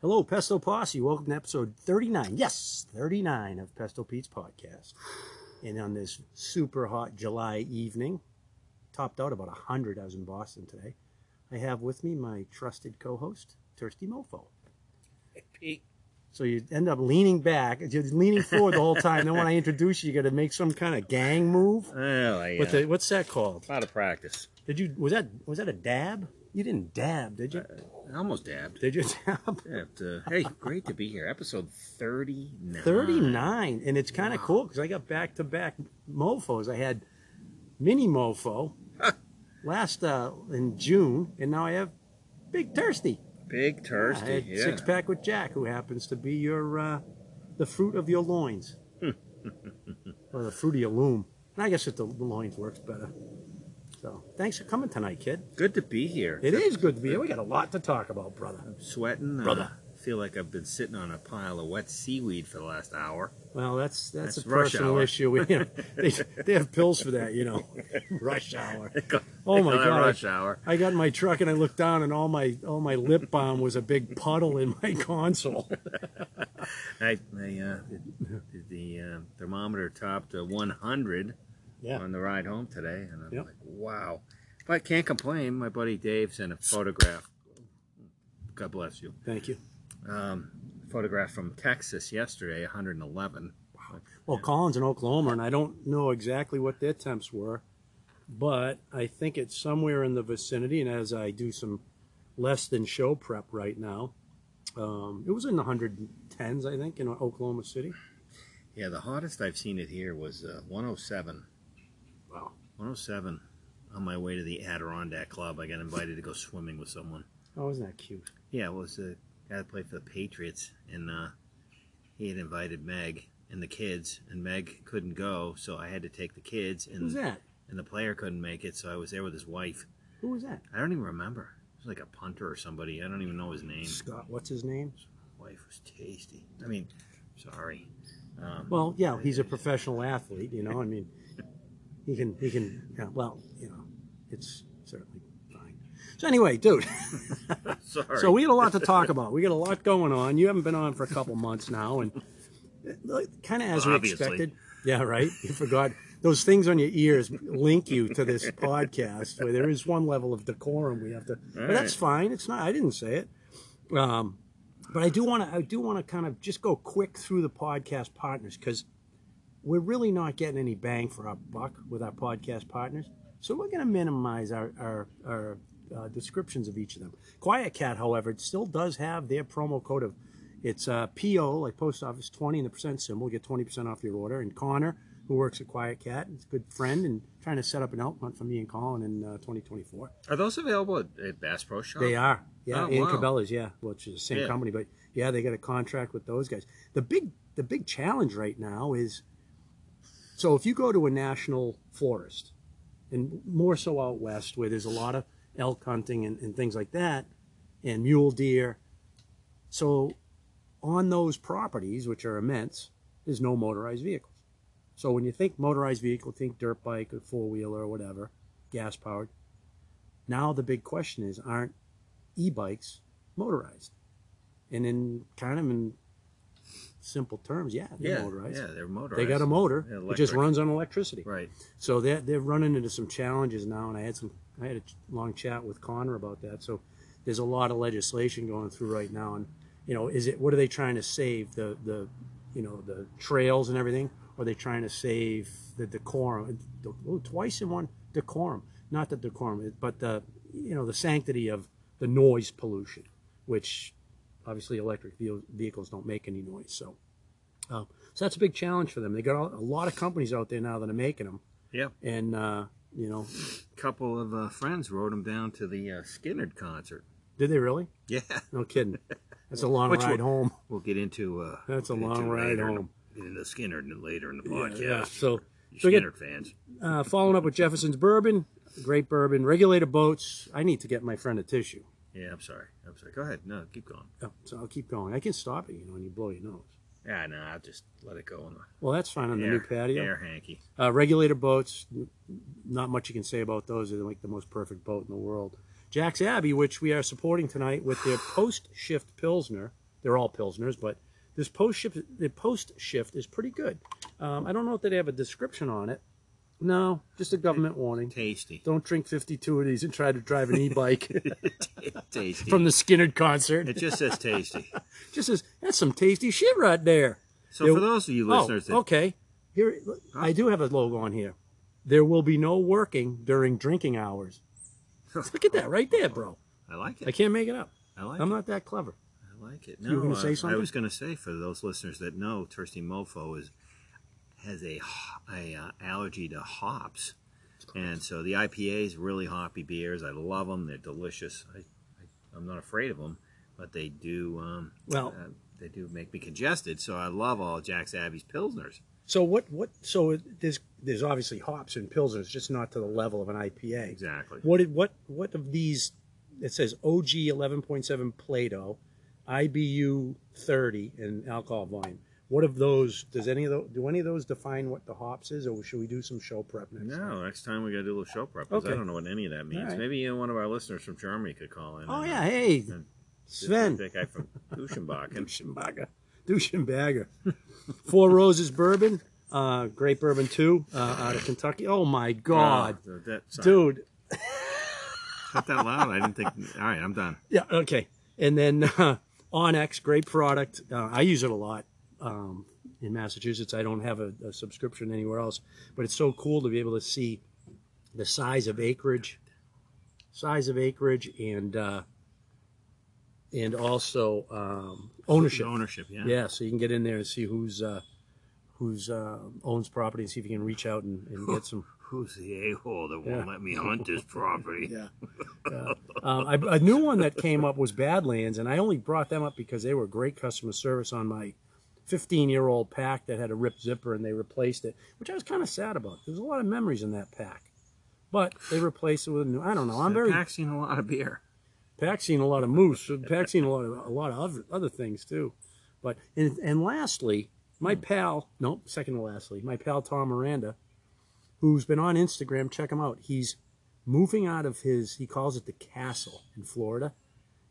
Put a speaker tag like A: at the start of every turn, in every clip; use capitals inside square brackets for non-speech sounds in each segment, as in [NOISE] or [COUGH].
A: Hello, Pesto Posse. Welcome to episode 39. Yes, 39 of Pesto Pete's podcast. And on this super hot July evening, topped out about 100. I was in Boston today. I have with me my trusted co host, Thirsty Mofo.
B: Pete.
A: So you end up leaning back, you're leaning forward the whole time. then when I introduce you, you got to make some kind of gang move.
B: Oh, yeah.
A: With the, what's that called?
B: a lot of practice.
A: Did you was that was that a dab? You didn't dab, did you?
B: I almost dabbed.
A: Did you [LAUGHS] dab?
B: Dabbed, uh, hey, great to be here. Episode 39.
A: 39 and it's kind of 'cause cool because i got back to back mofos i had mini mofo last uh in june and now i have big thirsty
B: Big
A: i
B: Thursday.
A: had
B: Yeah.
A: six pack with jack who happens to be your uh the fruit of your loins or the fruit of your loom and i guess if the loins works better so thanks for coming tonight kid
B: Good to be here.
A: it is good to be here we got a lot to talk about brother
B: Sweating.
A: Brother.
B: Uh, feel like I've been sitting on a pile of wet seaweed for the last hour.
A: Well, that's that's,
B: That's
A: a
B: rush
A: personal
B: hour.
A: issue. We,
B: [LAUGHS]
A: you know, they, they have pills for that, you know. Rush hour.
B: They
A: Oh my
B: call that
A: god!
B: Rush hour.
A: I got in my truck and I looked down, and all my all my lip balm was a big puddle in my [LAUGHS] console.
B: I, I, uh, the
A: [LAUGHS]
B: the uh, thermometer topped uh, 100
A: Yeah,
B: on the ride home today, and I'm
A: Yep.
B: like, wow. But can't complain. My buddy Dave sent a photograph. God bless you.
A: thank you.
B: um, photograph from Texas yesterday, 111.
A: Well, Collins in Oklahoma, and I don't know exactly what their temps were, but I think it's somewhere in the vicinity. And as I do some less than show prep right now, um, it was in the hundred tens, I think, in Oklahoma City.
B: Yeah, the hottest I've seen it here was uh, 107.
A: Wow.
B: 107. On my way to the Adirondack Club, I got invited to go swimming with someone.
A: Oh, isn't that cute?
B: Yeah, it was a guy that played for the Patriots, and uh, he had invited Meg and the kids, and Meg couldn't go, so I had to take the kids,
A: Who's
B: and,
A: that?
B: and the player couldn't make it, so I was there with his wife.
A: Who was that?
B: I don't even remember. It was like a punter or somebody. I don't even know his name.
A: Scott, what's his name?
B: Wife was tasty. I mean, sorry. Um,
A: Well, yeah, he's a professional athlete. You know, I mean, he can, he can. Yeah, well, you know, it's certainly fine. So anyway, dude.
B: [LAUGHS]
A: [LAUGHS]
B: Sorry.
A: So we got a lot to talk about. We got a lot going on. You haven't been on for a couple months now, and kind of as we
B: Obviously.
A: expected. Yeah, right. You forgot those things on your ears link you to this podcast where there is one level of decorum we have to. But that's fine. It's not. I didn't say it. Um, but I do want to. I do want to kind of just go quick through the podcast partners because we're really not getting any bang for our buck with our podcast partners. So we're going to minimize our our, our uh, descriptions of each of them. Quiet Cat, however, it still does have their promo code of it's uh, PO like post office twenty and the percent symbol. Get twenty percent off your order. And Connor, who works at Quiet Cat, is a good friend and trying to set up an outlet for me and Colin in uh, twenty twenty four.
B: are those available at, at Bass Pro Shop?
A: They are. Yeah,
B: Oh,
A: and
B: wow.
A: Cabela's, yeah, which is the same
B: Yeah.
A: company, but yeah, they got a contract with those guys. The big the big challenge right now is so if you go to a national forest, and more so out west where there's a lot of elk hunting and, and things like that, and mule deer. So on those properties, which are immense, there's no motorized vehicles. So when you think motorized vehicle, think dirt bike or four wheeler or whatever, gas powered. Now the big question is, aren't e-bikes motorized? And in kind of in simple terms, yeah, they're
B: Yeah,
A: motorized.
B: yeah, they're motorized.
A: They got a motor.
B: They're
A: It just
B: electric.
A: runs on electricity.
B: Right.
A: So they're, they're running into some challenges now, and I had some I had a ch- long chat with Connor about that. So there's a lot of legislation going through right now, and you know, is it what are they trying to save the the you know the trails and everything? Or are they trying to save the decorum? Oh, twice in one decorum, not the decorum, but the you know the sanctity of the noise pollution, which obviously electric ve- vehicles don't make any noise. So. Uh, so that's a big challenge for them. They got a a lot of companies out there now that are making them,
B: Yeah.
A: and uh, you know,
B: couple of uh, friends rode them down to the uh, Skinnerd concert. [LAUGHS]
A: did they really?
B: Yeah.
A: No kidding. That's a long
B: Which
A: ride
B: one?
A: home.
B: We'll get into. Uh,
A: That's a
B: get
A: long
B: into
A: ride
B: later
A: home.
B: In the, in the Skinnerd later in the podcast.
A: Yeah. So,
B: You
A: so we get
B: Skinnerd fans.
A: uh, following up with Jefferson's Bourbon, great bourbon, regulator boats. I need to get my friend a tissue.
B: Yeah, I'm sorry. I'm sorry. Go ahead. No, keep going.
A: Oh, so I'll keep going. I can stop it, you know, and you blow your nose.
B: Yeah, no, I'll just let it go on the,
A: Well, that's fine on the
B: air,
A: new patio.
B: air hanky.
A: Uh, regulator boats, n- not much you can say about those. They're like the most perfect boat in the world. Jack's Abbey, which we are supporting tonight with their post shift Pilsner, They're all pilsners, but this post shift, the post shift is pretty good. Um, I don't know if they have a description on it. No, just a government warning.
B: Tasty. [LAUGHS]
A: Don't drink 52 of these and try to drive an e-bike
B: tasty.
A: from the Skinner concert.
B: it just
A: [LAUGHS]
B: says tasty.
A: Just says that's some tasty shit right there.
B: So
A: There-
B: for those of you listeners,
A: oh,
B: that,
A: okay. Here, I do have a logo on here. There will be no working during drinking hours. Look at that right there, bro.
B: I like
A: I
B: it.
A: can't make it up.
B: I like
A: I'm
B: it.
A: not that clever.
B: I like it. No,
A: You were gonna say
B: uh, I
A: something?
B: was going to say for those listeners that know, Thirsty Mofo is has a, ho- a uh, allergy to hops, and so the IPAs really hoppy beers. I love them. They're delicious. I, I I'm not afraid of them, but they do um,
A: Well-
B: uh, they do make me congested. So I love all Jack's Abbey's pilsners.
A: So what? What? So it- there's there's obviously hops and pilsners, just not to the level of an IPA.
B: Exactly.
A: What did what what of these? It says OG 11.7 Plato, IBU 30, and alcohol volume. What of those? Does any of those? Do any of those define what the hops is, or should we do some show prep next? time?
B: No, next time we got to do a little show prep 'cause I
A: Okay.
B: don't know what any of that means.
A: right.
B: Maybe you know, one of our listeners from Germany could call in.
A: Oh
B: and,
A: yeah,
B: uh,
A: hey,
B: just like
A: Sven
B: that guy from Duschenbach.
A: Duschenbaga, Duschenbaga, [LAUGHS] Four Roses Bourbon, uh, great bourbon too, uh, out of Kentucky. Oh my [LAUGHS] God,
B: Uh,
A: dude,
B: Not that loud. I didn't think. All right, I'm done.
A: Yeah. Okay. And then [LAUGHS] uh, Onyx, great product. Uh, I use it a lot um, in Massachusetts. I don't have a, a subscription anywhere else, but it's so cool to be able to see the size of acreage, size of acreage, and uh, and also um, ownership.
B: Ownership, yeah.
A: Yeah. So you can get in there and see who's uh, who's uh, owns property and see if you can reach out and, and get some.
B: Who's the a hole that
A: Yeah.
B: won't let me hunt this property?
A: Yeah. Uh, I, a new one that came up was Badlands, and I only brought them up because they were great customer service on my 15 year old pack that had a ripped zipper and they replaced it, which I was kind of sad about. There's a lot of memories in that pack. But they replaced it with a new. I don't know. I'm very
B: I've seen a lot of beer.
A: Pack's seen a lot of moose. Pack's seen a lot of a lot of other, other things too. But and, and lastly, my pal, no, second to lastly, my pal Tom Miranda, who's been on Instagram. Check him out. He's moving out of his. He calls it the castle in Florida.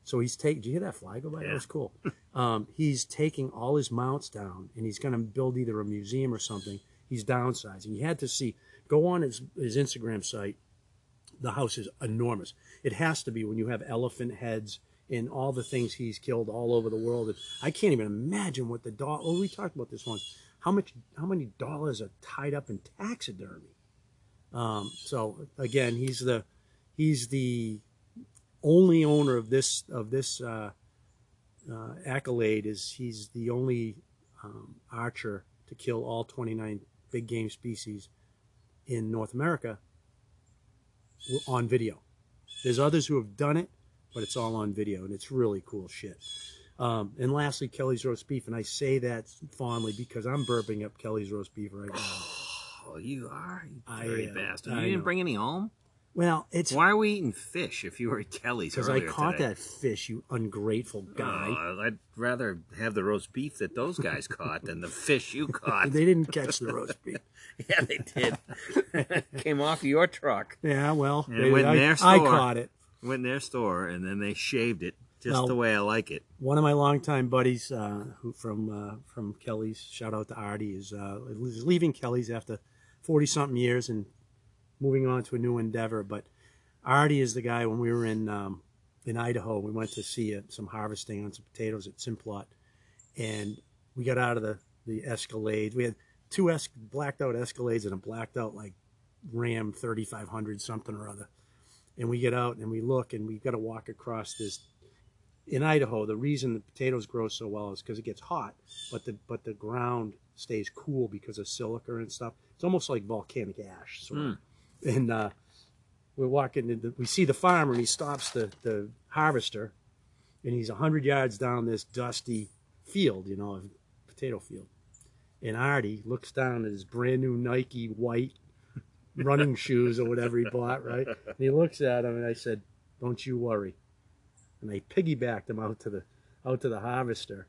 A: So he's taking. Do you hear that fly go by? That
B: Yeah.
A: was cool. [LAUGHS] um, he's taking all his mounts down, and he's going to build either a museum or something. He's downsizing. You had to see. Go on his, his Instagram site the house is enormous. It has to be when you have elephant heads and all the things he's killed all over the world. And I can't even imagine what the doll. Oh, we talked about this once. How much? How many dollars are tied up in taxidermy? Um, so again, he's the he's the only owner of this of this uh, uh, accolade. Is he's the only um, archer to kill all 29 big game species in North America w- on video. There's others who have done it, but it's all on video, and it's really cool shit. Um, and lastly, Kelly's roast beef, and I say that fondly because I'm burping up Kelly's roast beef right now.
B: Oh, you are you
A: I,
B: dirty
A: uh,
B: bastard!
A: I
B: you didn't
A: know.
B: bring any home.
A: Well, it's
B: Why are we eating fish if you were at Kelly's?
A: because I caught that fish, you ungrateful guy.
B: Oh, I'd rather have the roast beef that those guys caught than the
A: [LAUGHS]
B: fish you caught.
A: they didn't catch the roast beef.
B: [LAUGHS] yeah, they did.
A: [LAUGHS]
B: Came off your truck.
A: Yeah, well,
B: And when
A: I,
B: their
A: I
B: store-
A: caught it.
B: Went in their store and then they shaved it just
A: No.
B: the way I like it.
A: One of my longtime buddies, uh, who from uh, from Kelly's, shout out to Artie, is uh, is leaving Kelly's after forty something years and moving on to a new endeavor. But Artie is the guy. When we were in um, in Idaho, we went to see uh some harvesting on some potatoes at Simplot, and we got out of the the Escalade. We had two es- blacked out Escalades and a blacked out like Ram thirty five hundred something or other. And we get out and we look and we got to walk across this in Idaho, the reason the potatoes grow so well is because it gets hot, but the but the ground stays cool because of silica and stuff. It's almost like volcanic ash. Sort of. And uh, we're walking, into, we see the farmer, and he stops the the harvester, and he's hundred yards down this dusty field, you know, potato field. And Artie looks down at his brand new Nike white running shoes or whatever he bought, right? And he looks at him, and I said, "Don't you worry." and they piggybacked him out to the out to the harvester,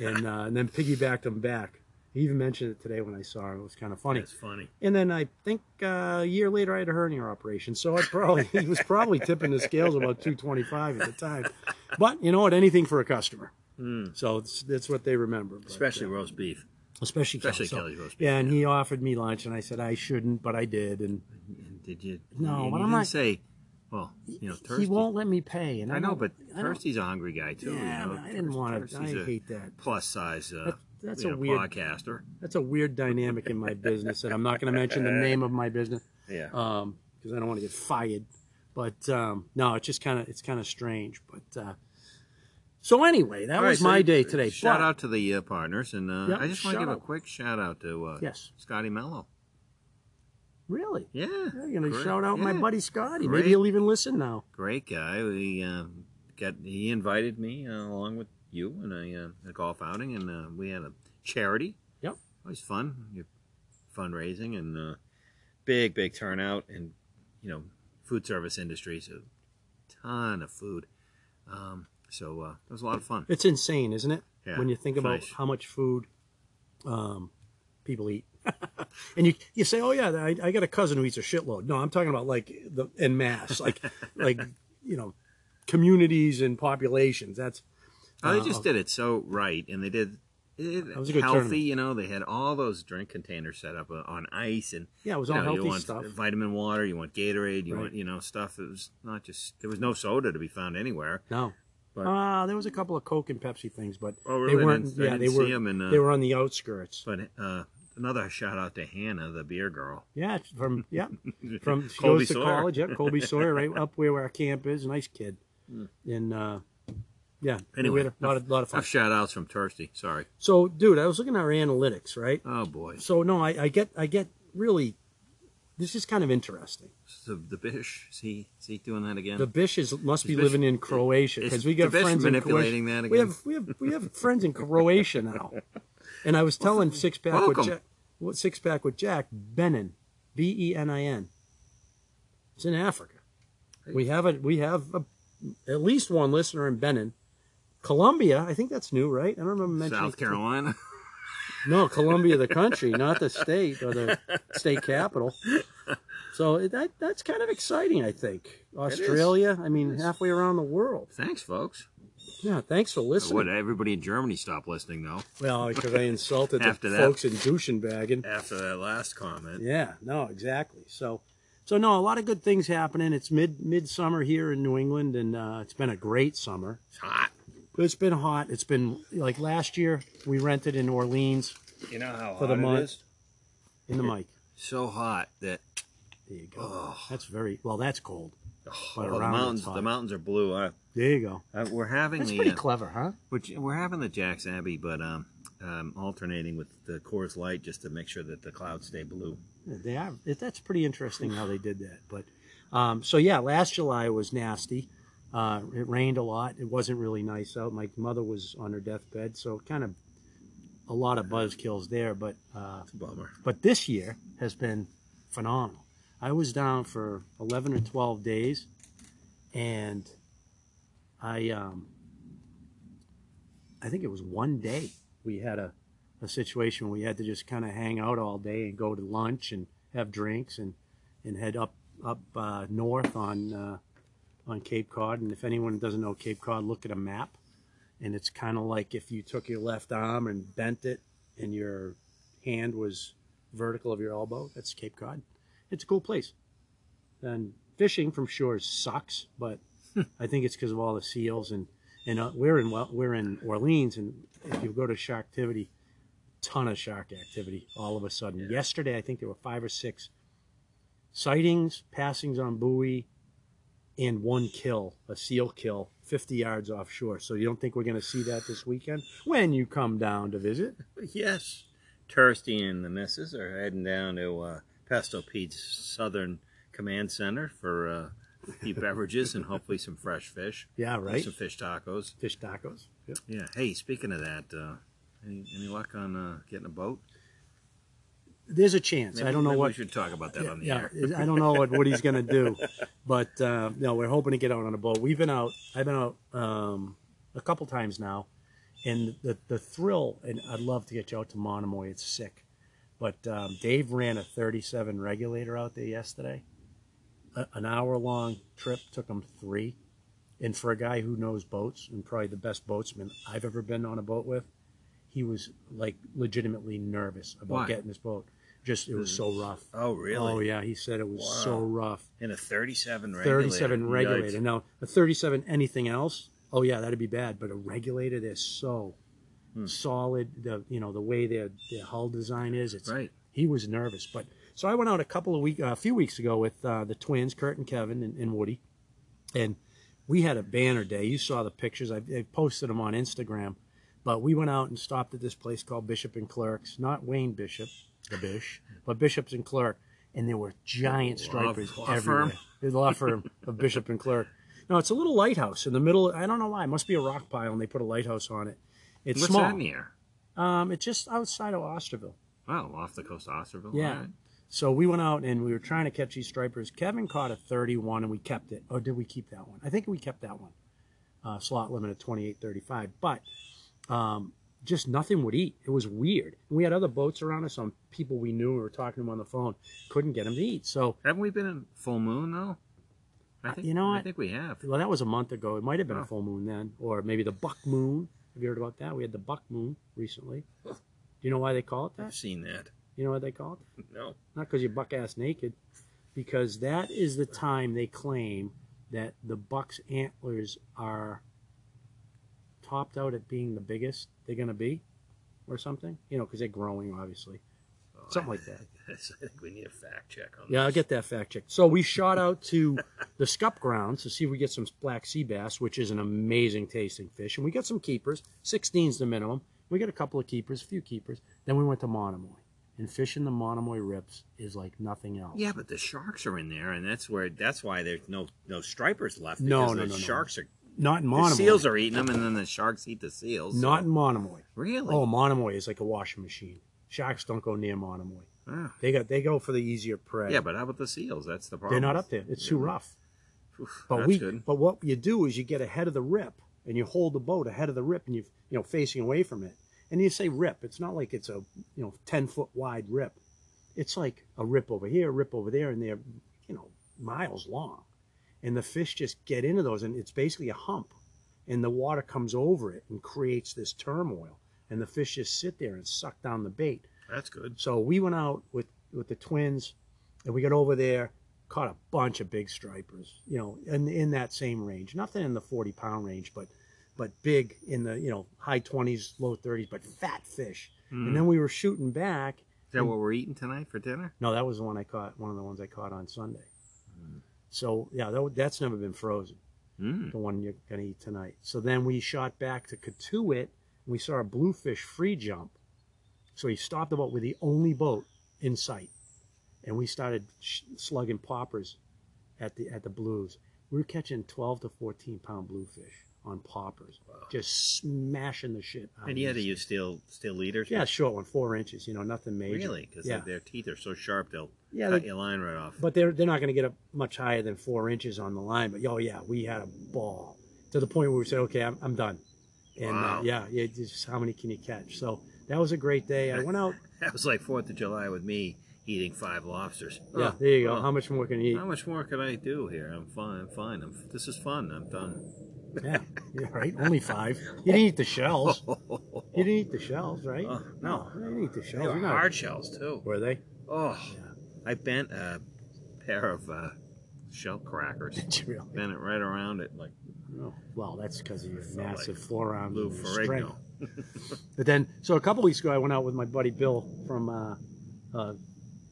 A: and uh, and then piggybacked him back. He even mentioned it today when I saw him. It was kind of funny.
B: That's funny.
A: And then I think uh, a year later I had a hernia operation, so I probably [LAUGHS] he was probably tipping the scales about 225 at the time. But you know what? Anything for a customer. So it's, that's what they remember. but,
B: Hmm. especially
A: uh,
B: roast beef.
A: especially, Kelly,
B: especially
A: so-
B: Kelly's roast beef,
A: Yeah, and he offered me lunch, and I said I shouldn't, but I did, and
B: And did you?
A: No,
B: you,
A: but
B: you
A: I'm
B: didn't
A: not-
B: say. Well, you know, thirsty.
A: he won't let me pay. And
B: I know,
A: don't-
B: but
A: I don't-
B: Thirsty's a hungry guy too.
A: Yeah,
B: you know.
A: but I didn't want to. I
B: Thirsty's a
A: hate that.
B: plus size. Uh,
A: That- that's
B: you
A: a
B: know,
A: weird-
B: podcaster.
A: That's a weird dynamic in my business, and I'm not going to mention the name of my business
B: Yeah.
A: because um, I don't want to get fired. But um, no, it's just kind of it's kind of strange. But uh, so anyway, that
B: All right,
A: was
B: so
A: my
B: you-
A: day today.
B: Shout
A: But-
B: out to the uh, partners, and uh,
A: Yeah,
B: I just want
A: shout
B: to give a
A: out.
B: quick shout out to uh,
A: Yes.
B: Scotty Mello.
A: Really?
B: Yeah,
A: Yeah, You're going to
B: great-
A: shout out my
B: yeah,
A: buddy Scotty.
B: Great.
A: Maybe he'll even listen now.
B: Great guy. We uh, got he invited me uh, along with you and a, uh, a golf outing, and uh, we had a charity.
A: Yep.
B: always fun. You're fundraising and uh, big, big turnout, and you know, food service industry, so ton of food. Um, so uh, it was a lot of fun.
A: It's insane, isn't it?
B: Yeah,
A: when you think
B: it's
A: about uh,
B: nice.
A: how much food um, people eat. [LAUGHS] and you, you say, oh, yeah, I, I got a cousin who eats a shitload. No, I'm talking about like the en mass,
B: [LAUGHS]
A: like, like you know, communities and populations. That's
B: Oh, they
A: Uh,
B: just did it so right, and they did it
A: That was a good
B: healthy.
A: tournament.
B: You know, they had all those drink containers set up uh, on ice, and
A: Yeah, it was
B: you
A: all
B: know, you
A: healthy
B: want
A: stuff.
B: vitamin water, you want Gatorade, you
A: Right.
B: want you know stuff. It was not just there was no soda to be found anywhere.
A: No.
B: But-
A: Ah, there was a couple of Coke and Pepsi things, but
B: Oh, really? I
A: they weren't.
B: didn't- I
A: yeah,
B: didn't
A: they were.
B: see 'em in, uh,
A: they were on the outskirts.
B: But uh, another shout out to Hannah, the beer girl.
A: Yeah, it's from yeah, [LAUGHS] from she
B: [LAUGHS] Colby
A: goes to
B: Sawyer.
A: college. Yeah,
B: [LAUGHS]
A: Colby Sawyer, right up where our camp is. Nice kid, and uh, yeah.
B: Hmm. Anyway,
A: we had a lot of, lot of fun.
B: Tough shout outs from Thirsty. Sorry.
A: So, dude, I was looking at our analytics, right?
B: Oh boy,
A: So, no, I, I get, I get really. This is kind of interesting.
B: so the Bish. See, see, doing that again.
A: The Bish is must be
B: Bish-
A: living in Croatia
B: is
A: because we
B: the
A: got
B: Bish
A: friends
B: manipulating
A: in
B: that
A: Croatia.
B: again?
A: We have, we have, we have friends in Croatia
B: [LAUGHS]
A: now. And I was telling six pack with
B: welcome.
A: Jack, what six pack with Jack Benin, B E N I N. It's in Africa. We have a, we have a, at least one listener in Benin. Colombia, I think that's new, right? I don't remember mentioning
B: South Carolina.
A: No, Columbia, the
B: [LAUGHS]
A: country, not the state or the state capital. So it- that that's kind of exciting, I think.
B: is.
A: Australia, I mean, halfway around the world.
B: Thanks, folks.
A: Yeah, thanks for
B: Would
A: listening.
B: everybody in Germany stop listening though?
A: Well, because I insulted the
B: After that.
A: folks in Duschenbagen.
B: After that last comment.
A: Yeah, no, exactly. So, so no, a lot of good things happening. It's mid midsummer here in New England, and uh, it's been a great summer.
B: It's hot.
A: It's been hot. It's been like last year. We rented in Orleans
B: You know how
A: For the
B: hot
A: month.
B: it is?
A: in the mic.
B: So hot that
A: There you go. That's very well. That's cold. But
B: well, the
A: around it's
B: mountains
A: hot.
B: the mountains are blue. I,
A: There you go.
B: I, we're having
A: That's
B: the
A: pretty
B: uh,
A: clever, huh?
B: we're, we're having the Jack's Abbey, but um, um, alternating with the Coors Light just to make sure that the clouds stay blue.
A: They are, it- that's pretty interesting how they did that. But um, so yeah, last July was nasty. Uh, it rained a lot. It wasn't really nice out. My mother was on her deathbed, so kind of a lot of buzzkills there. But uh,
B: It's a bummer.
A: but this year has been phenomenal. I was down for 11 or 12 days, and I um, I think it was one day we had a, a situation where we had to just kind of hang out all day and go to lunch and have drinks and and head up up uh, north on uh, on Cape Cod. And if anyone doesn't know Cape Cod, look at a map, and it's kind of like if you took your left arm and bent it, and your hand was vertical of your elbow. That's Cape Cod. It's a cool place. And fishing from shore sucks, but I think it's because of all the seals and and uh, we're in well, we're in Orleans, and if you go to Sharktivity, ton of shark activity all of a sudden. Yesterday, I think there were five or six sightings, passings on buoy, and one kill, a seal kill, 50 yards offshore. So you don't think we're going to see that this weekend when you come down to visit?
B: Yes. Tursty and the missus are heading down to uh, Pesto Pete's Southern Command Center for uh, a few beverages and hopefully some fresh fish.
A: Yeah, [LAUGHS] right.
B: Some fish tacos.
A: Fish tacos. Yep.
B: Yeah. Hey, speaking of that, uh, any, any luck on uh, getting a boat?
A: There's a chance. I don't know
B: maybe
A: what.
B: We should talk about that on the
A: yeah,
B: air.
A: I don't know what, what he's going to do, but uh, no, we're hoping to get out on a boat. We've been out. I've been out um, a couple times now, and the the thrill. And I'd love to get you out to Monomoy. It's sick, but um, Dave ran a 37 regulator out there yesterday. A, an hour long trip took him three. And for a guy who knows boats and probably the best boatsman I've ever been on a boat with, he was like legitimately nervous about
B: Why?
A: getting this boat. Just it was so rough.
B: Oh, really?
A: Oh yeah, he said it was so
B: Wow.
A: rough.
B: In a 37 regulator.
A: 37
B: Yikes.
A: regulator. Now, a 37 anything else, oh yeah, that'd be bad. But a regulator, they're so
B: Hmm.
A: solid. The you know the way their their hull design is. It's
B: Right.
A: He was nervous, but so I went out a couple of week, uh, a few weeks ago with uh, the twins, Kurt and Kevin and, and Woody, and we had a banner day. You saw the pictures. I, I posted them on Instagram. But we went out and stopped at this place called Bishop and Clerks, not Wayne Bishop, the Bish, but Bishop's and Clerk, and there were giant
B: Law-
A: stripers
B: law
A: everywhere.
B: firm?
A: The law firm of Bishop and Clerk. No, it's a little lighthouse in the middle. I don't know why. It must be a rock pile, and they put a lighthouse on it. It's
B: What's
A: small.
B: that near?
A: Um, it's just outside of Osterville.
B: Oh, off the coast of Osterville.
A: Yeah.
B: All right.
A: So we went out and we were trying to catch these stripers. Kevin caught a 31 and we kept it. Or did we keep that one? I think we kept that one. Uh, slot limit of 28.35. But um, just nothing would eat. It was weird. We had other boats around us on people we knew. We were talking to them on the phone. Couldn't get them to eat. So
B: Haven't we been in full moon though? I think
A: Uh, you know
B: I
A: what?
B: think we have.
A: well, that was a month ago. It might have been
B: Oh.
A: a full moon then, or maybe the buck moon. Have you heard about that? We had the buck moon recently. Do you know why they call it
B: I've
A: that?
B: seen that.
A: You know why they call it?
B: No.
A: not because you buck ass naked, because that is the time they claim that the buck's antlers are topped out at being the biggest they're going to be, or something. You know, because they're growing, obviously. [LAUGHS] Something like that.
B: Yes, Oh, I [LAUGHS] think we need a fact check on
A: Yeah, I'll get that fact checked. So we shot out to the scup grounds to see if we get some black sea bass, which is an amazing tasting fish. And we got some keepers, 16's the minimum. We got a couple of keepers, a few keepers. Then we went to Monomoy. And fishing the Monomoy rips is like nothing else.
B: that. Yeah, but the sharks are in there, and that's where that's why there's no no stripers left.
A: No,
B: because
A: no,
B: the
A: no, no.
B: Sharks are
A: Not in
B: the
A: Monomoy.
B: seals are eating them, and then the sharks eat the seals. so-
A: Not in Monomoy.
B: really.
A: Oh, Monomoy is like a washing machine. Sharks don't go near Monomoy.
B: Ah.
A: They got they go for the easier prey.
B: Yeah, but how about the seals? That's the problem.
A: they're not up there. It's too rough.
B: Oof,
A: But
B: that's
A: we
B: good.
A: but what you do is you get ahead of the rip and you hold the boat ahead of the rip and you you know facing away from it. And you say rip. It's not like it's a you know ten foot wide rip. It's like a rip over here, a rip over there, and they're you know miles long. And the fish just get into those, and it's basically a hump. And the water comes over it and creates this turmoil. And the fish just sit there and suck down the bait.
B: That's good.
A: So we went out with with the twins, and we got over there, caught a bunch of big stripers, you know, in in that same range. Nothing in the forty pound range, but but big in the you know high twenties, low thirties, but fat fish.
B: Mm-hmm.
A: And then we were shooting back.
B: Is Hmm. that what we're eating tonight for dinner?
A: No, that was the one I caught. One of the ones I caught on Sunday. So yeah, that, that's never been frozen
B: Mm.
A: the one you're going to eat tonight. So then we shot back to Katuit, and we saw a bluefish free jump. So he stopped the boat with the only boat in sight, and we started sh- slugging poppers at the at the blues. We were catching 12 to 14 pound bluefish on poppers, just smashing the shit. Out of
B: And yeah, they
A: these-
B: use steel steel leaders.
A: yeah, short one, four inches. You know, nothing major.
B: really, because
A: yeah.
B: their teeth are so sharp they'll
A: Yeah,
B: cut
A: they-
B: your line right off.
A: But they're they're not going to get up much higher than four inches on the line. But oh yeah, we had a ball to the point where we said, okay, I'm, I'm done. And
B: Wow.
A: uh, yeah, it, it's just how many can you catch? So that was a great day. I went
B: [LAUGHS]
A: out.
B: That was like Fourth of July with me eating five lobsters.
A: Yeah,
B: Oh,
A: there you go.
B: oh.
A: How much more can you
B: How much more can I do here? I'm fine. I'm fine. I'm, this is fun. I'm done.
A: eat? Yeah, yeah, right. Only five. You didn't eat the shells. You didn't eat the shells, right?
B: Oh, no.
A: you didn't eat the shells.
B: they were
A: You're not-
B: hard shells too.
A: Were
B: [LAUGHS]
A: they?
B: Oh,
A: Yeah.
B: I bent a pair of uh, shell crackers.
A: Did you really?
B: bent it right around it like
A: No. Well, that's because of your
B: Felt like
A: massive forearms
B: Lou
A: and your strength.
B: Ferrigno.
A: But then, so a couple weeks ago, I went out with my buddy Bill from uh, uh,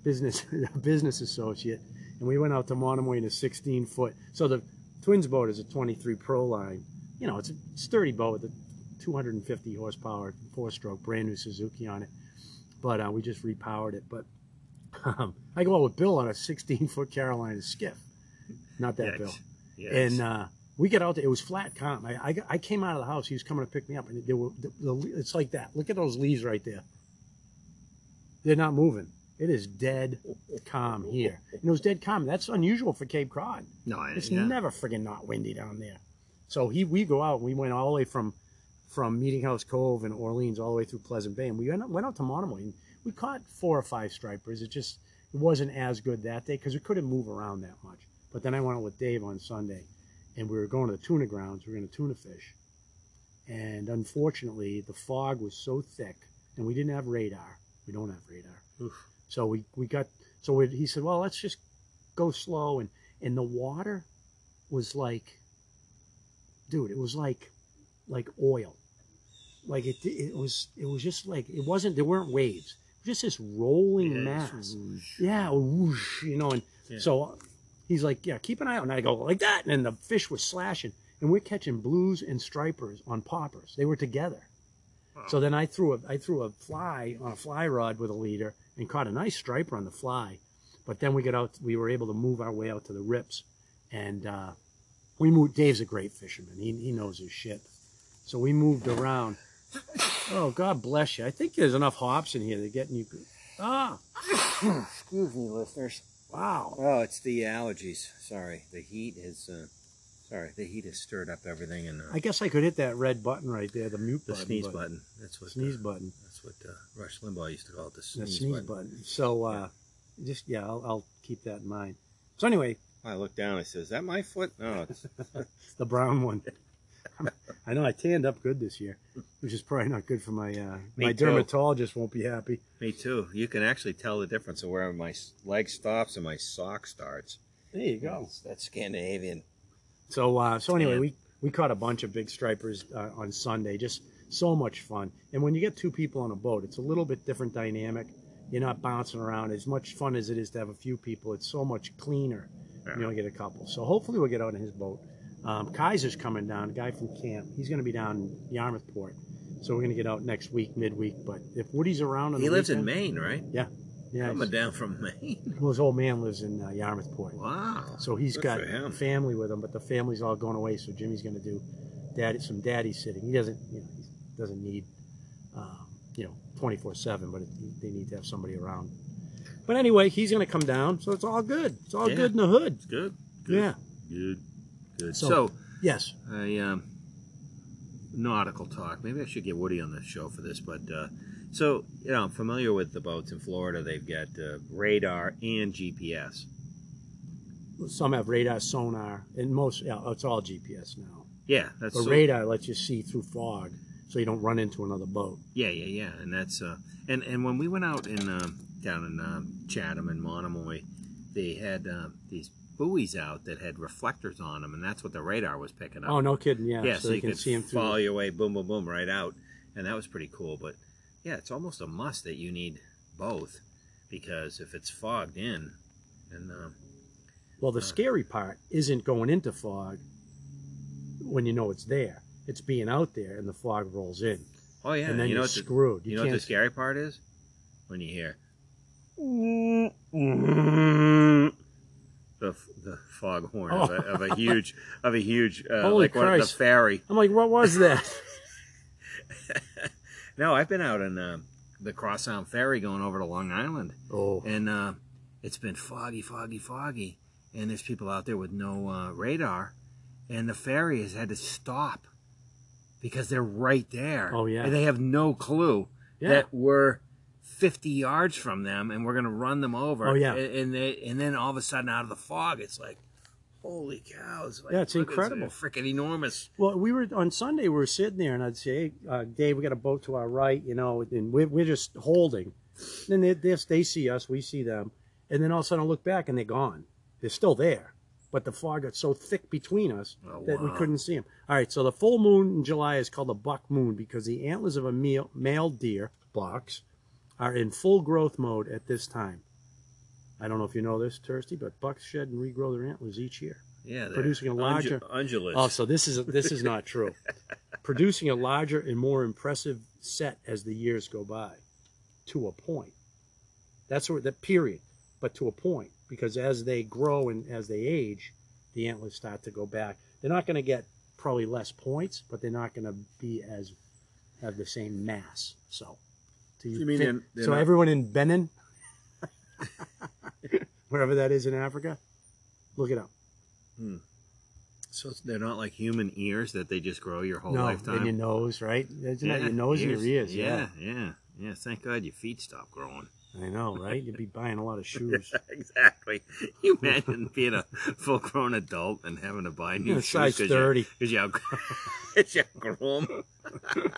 A: business [LAUGHS] a business associate, and we went out to Monomoy in a 16 foot. So the twins boat is a 23 Pro line. You know, it's a sturdy boat with a 250 horsepower four stroke, brand new Suzuki on it. But uh, we just repowered it. But [LAUGHS] um, I go out with Bill on a 16 foot Carolina skiff. Not that
B: Yikes.
A: Bill
B: Yikes.
A: and uh, we got out there. It was flat calm. I, I, got- I came out of the house. He was coming to pick me up, and there were the, the, le- it's like that. Look at those leaves right there. They're not moving. It is dead calm here, and it was dead calm. That's unusual for Cape Cod.
B: no, I-
A: It's
B: yeah.
A: never friggin' not windy down there. So he, we go out. and We went all the way from from Meeting House Cove and Orleans all the way through Pleasant Bay, and we went out, went out to Monomoy. And we caught four or five stripers. It just it wasn't as good that day because we couldn't move around that much. But then I went out with Dave on Sunday, and we were going to the tuna grounds. We were going to tuna fish, and unfortunately, the fog was so thick, and we didn't have radar. We don't have radar,
B: Oof.
A: so we we got. So we, he said, "Well, let's just go slow." And and the water was like, dude, it was like like oil, like it it was it was just like it wasn't. There weren't waves. It was just this rolling
B: Yeah,
A: mass.
B: it's whoosh.
A: Yeah, whoosh, you know, and
B: Yeah.
A: so he's like, yeah, keep an eye out. And I go like that, and then the fish was slashing, and we're catching blues and stripers on poppers. They were together. So then I threw a I threw a fly on a fly rod with a leader and caught a nice striper on the fly, but then we got out. We were able to move our way out to the rips, and uh, we moved. Dave's a great fisherman. He he knows his shit. So we moved around. Oh God bless you. I think there's enough hops in here. They're getting you. good. Ah,
B: [COUGHS] Excuse me, listeners.
A: wow.
B: Oh, it's the allergies. Sorry, the heat is. Uh, sorry, the heat has stirred up everything and uh,
A: I guess I could hit that red button right there, the mute
B: the
A: button.
B: sneeze
A: but-
B: button. That's what.
A: Sneeze
B: uh,
A: button.
B: That's what uh, Rush Limbaugh used to call it. The
A: The
B: sneeze,
A: sneeze,
B: button.
A: button. So, uh, just, yeah, I'll, I'll keep that in mind. So, anyway,
B: I looked down. I said, "Is that my foot?" No, it's [LAUGHS]
A: the brown one. [LAUGHS] I know I tanned up good this year, which is probably not good for my, uh,
B: [LAUGHS] Me
A: my
B: too.
A: dermatologist won't be happy.
B: me too. You can actually tell the difference of where my s- leg stops and my sock starts.
A: There you
B: That's, that's Scandinavian.
A: So, uh, so anyway,
B: Yeah.
A: we, we caught a bunch of big stripers uh, on Sunday. Just so much fun. And when you get two people on a boat, it's a little bit different dynamic. You're not bouncing around. As much fun as it is to have a few people, it's so much cleaner. You only get a couple. So hopefully we'll get out in his boat. Um, Kaiser's coming down, a guy from camp. He's going to be down in Yarmouthport. So we're going to get out next week, midweek. But if Woody's around on
B: He
A: the
B: lives in
A: weekend,
B: Maine, right?
A: Yeah,
B: Coming
A: he's-
B: down from [LAUGHS] Maine.
A: well, his old man lives in uh, Yarmouthport.
B: Wow.
A: So he's
B: Good
A: got
B: for him.
A: family with him, but the family's all going away. So Jimmy's going to do daddy some daddy sitting. He doesn't, you know, he doesn't need, um, you know, twenty four seven, but it, they need to have somebody around. But anyway, he's going to come down, so it's all good. It's all
B: Yeah.
A: good in the hood.
B: Good. Good.
A: Yeah.
B: Good. Good.
A: So-
B: so
A: Yes.
B: I um, nautical talk. Maybe I should get Woody on the show for this, but uh, so you know, I'm familiar with the boats in Florida. They've got uh, radar and GPS.
A: Some have radar, sonar, and most yeah, it's all GPS now.
B: Yeah, that's
A: But
B: so-
A: radar lets you see through fog, so you don't run into another boat.
B: Yeah, yeah, yeah, and that's uh, and and when we went out in um, down in um, Chatham and Monomoy, they had uh, these buoys out that had reflectors on them, and that's what the radar was picking up.
A: Oh no, kidding! Yeah,
B: Uh, yeah,
A: so, you can
B: could
A: see them through.
B: follow your way, boom, boom, boom, right out, and that was pretty cool. But yeah, it's almost a must that you need both, because if it's fogged in, and um,
A: Well, the scary part isn't going into fog when you know it's there. It's being out there and the fog rolls in,
B: oh yeah,
A: and then
B: you know
A: you're
B: what the,
A: screwed.
B: you know what the scary part is when you hear
A: Mm.
B: the the fog horn of, a, of a huge of a huge uh,
A: Oh. Holy
B: like one of the
A: Christ.
B: ferry.
A: I'm like, what was that?
B: [LAUGHS] No, I've been out in uh, the Cross Sound ferry going over to Long Island.
A: oh,
B: and uh, it's been foggy, foggy, foggy, and there's people out there with no uh, radar, and the ferry has had to stop because they're right there.
A: Oh, yeah.
B: and they have no clue
A: Yeah.
B: that we're 50 yards from them, and we're gonna run them over.
A: Oh, yeah.
B: and, and they and then all of a sudden out of the fog, it's like. Holy cow! It's like,
A: Yeah, it's
B: look,
A: incredible.
B: It's freaking enormous.
A: Well, we were on Sunday. We were sitting there, and I'd say, "Hey, uh, Dave, we got a boat to our right, you know, and we're, we're just holding." Then they, they they see us, we see them, and then all of a sudden I look back, and they're gone. They're still there, but the fog got so thick between us
B: Oh,
A: that we
B: wow.
A: couldn't see them. All right, so the full moon in July is called the buck moon because the antlers of a male, male deer, bucks, are in full growth mode at this time. I don't know if you know this, Thirsty, but bucks shed and regrow their antlers each year.
B: Yeah, they're
A: Producing a larger-
B: undu- undulates.
A: Oh, so this is this is not true. Producing a larger and more impressive set as the years go by, to a point. That's where that period, but to a point because as they grow and as they age, the antlers start to go back. They're not going to get probably less points, but they're not going to be as have the same mass. So, do
B: You mean
A: thi-
B: they're- they're
A: Oh, so
B: not-
A: everyone in Benin, [LAUGHS] wherever that is in Africa, look it up.
B: so they're not like human ears that they just grow your whole
A: no,
B: lifetime.
A: and your nose, right? Isn't that your nose and your ears? Yeah.
B: yeah, yeah, yeah. Thank God your feet stopped growing. [LAUGHS]
A: I know, right? You'd be buying a lot of shoes.
B: exactly. You imagine being a full grown adult and having to buy new
A: Yeah,
B: shoes
A: size
B: because
A: 30.
B: You, 'cause you out- [LAUGHS] 'cause you outgrown 'em. [LAUGHS]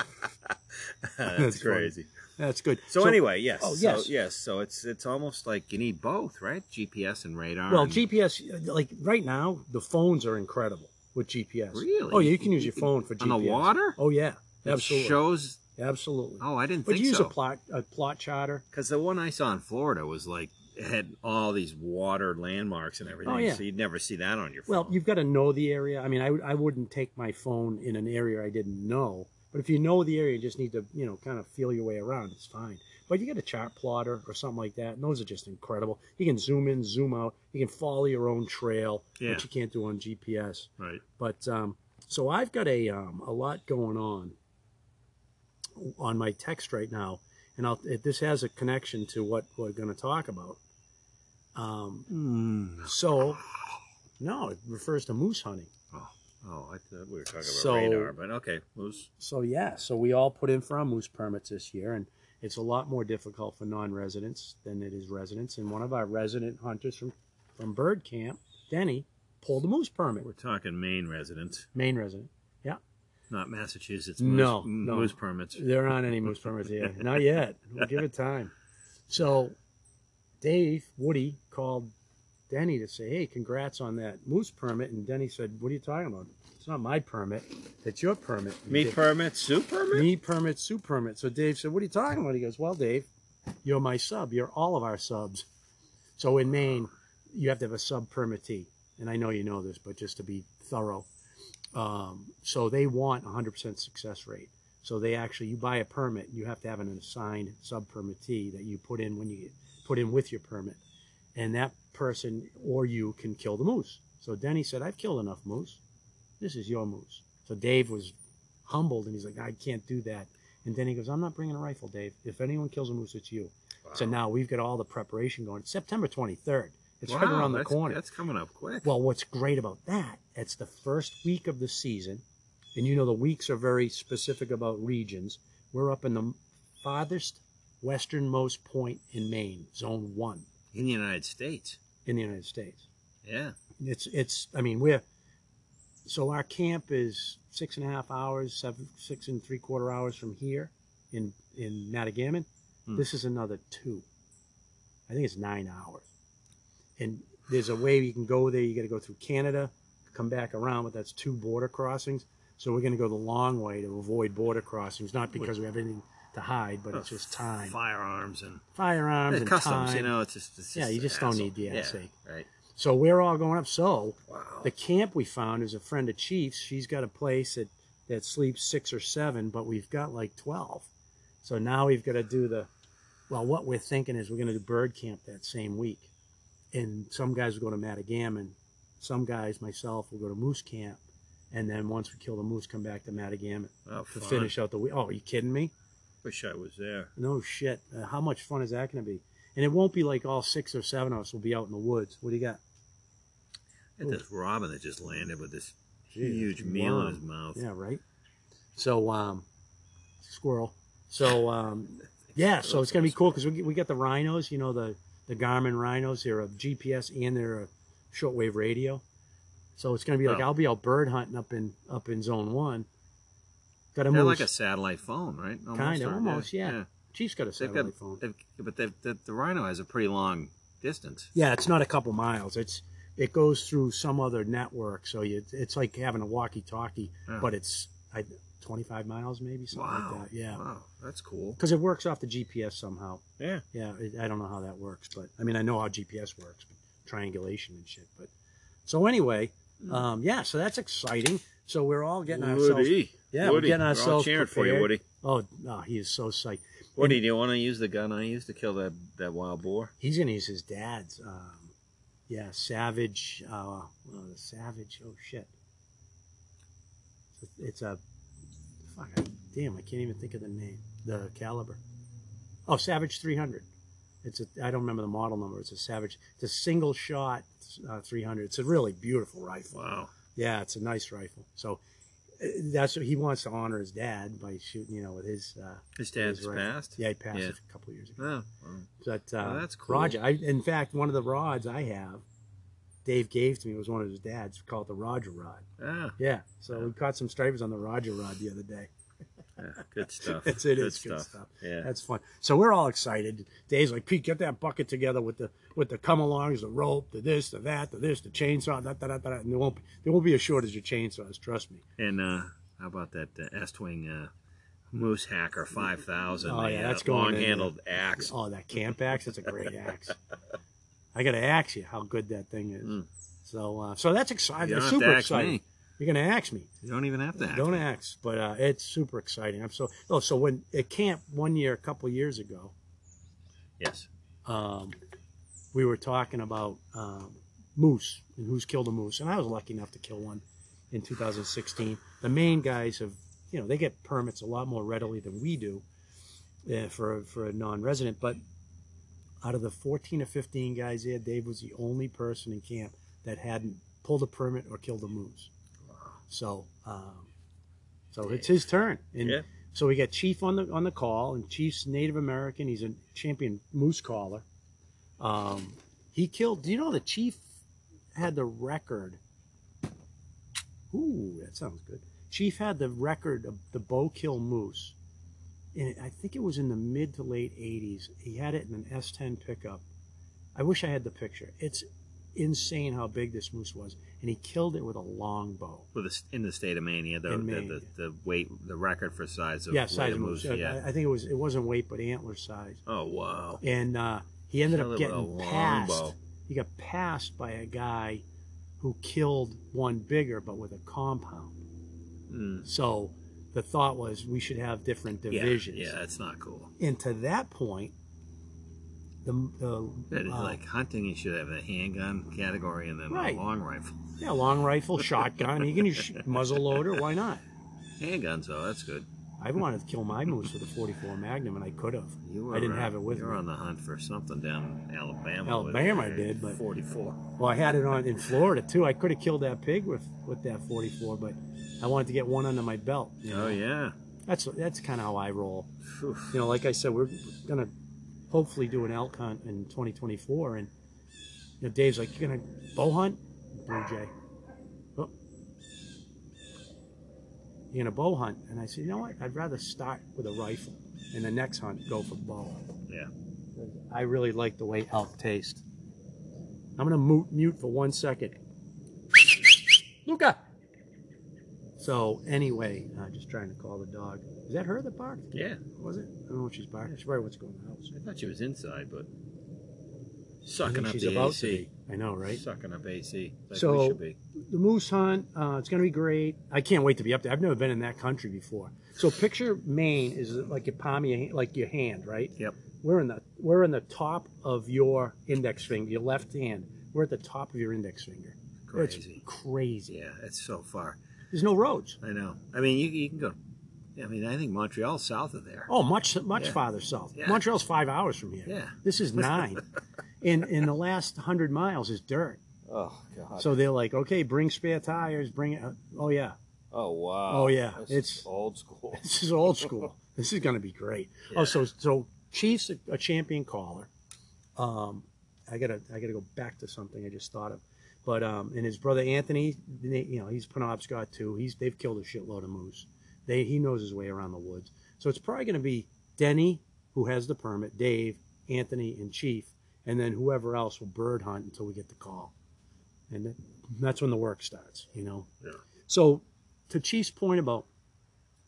B: That's,
A: That's funny.
B: crazy.
A: That's good.
B: So, anyway, yes.
A: Oh, yes.
B: yes. So, yes. So it's it's almost like you need both, right? GPS and radar.
A: well,
B: and-
A: GPS, like right now, the phones are incredible with GPS.
B: Really?
A: Oh, yeah, you can use your phone for
B: On
A: GPS.
B: the water?
A: Oh, yeah.
B: It
A: Absolutely.
B: shows.
A: Absolutely.
B: Oh, I didn't
A: But
B: think
A: you use
B: so.
A: a plot a plot charter.
B: Because the one I saw in Florida was like it had all these water landmarks and everything,
A: Oh, yeah.
B: so you'd never see that on your phone.
A: Well, you've got to know the area. I mean, I, would- I wouldn't take my phone in an area I didn't know. But if you know the area, you just need to, you know, kind of feel your way around. It's fine. But you get a chart plotter or something like that, and those are just incredible. You can zoom in, zoom out. You can follow your own trail,
B: Yeah.
A: which you can't do on GPS.
B: right?
A: But um, so I've got a um, a lot going on on my text right now, and I'll, it, this has a connection to what we're going to talk about. Um, so, no, it refers to moose hunting.
B: Oh, I thought we were talking about
A: So-
B: radar, but okay, moose.
A: So yeah, so we all put in for our moose permits this year, and it's a lot more difficult for non-residents than it is residents. And one of our resident hunters from from bird camp, Denny, pulled a moose permit.
B: We're talking Maine residents,
A: Maine resident. Yeah,
B: not Massachusetts. Moose,
A: No,
B: m-
A: no.
B: moose permits.
A: There aren't any moose permits here. Not yet. We'll give it time. So Dave, Woody called Denny to say, hey, congrats on that moose permit. And Denny said, what are you talking about? It's not my permit. It's your permit.
B: Meat
A: Dave-
B: permit, soup permit.
A: Me permit, Sue permit. So Dave said, what are you talking about? He goes, well, Dave, you're my sub. You're all of our subs. So in Maine, you have to have a sub permittee. And I know you know this, but just to be thorough. Um, so they want 100% success rate. So they actually, you buy a permit, you have to have an assigned sub permittee that you put in when you put in with your permit. And that person or you can kill the moose. So Denny said, I've killed enough moose. This is your moose. So Dave was humbled and he's like, I can't do that. And Denny goes, I'm not bringing a rifle, Dave. If anyone kills a moose, it's you. So
B: Wow.
A: now we've got all the preparation going. It's September 23rd. It's right
B: Wow,
A: around the
B: that's-
A: corner.
B: That's coming up quick.
A: Well, what's great about that, it's the first week of the season. And you know, the weeks are very specific about regions. We're up in the farthest westernmost point in Maine, zone one
B: in the United States,
A: in the United States.
B: yeah,
A: It's, it's, I mean, we're, so our camp is six and a half hours, seven, six and three quarter hours from here in, in Matagammon.
B: Hmm.
A: This is another two. I think it's nine hours. And there's a way you can go there. You got to go through Canada, come back around, but that's two border crossings. So we're going to go the long way to avoid border crossings, not because we have anything to hide, but it's just time.
B: firearms and,
A: Firearms
B: Oh, Yeah,
A: and
B: customs.
A: time.
B: You know, it's just, it's
A: Yeah,
B: just
A: you
B: an
A: just don't
B: hassle.
A: need the NSA.
B: Yeah, right.
A: So we're all going up. So
B: Wow.
A: the camp we found is a friend of Chief's. She's got a place that, that sleeps six or seven, but we've got like 12. So now we've got to do the, well, what we're thinking is we're going to do bird camp that same week. And some guys will go to Matagammon. Some guys, myself, will go to moose camp. And then once we kill the moose, come back to Matagammon
B: oh,
A: to
B: fun.
A: finish out the week. Oh, are you kidding me?
B: Wish I was there.
A: No shit. Uh, how much fun is that going to be? And it won't be like all six or seven of us will be out in the woods. What do you got?
B: Look at this robin that just landed with this
A: Gee,
B: huge
A: that's
B: meal in
A: wild.
B: his mouth.
A: Yeah, right. So, um, squirrel. So, um, yeah. So it's gonna be cool because we we got the rhinos. You know the the Garmin rhinos. They're a GPS and they're a shortwave radio. So it's gonna be like
B: Oh.
A: I'll be out bird hunting up in up in zone one. Got a
B: They're
A: moose.
B: like a satellite phone, right? Almost,
A: Kinda,
B: or-
A: almost, yeah.
B: yeah.
A: Chief's got a
B: They've
A: satellite
B: got,
A: phone.
B: they've, but they've, the, the Rhino has a pretty long distance.
A: Yeah, it's not a couple miles. It's it goes through some other network. So you, it's like having a walkie-talkie,
B: Yeah.
A: but it's I, 25 miles maybe something
B: Wow.
A: like that. Yeah.
B: Wow, that's cool.
A: because it works off the GPS somehow.
B: Yeah.
A: Yeah, it, I don't know how that works, but I mean, I know how GPS works, but triangulation and shit. But so anyway, um, yeah, so that's exciting. So we're all getting ourselves.
B: Hmm. Woody.
A: Yeah, we're
B: Woody.
A: getting
B: all
A: ourselves
B: cheering for you,
A: prepared.
B: Woody.
A: Oh, no, he is so psyched.
B: Woody, do you want to use the gun I used to kill that, that wild boar?
A: He's gonna use his dad's. Um, yeah, Savage. Uh, well, the Savage. Oh shit. It's a. Fuck. I- Damn, I can't even think of the name. The caliber. Oh, Savage 300. It's a. I don't remember the model number. It's a Savage. It's a single shot uh, 300. It's a really beautiful rifle.
B: Wow.
A: Yeah, it's a nice rifle. So uh, that's what he wants to honor his dad by shooting, you know, with his. Uh,
B: His dad's
A: his rifle.
B: passed.
A: Yeah, he passed
B: Yeah.
A: a couple of years ago.
B: Oh, wow.
A: But uh,
B: Well, Oh, that's cool.
A: Roger, I, in fact, one of the rods I have, Dave gave to me was one of his dad's called the Roger rod.
B: Ah,
A: Yeah, so
B: Yeah.
A: we caught some stripers on the Roger rod the other day.
B: yeah,
A: [LAUGHS]
B: good stuff.
A: It's it
B: good
A: is good stuff.
B: Yeah.
A: That's fun. So we're all excited. Dave's like, Pete, get that bucket together with the with the come alongs, the rope, the this, the that, the this, the chainsaw, da da da da. da. And there won't be, there won't be a shortage of chainsaws. Trust me.
B: And uh, how about that uh, S-Twing uh, Moose Hacker 5000?
A: Oh, yeah,
B: the, uh,
A: that's going in there.
B: Long-handled axe.
A: Oh, that camp axe. That's a great axe. I gotta ask you how good that thing is.
B: Mm.
A: So uh, so that's exciting.
B: You don't have
A: super
B: to axe
A: exciting.
B: me.
A: You're gonna axe me.
B: You don't even have to axe
A: Don't
B: me.
A: axe, but uh, it's super exciting. I'm so oh so when at camp one year, a couple years ago,
B: Yes.
A: um, we were talking about um, moose and who's killed a moose, and I was lucky enough to kill one in 2016. The Maine guys have, you know, they get permits a lot more readily than we do uh, for for a non-resident. But out of the 14 or 15 guys there, Dave was the only person in camp that hadn't pulled a permit or killed a moose. So, um, so it's his turn, and
B: Yeah.
A: so we got Chief on the on the call, and Chief's Native American. He's a champion moose caller. Um, he killed. Do you know the Chief had the record? Ooh, that sounds good. Chief had the record of the bow kill moose, and I think it was in the mid to late '80s. He had it in an S10 pickup. I wish I had the picture. It's insane how big this moose was, and he killed it with a long bow.
B: With the, in the state of Maine, yeah, the,
A: In
B: the,
A: Maine,
B: the, the weight, the record for size of
A: yeah,
B: weight
A: size
B: of
A: of moose.
B: moose,
A: Yeah,
B: Yeah.
A: I I think it was. It wasn't weight, but antler size.
B: Oh wow.
A: and uh, he ended
B: Killed
A: up
B: it with a
A: getting
B: long
A: passed.
B: bow.
A: He got passed by a guy who killed one bigger, but with a compound.
B: Mm.
A: So the thought was we should have different
B: Yeah,
A: divisions.
B: yeah, that's not cool.
A: And to that point, the, the
B: That is
A: uh,
B: like hunting, you should have a handgun category and then
A: Right.
B: a long rifle.
A: yeah, long rifle, shotgun. He can use sh- muzzle loader. Why not?
B: Handguns, though, that's good.
A: I wanted to kill my moose with a 44 Magnum, and I could have.
B: You were,
A: I didn't
B: uh,
A: have it with
B: you
A: me.
B: were on the hunt for something down in Alabama.
A: Alabama I
B: with,
A: did, but-
B: 44.
A: Well, I had it on in Florida too. I could have killed that pig with with that 44, but I wanted to get one under my belt. you know?
B: Oh yeah.
A: That's that's kind of how I roll.
B: Phew.
A: You know, like I said, we're gonna hopefully do an elk hunt in 2024, and you know, Dave's like, "You're gonna bow hunt, blue jay." Oh. You're gonna bow hunt, and I said, "You know what? I'd rather start with a rifle, and the next hunt go for bow."
B: Yeah.
A: I really like the way elk taste. I'm gonna mute mute for one second. [LAUGHS] Luca. So anyway, uh, just trying to call the dog. Is that her that barked?
B: Yeah.
A: Was it? I don't know if she's barking. She probably wants to go in the house.
B: I thought she was inside, but
A: I
B: sucking
A: think
B: up
A: she's
B: the
A: about to
B: AC.
A: be. I know, right?
B: Sucking up AC. Like
A: So-
B: we should be.
A: The moose hunt. Uh, it's gonna be great. I can't wait to be up there. I've never been in that country before. So picture Maine is like your palm, of your, hand- like your hand, right?
B: Yep.
A: We're in the we're in the top of your index finger, your left hand. We're at the top of your index finger.
B: Crazy.
A: It's crazy.
B: Yeah, it's so far.
A: There's no roads.
B: I know. I mean, you, you can go. I mean, I think Montreal's south of there.
A: Oh, much much
B: Yeah.
A: farther south.
B: Yeah.
A: Montreal's five hours from here.
B: Yeah.
A: This is nine.
B: [LAUGHS]
A: and in the last hundred miles is dirt.
B: Oh God.
A: So they're like, okay, bring spare tires, bring it. Oh yeah,
B: oh wow.
A: Oh, yeah, This is it's-
B: old school.
A: [LAUGHS] this is old school. this is going to be great. Oh, so so Chiefs a, a champion caller. Um, I gotta I gotta go back to something I just thought of, but um, and his brother Anthony, they- you know, he's Penobscot too. He's they've killed a shitload of moose. They he knows his way around the woods. So it's probably going to be Denny who has the permit, Dave, Anthony, and Chief, and then whoever else will bird hunt until we get the call, and then- that's when the work starts. You know.
B: Yeah.
A: So to Chief's point about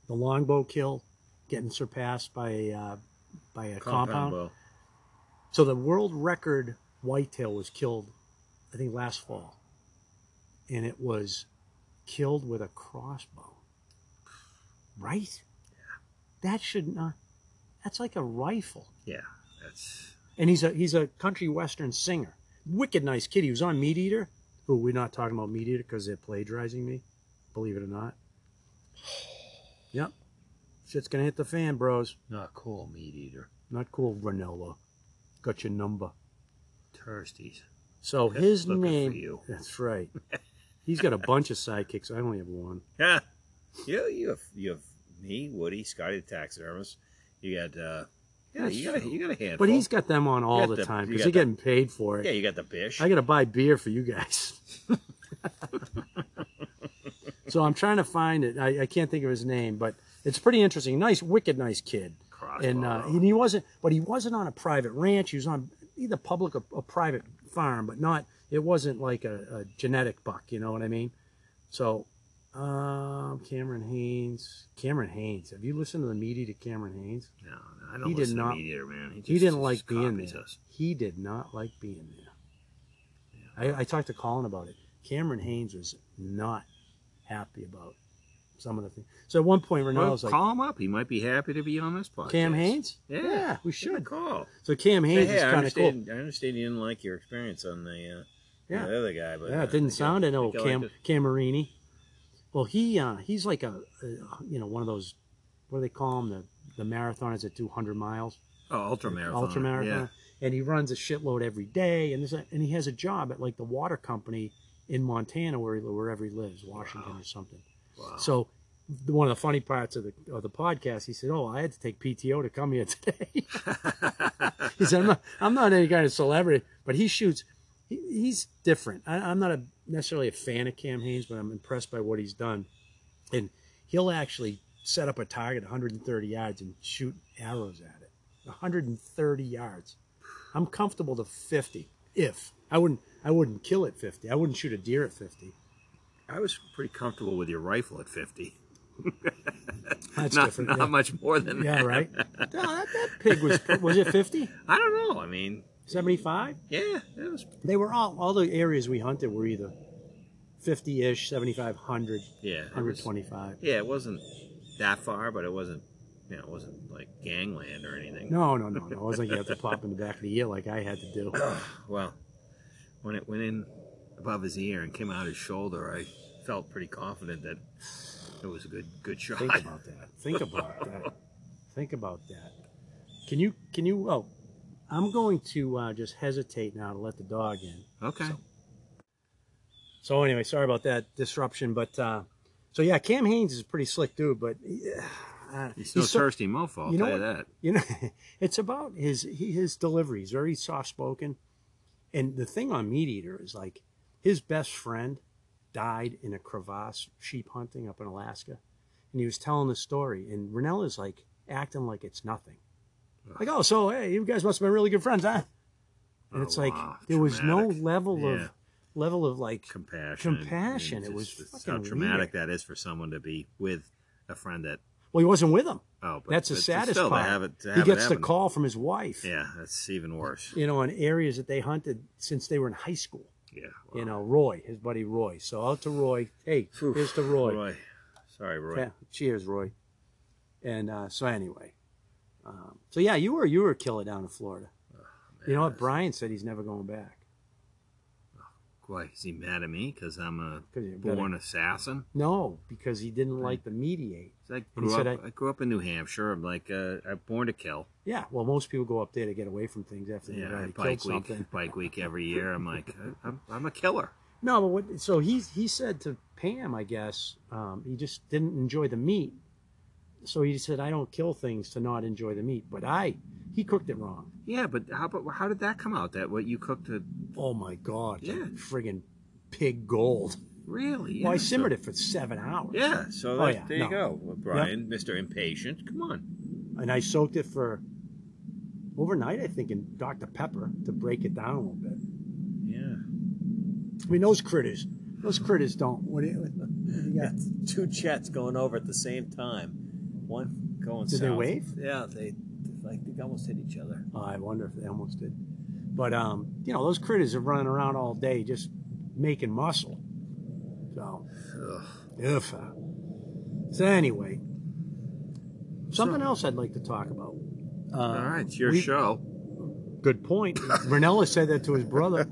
A: the longbow kill getting surpassed by a uh, by a compound.
B: [LAUGHS] Compound.
A: So the world record whitetail was killed, I think last fall, and it was killed with a crossbow. Right? Yeah. That should not. That's like a rifle.
B: Yeah, that's
A: And he's a he's a country western singer. Wicked nice kid. He was on Meat Eater. Who we're not talking about Meat Eater because they're plagiarizing me. Believe it or not. Yep. Shit's gonna hit the fan, bros.
B: not cool meat eater.
A: Not cool, Ranella. Got your number.
B: Thirsties.
A: So
B: Just
A: his
B: looking for
A: name.
B: you.
A: That's right. He's got a bunch of sidekicks. I only have one.
B: Yeah. Yeah, you have you have me, Woody, Scotty the taxidermist. You got uh, yeah,
A: That's
B: you got a,
A: true.
B: you [LAUGHS] got a handful.
A: But he's got them on all
B: got
A: the,
B: the-
A: time
B: you
A: because
B: got
A: they're
B: the-
A: getting paid for it.
B: yeah, you got the bish.
A: I got to buy beer for you guys. so I'm trying to find it. I, I can't think of his name, but it's pretty interesting. Nice, wicked nice kid. And, uh,
B: Crossbow.
A: and he wasn't, but he wasn't on a private ranch. He was on either public or a private farm, but not. It wasn't like a, a genetic buck. You know what I mean? So, um, Cameron Haynes. Cameron Haynes. Have you listened to the meaty to Cameron Haynes?
B: no, no, I don't
A: he did
B: listen to
A: not-
B: meat eater, man. He, just,
A: he didn't
B: just
A: like being
B: copies
A: there.
B: us.
A: He did not like being there. I, I talked to Colin about it. Cameron Haynes was not happy about some of the things. So at one point, Renault
B: Well,
A: was like,
B: call him up. He might be happy to be on this podcast.
A: Cam Haynes?
B: Yeah,
A: we
B: Give him a
A: should.
B: call.
A: So Cam
B: Hey,
A: Haynes
B: hey,
A: is
B: I
A: kind of cool.
B: understand. I understand you didn't like your experience on the uh,
A: Yeah.
B: the other guy, but
A: Yeah,
B: uh,
A: it didn't
B: I
A: sound an
B: think I-
A: old
B: think I
A: Cam,
B: liked it.
A: Camerini. Well, he uh, he's like a, a you know one of those what do they call them the the marathoners that do hundred miles.
B: Oh, ultra marathon.
A: ultra marathon, and he runs a shitload every day, and this and he has a job at like the water company in Montana, where he, wherever he lives, Washington or something.
B: Yeah. Wow.
A: So, the- one of the funny parts of the of the podcast, he said, "Oh, I had to take PTO to come here [LAUGHS] today." he said, "I'm not, I'm not any kind of celebrity, but he shoots. He, he's different. I, I'm not a, necessarily a fan of Cam Haynes, but I'm impressed by what he's done, and he'll actually set up a target 130 yards and shoot arrows at it. 130 yards. I'm comfortable to 50 if I wouldn't. I wouldn't kill at 50. I wouldn't shoot a deer at 50.
B: [LAUGHS] I was pretty comfortable with your rifle at 50.
A: That's
B: not
A: different.
B: not
A: yeah.
B: much more than
A: Yeah,
B: that. [LAUGHS]
A: right. No, that, that pig was was it 50,
B: I don't know. I mean,
A: 75?
B: yeah, it was.
A: They were all all the areas we hunted were either 50-ish, 75, 100,
B: Yeah, it was,
A: 125.
B: yeah, it wasn't that far, but it wasn't. You know, it wasn't like gangland or anything.
A: No, no, no, no. It wasn't like you have to pop in the back of the ear like I had to do.
B: Well, when it went in above his ear and came out his shoulder, I felt pretty confident that it was a good good shot.
A: Think about that. Think about that. Think about that. Can you can you oh I'm going to uh, just hesitate now to let the dog in.
B: Okay.
A: So anyway, sorry about that disruption, but uh, so yeah, Cam Haynes is a pretty slick dude, but yeah, uh,
B: He's still
A: so-
B: thirsty mofo, I'll
A: you know
B: tell you
A: what-
B: that.
A: you know [LAUGHS] it's about his he- his delivery he's very soft spoken and the thing on meat eater is like his best friend died in a crevasse sheep hunting up in alaska and he was telling the story and Rennell is like acting like it's nothing like oh so hey you guys must have been really good friends huh and
B: Oh,
A: it's like
B: wow,
A: there was no
B: traumatic.
A: level
B: Yeah.
A: of level of like
B: Compassion.
A: Compassion,
B: I mean,
A: it was
B: it's just- it's
A: fucking
B: how traumatic
A: weird.
B: that is for someone to be with a friend that
A: well he wasn't with him
B: oh, but
A: that's the
B: but
A: saddest
B: still, to
A: part
B: have it- to
A: he
B: have it
A: gets the
B: happen.
A: call from his wife
B: Yeah, that's even worse.
A: you know in areas that they hunted since they were in high school
B: Yeah.
A: you
B: wow.
A: know, Roy, his buddy Roy. So out to Roy. Hey,
B: Oof,
A: here's to Roy.
B: Roy. Sorry, Roy.
A: Yeah, cheers, Roy. And uh, so anyway, um, so yeah, you were you were a killer down in Florida. you know what? Brian said he's never going back.
B: Why is he mad at me? Because I'm a
A: 'Cause you're better.
B: born assassin.
A: No, because he didn't like the mediate.
B: 'Cause I
A: And he
B: grew
A: said
B: up.
A: I-
B: I, grew up in New Hampshire. I'm like uh, I'm born to kill.
A: Yeah, well, most people go up there to get away from things after they've
B: Yeah, I
A: already killed
B: bike week.
A: something.
B: Bike week every year. I'm like [LAUGHS] I- I'm, I'm a killer.
A: No, but what, so he he said to Pam, I guess um, he just didn't enjoy the meat. So he said, "I don't kill things to not enjoy the meat." But I, he cooked it wrong.
B: Yeah, but how but how did that come out? That what you cooked? A,
A: Oh my god!
B: Yeah.
A: that friggin' pig gold.
B: really?
A: well, I
B: yeah,
A: simmered it for seven hours.
B: So, yeah. So
A: Oh,
B: that-
A: yeah,
B: there
A: no.
B: you go, Well, Brian, Mr. Impatient. Come on.
A: And I soaked it for overnight, I think, in Dr. Pepper to break it down a little bit.
B: Yeah.
A: I mean, those critters, those critters don't. What do you, [LAUGHS] what do you got?
C: two jets going over at the same time. One going
A: Did they
C: south.
A: wave?
C: Yeah, they like they almost hit each other.
A: Oh, I wonder if they almost did. But, um, you know, those critters are running around all day just making muscle. So, ugh. So, anyway, something else I'd like to talk about. Uh,
B: All right, it's your
A: we-
B: show.
A: Good point. Ranella said that to his brother.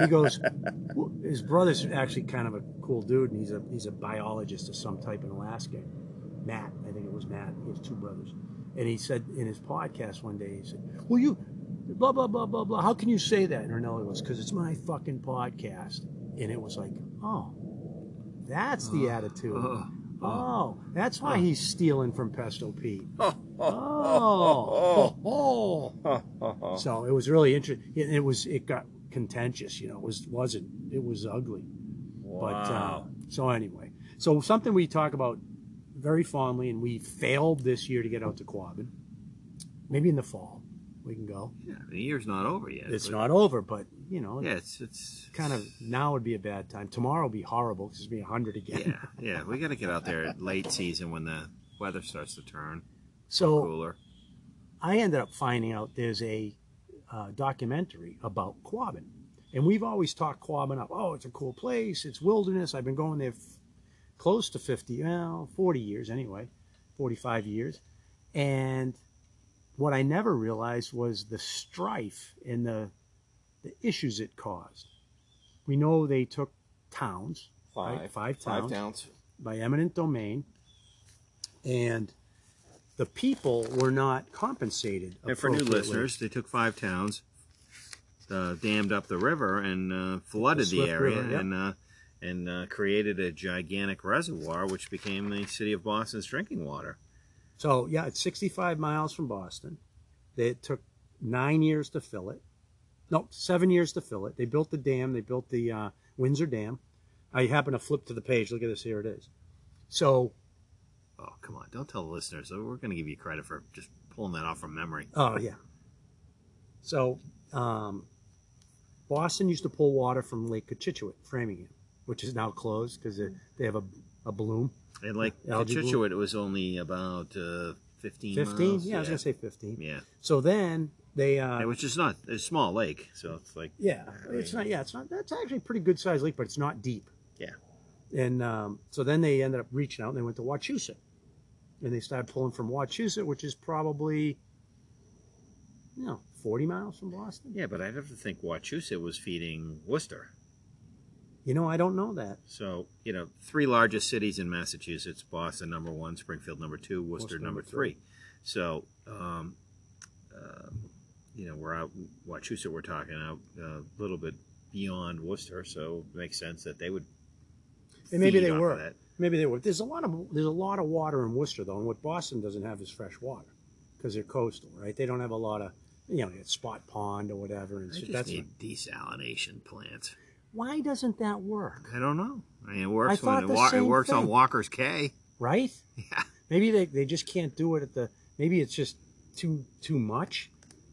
A: He goes, w- his brother's actually kind of a cool dude, and he's a he's a biologist of some type in Alaska. Matt, I think it was Matt. He has two brothers, and he said in his podcast one day, he said, "Well, you, blah blah blah blah blah. How can you say that?" And Ranella goes, "Because it's my fucking podcast." And it was like, oh, that's the attitude.
B: [LAUGHS] Oh.
A: Oh, that's why he's stealing from Pesto Pete.
B: oh,
A: Oh.
B: Um,
A: So it was really interesting. It, it was it got contentious, you know. It was wasn't it was ugly. But uh,
B: Wow.
A: so anyway, so something we talk about very fondly, and we failed this year to get out to Quabbin. Maybe in the fall we can go.
B: Yeah, the year's not over yet.
A: It's
B: but-
A: not over, but you know,
B: Yeah, it's it's
A: kind of now would be a bad time. Tomorrow would be horrible because it's gonna be hundred again.
B: Yeah, yeah. We got to get out there late season when the weather starts to turn
A: So
B: cooler.
A: I ended up finding out there's a uh, documentary about Quabbin. And we've always talked Quabbin up. Oh, it's a cool place. It's wilderness. I've been going there f- close to 50, well, 40 years anyway, 45 years. And what I never realized was the strife and the, the issues it caused. We know they took towns, right? five towns by eminent domain, and the people were not compensated.
B: And for new
A: appropriately.
B: listeners, they took five towns, uh, dammed up the river, and uh, flooded the,
A: Swift
B: area,
A: River, yep.
B: and uh, and uh, created a gigantic reservoir, which became the city of Boston's drinking water.
A: So yeah, it's 65 miles from Boston. It took nine years to fill it. No, seven years to fill it. They built the dam. They built the uh, Windsor Dam. I happen to flip to the page. Look at this. Here it is. So,
B: Oh, come on! Don't tell the listeners. Uh, We're going to give you credit for just pulling that off from memory.
A: oh yeah. So, um, Boston used to pull water from Lake Cochituate, Framingham, which is now closed because they have a, a bloom.
B: And like
A: Algae bloom.
B: Chichuit, it was only about uh, fifteen.
A: 15
B: miles?
A: yeah, i was gonna say 15
B: Yeah,
A: so then they uh
B: and which is not a small lake, so it's like
A: yeah it's not yeah it's not that's actually a pretty good sized lake but it's not deep
B: Yeah.
A: and um, so then they ended up reaching out and they went to wachusett and they started pulling from wachusett which is probably you know 40 miles from boston
B: yeah. But I'd have to think Wachusett was feeding Worcester.
A: you know i don't know that
B: So you know, three largest cities in Massachusetts: Boston, number one; Springfield, number two; Worcester,
A: Worcester,
B: number
A: number three.
B: three. So, um, uh, you know, we're out Wachusett. We're talking out uh, a little bit beyond Worcester, so it makes sense that they would.
A: and maybe
B: feed
A: they
B: off of
A: were
B: that.
A: maybe they were there's a lot of there's a lot of water in worcester though and what boston doesn't have is fresh water because they're coastal right they don't have a lot of you know it's spot pond or whatever and
B: I
A: so
B: just
A: that's
B: need desalination plants.
A: why doesn't that work?
B: I don't know. I mean, it
A: I
B: works
A: thought
B: when it,
A: the
B: wa- it
A: same
B: works on
A: thing.
B: Walker's K. [LAUGHS]
A: Right?
B: Yeah.
A: Maybe they, they just can't do it at the maybe it's just too too much,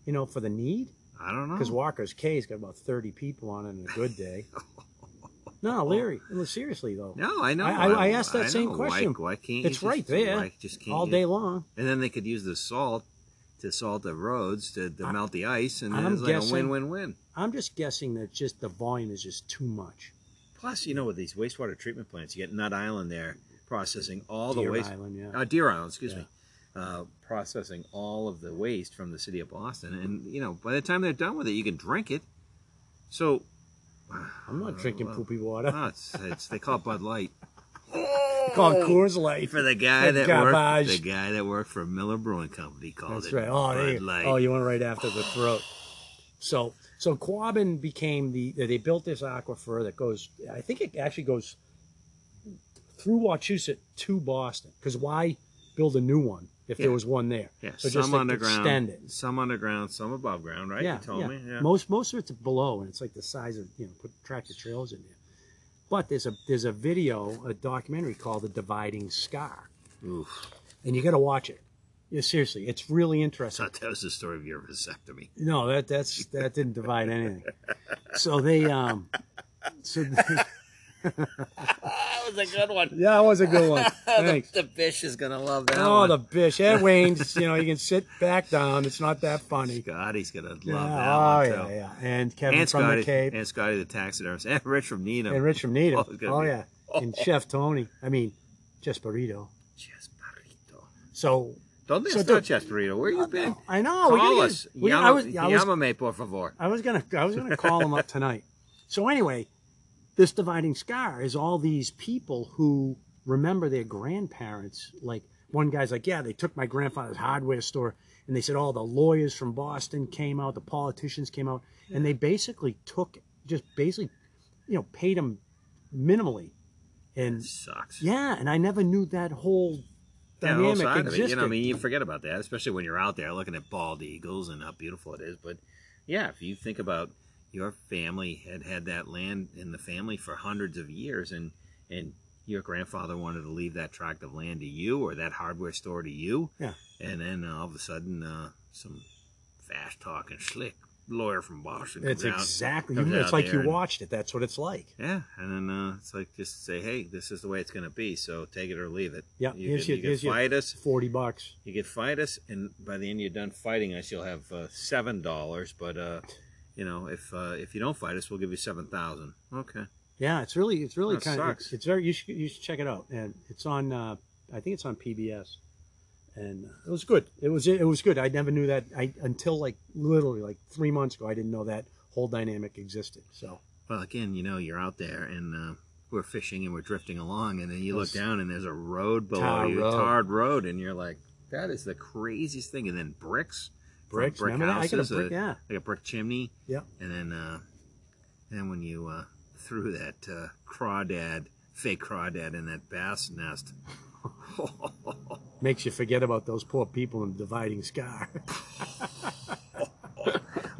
A: you know, for the need.
B: I don't know.
A: Because Walker's K's got about thirty people on it on a good
B: [LAUGHS]
A: day. no, Larry. well, seriously though.
B: No, I know.
A: I- I- I asked that same
B: know.
A: question.
B: Why, why can't
A: It's
B: you
A: right
B: just,
A: there,
B: why just can't
A: All
B: you-
A: day long.
B: And then they could use the salt to salt the roads to, to
A: I-
B: melt the ice, and then
A: I'm
B: it's like
A: guessing-
B: a win-win-win.
A: I'm just guessing that just the volume is just too much.
B: Plus, you know, with these wastewater treatment plants, you get Nut Island there processing all the
A: Deer
B: waste.
A: Island, yeah.
B: Uh, Deer Island, excuse
A: Yeah.
B: me, uh, processing all of the waste from the city of Boston, and you know, by the time they're done with it, you can drink it. So, [LAUGHS]
A: I'm not drinking
B: well,
A: poopy water. [LAUGHS]
B: oh, it's, it's, they call it Bud Light.
A: Called Coors Light.
B: [LAUGHS] For the guy
A: That
B: that
A: garbage.
B: worked, the guy that worked for Miller Brewing Company called
A: That's
B: it
A: right. Oh, there
B: Bud
A: you,
B: Light.
A: oh, you went right after the throat.
B: [SIGHS]
A: So, so Quabbin became the. They built this aquifer that goes. I think it actually goes through Wachusett to Boston. Because why build a new one if there
B: Yeah.
A: was one there?
B: Yeah,
A: So
B: some
A: just like,
B: underground,
A: extend it.
B: some underground, some above ground, right?
A: Yeah,
B: you told
A: yeah.
B: me. Yeah.
A: Most most of it's below, and it's like the size of you know put tractor trailers in there. But there's a there's a video, a documentary called "The Dividing Scar,"
B: Oof.
A: and you got to watch it. Yeah, seriously, it's really interesting.
B: Thought that was the story of your vasectomy.
A: No, that that's that didn't divide anything. So they um so that
B: [LAUGHS] That was a good one.
A: [LAUGHS] yeah, that was a good one. [LAUGHS] Thanks.
B: the fish is gonna love that
A: Oh, the bish. Ed Wayne's, you know, you can sit back down. It's not that funny.
B: [LAUGHS] Scotty's gonna love
A: Yeah,
B: that
A: oh
B: one too.
A: yeah, yeah. And Kevin
B: And
A: from
B: Scotty,
A: the Cape
B: and Scotty the taxidermist, [LAUGHS] and Rich from Needham.
A: and Rich from Needham.
B: Oh,
A: Oh,
B: it's gonna be-
A: yeah. And Chef Tony. I mean, Chesperito.
B: Chesparito.
A: So
B: Don't they
A: So,
B: start
A: dude-
B: Chesparito? Where you been?
A: I know. we
B: Call
A: gotta
B: us.
A: Get, we, I
B: Yama-
A: was, I was
B: Yamame, por favor.
A: I was gonna I was gonna call
B: [LAUGHS]
A: him up tonight. So anyway, this dividing scar is all these people who remember their grandparents. Like one guy's like, yeah, they took my grandfather's hardware store, and they said all the lawyers from Boston came out, the politicians came out, and they basically took just basically, you know, paid them minimally And
B: It sucks.
A: yeah, and I never knew that whole
B: Yeah, the whole
A: dynamic
B: side of
A: existed.
B: it. You know, I mean, you forget about that, especially when you're out there looking at bald eagles and how beautiful it is. But yeah, if you think about your family had had that land in the family for hundreds of years, and and your grandfather wanted to leave that tract of land to you or that hardware store to you,
A: Yeah.
B: and then all of a sudden, uh, some fast talking slick lawyer from Boston
A: it's
B: comes out.
A: exactly.
B: comes
A: It's
B: out
A: like
B: there
A: you
B: and-
A: watched it. That's what it's like.
B: Yeah, and then uh, it's like just say, hey, this is the way it's going to be. So take it or leave it.
A: Yeah,
B: you
A: here's
B: can,
A: your-
B: you can
A: here's your-
B: fight us.
A: Forty bucks.
B: You could fight us, and by the end you're done fighting us, you'll have uh, seven dollars. But uh, you know, if uh, if you don't fight us, we'll give you seven thousand. Okay.
A: Yeah, it's really, it's really
B: That
A: kind of,
B: sucks.
A: it's, it's very. You should, you should check it out, and it's on. Uh, I think it's on PBS, and uh, it was good. It was, it was good. I never knew that. I until like literally like three months ago, I didn't know that whole dynamic existed. So
B: Well, again, you know, you're out there, and uh, we're fishing, and we're drifting along, and then you look
A: Yes.
B: down, and there's a road below
A: Tar
B: you,
A: road.
B: tarred road, and you're like, that is the craziest thing. And then bricks, from
A: bricks,
B: brick
A: remember that? I got a
B: houses,
A: brick.
B: uh,
A: yeah,
B: like a brick chimney.
A: Yeah.
B: And then, uh, and then when you uh, threw that uh, crawdad, fake crawdad, in that bass nest.
A: makes you forget about those poor people in the dividing
B: [LAUGHS]
A: scar.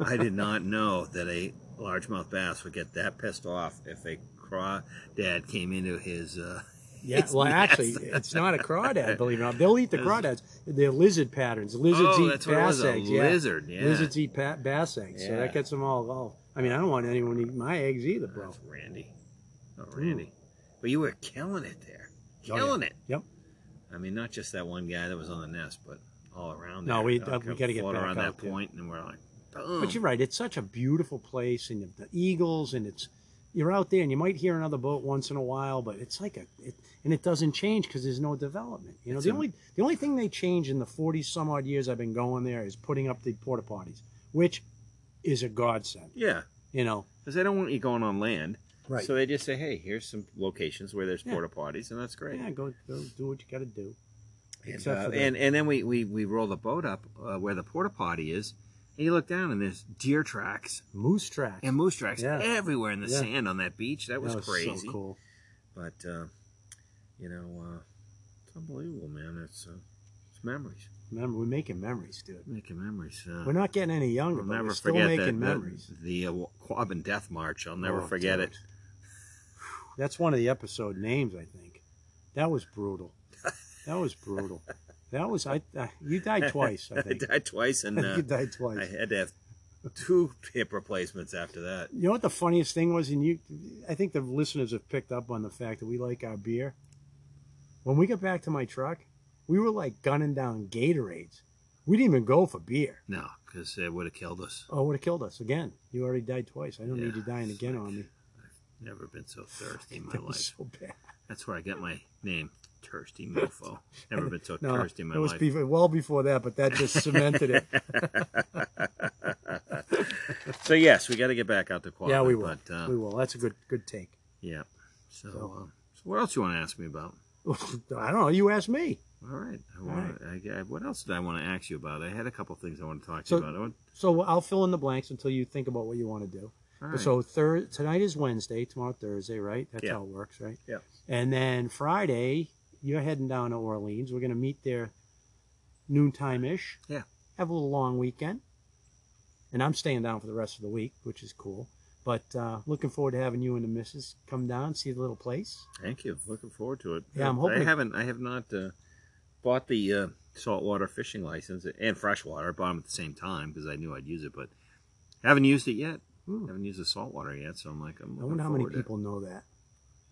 B: I did not know that a largemouth bass would get that pissed off if a crawdad came into his. Uh,
A: [LAUGHS] Yeah,
B: his
A: well,
B: nest.
A: actually, it's not a crawdad, believe it or not. They'll
B: [LAUGHS]
A: eat the crawdads. They're lizard patterns. Lizards
B: oh,
A: eat
B: that's what it
A: bass
B: was, a
A: eggs. yeah.
B: lizard. Yeah.
A: Lizards eat pa- bass eggs, so
B: Yeah.
A: that gets them all. all. I mean, I don't want anyone to eat my eggs either, bro.
B: That's Randy. Oh, Randy. But you were killing it
A: Oh,
B: there.
A: yeah.
B: Killing it.
A: Yep.
B: I mean, not just that one guy that was on the nest, but all around.
A: No,
B: there.
A: we-
B: Uh,
A: uh, we
B: kind of
A: gotta get
B: float
A: back
B: around that
A: out there.
B: point, and we're like, boom.
A: But you're right. It's such a beautiful place, and the eagles, and it's you're out there, and you might hear another boat once in a while, but it's like a it, and it doesn't change because there's no development. You know,
B: It's
A: the
B: a-
A: only the only thing they change in the forty some odd years I've been going there is putting up the porta potties, which is a godsend.
B: yeah,
A: You know,
B: because they don't want you going on land.
A: Right.
B: So they just say, hey, here's some locations where there's
A: Yeah.
B: porta potties, and that's great.
A: yeah, go go do what you got to do.
B: And,
A: Except
B: uh,
A: for the-
B: and and then we, we, we roll the boat up uh, where the porta potty is, and you look down and there's deer tracks
A: Moose tracks.
B: and moose tracks
A: Yeah.
B: everywhere in the
A: Yeah.
B: sand on that beach. That was,
A: that was
B: crazy.
A: So cool.
B: But uh, you know, uh, it's unbelievable, man. It's uh, it's memories,
A: Remember, we're making memories, dude.
B: making memories. Uh,
A: We're not getting any younger,
B: I'll
A: but
B: never
A: we're still
B: forget
A: making
B: that- that-
A: memories.
B: The uh, Quabbin Death March. I'll never
A: Oh,
B: forget
A: dude.
B: it.
A: That's one of the episode names, I think. That was brutal. That was brutal. That was I. I you died twice, I
B: [LAUGHS] I
A: think.
B: died twice, and uh,
A: [LAUGHS] you died
B: I
A: twice.
B: had to have two [LAUGHS] hip replacements after that.
A: you know what the funniest thing was, and you, I think the listeners have picked up on the fact that we like our beer. When we got back to my truck, we were like gunning down Gatorades. We didn't even go for beer.
B: No, because it would have killed us.
A: Oh, it would have killed us again. You already died twice. I don't
B: Yeah,
A: need you dying
B: it's
A: again
B: like-
A: on me.
B: Never been so thirsty in
A: [LAUGHS]
B: my
A: That was
B: life.
A: so bad.
B: That's where I got my name, Thirsty Mofo. Never been so
A: [LAUGHS] No,
B: thirsty in my
A: it was
B: life.
A: before, well before that, but that just cemented
B: [LAUGHS]
A: it.
B: So yes, we got to get back out to
A: [LAUGHS]
B: Quabbin.
A: yeah, we will.
B: But, uh,
A: we will. That's a good good take. [LAUGHS]
B: Yeah. So,
A: So- um,
B: uh, so what else you want to ask me about?
A: I don't know. You asked me.
B: All right. I
A: All
B: want I, I, what else did I want to ask you about? I had a couple things I want to talk to
A: So-
B: you about. I want,
A: So I'll fill in the blanks until you think about what you want to do.
B: all right.
A: So thir- tonight is Wednesday, tomorrow Thursday, right? That's
B: Yeah.
A: how it works, right?
B: Yeah.
A: And then Friday, you're heading down to Orleans. We're going to meet there noontime ish.
B: Yeah.
A: Have a little long weekend. And I'm staying down for the rest of the week, which is cool. But uh, looking forward to having you and the missus come down, see the little place.
B: Thank you. Looking forward to it.
A: Yeah, I'm
B: I
A: hoping-
B: haven't. I have not uh, bought the uh, saltwater fishing license and freshwater. I bought them at the same time because I knew I'd use it, but haven't used it yet.
A: Hmm.
B: Haven't used the saltwater yet, so I'm like, I'm
A: I
B: looking
A: wonder how many
B: forward to it.
A: people know that.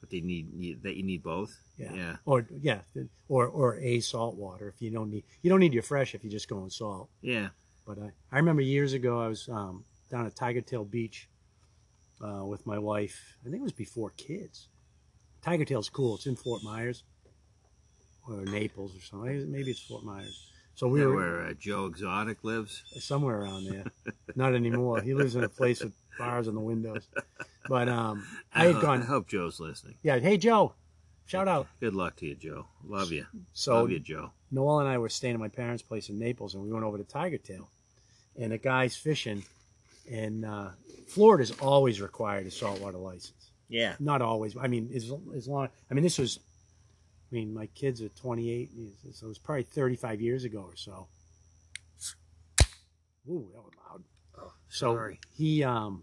B: But they need, need that you need both.
A: Yeah.
B: Yeah.
A: Or yeah, or or a salt water if you don't need you don't need your fresh if you just go on salt.
B: Yeah.
A: But I, I remember years ago I was um, down at Tiger Tail Beach uh, with my wife. I think it was before kids. Tiger Tail's cool. It's in Fort Myers or Naples or something. Maybe it's Fort Myers. So we
B: Yeah,
A: were
B: where uh, Joe Exotic lives.
A: somewhere around there. Not anymore. He lives in a place with bars on the windows. But um, I had
B: ho- I
A: gone.
B: hope Joe's listening.
A: Yeah. Hey Joe, shout out.
B: Good luck to you, Joe. Love you.
A: So
B: Love you, Joe.
A: Noel and I were staying at my parents' place in Naples, and we went over to Tiger Tail. And a guy's fishing, and uh, Florida's always required a saltwater license.
B: Yeah.
A: Not always. I mean, as, as long, I mean, this was, I mean, my kids are 28, so it was probably 35 years ago or so. Ooh, that was loud. So
B: sorry.
A: he, um,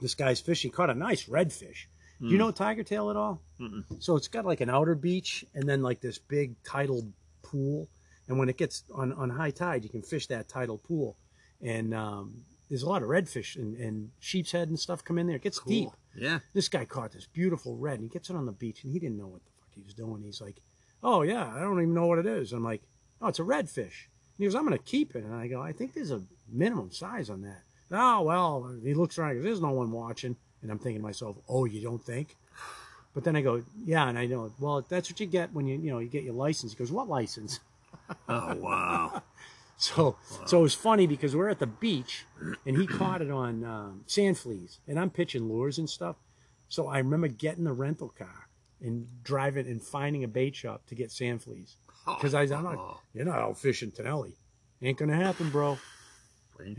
A: this guy's fishing, caught a nice redfish.
B: Hmm.
A: Do you know tiger tail at all?
B: Mm. Mm-mm.
A: So it's got like an outer beach and then like this big tidal pool. And when it gets on, on high tide, you can fish that tidal pool. And um, there's a lot of redfish and, and sheep's head and stuff come in there. It gets deep.
B: Yeah.
A: [LAUGHS] This guy caught this beautiful red and he gets it on the beach and he didn't know what the fuck he was doing. He's like, Oh yeah, I don't even know what it is. I'm like, Oh, it's a redfish. And he goes, I'm gonna keep it. And I go, I think there's a minimum size on that. Oh well, he looks around, he goes, There's no one watching. And I'm thinking to myself, Oh, you don't think? But then I go, Yeah, and I know, well, that's what you get when you you know you get your license. He goes, What license? [LAUGHS]
B: Oh wow.
A: So so it was funny because we're at the beach and he caught it on um, sand fleas and I'm pitching lures and stuff. So I remember getting the rental car and driving and finding a bait shop to get sand fleas because I was I'm like,
B: Oh,
A: you're not out fishing Tenelli. Ain't gonna happen, bro.
B: Ain't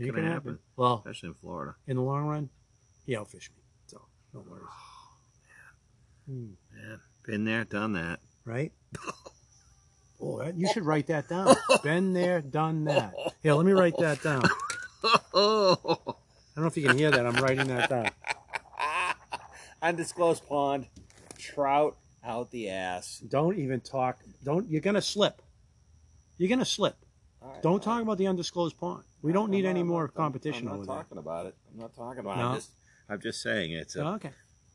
A: Ain't
B: gonna
A: gonna
B: oh, happen.
A: happen. Well,
B: Especially in Florida.
A: in the long run, he outfished me. So no [SIGHS] worries, Hmm,
B: Yeah. Been there, done [LAUGHS] that.
A: right? [LAUGHS] Oh, that, you should write that [LAUGHS] down. Been there, done that. Yeah, let me write that down.
B: Oh.
A: I don't know if you can hear that. I'm writing that down.
C: Undisclosed pond, trout out the ass.
A: Don't even talk. Don't. You're gonna slip. You're gonna slip.
C: All right,
A: Don't
C: all right.
A: talk about the undisclosed pond. We don't
C: I'm
A: need
C: not-
A: any
C: I'm
A: more
C: not- I'm-
A: competition
C: I'm
A: over
C: not
A: that.
C: talking about it. I'm not talking about it.
A: No.
C: I'm just,
B: I'm just saying it's a,
A: Oh, okay.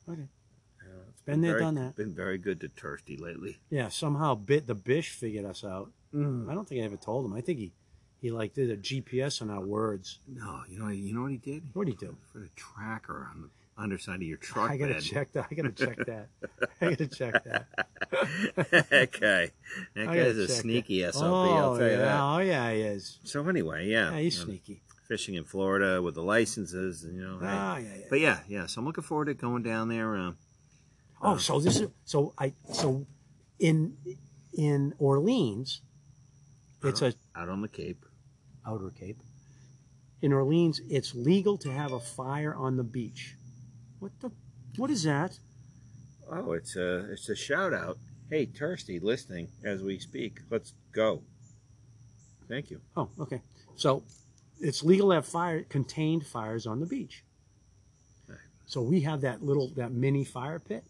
A: Okay. Been there,
B: very-
A: done that.
B: Been very good to thirsty lately.
A: Yeah. Somehow, bit the bish figured us out. I don't think I ever told him. I think he, he like did a GPS on our words.
B: No, you know, you know what he did?
A: What would he do?
B: Put a tracker on the underside
A: [LAUGHS]
B: of your truck
A: I gotta
B: bed. [LAUGHS]
A: check that. I gotta check that. I gotta check that.
B: that guy, that
A: I
B: guy's
A: gotta
B: a
A: check
B: sneaky
A: that.
B: SOB.
A: Oh,
B: I'll tell
A: yeah.
B: you that.
A: Oh yeah, he is.
B: So anyway, yeah,
A: Yeah, he's
B: um,
A: sneaky.
B: fishing in Florida with the licenses, and, you know. hey.
A: Ah, yeah, yeah.
B: But yeah, yeah. So I'm looking forward to going down there. Um,
A: Oh, so this is so I so in in Orleans, it's a
B: out on the Cape.
A: outer Cape. In Orleans, it's legal to have a fire on the beach. What the? What is that?
B: Oh, it's a it's a shout out. Hey, thirsty, listening as we speak. Let's go. Thank you.
A: Oh, okay. So, it's legal to have fire contained fires on the beach. So we have that little that mini fire pit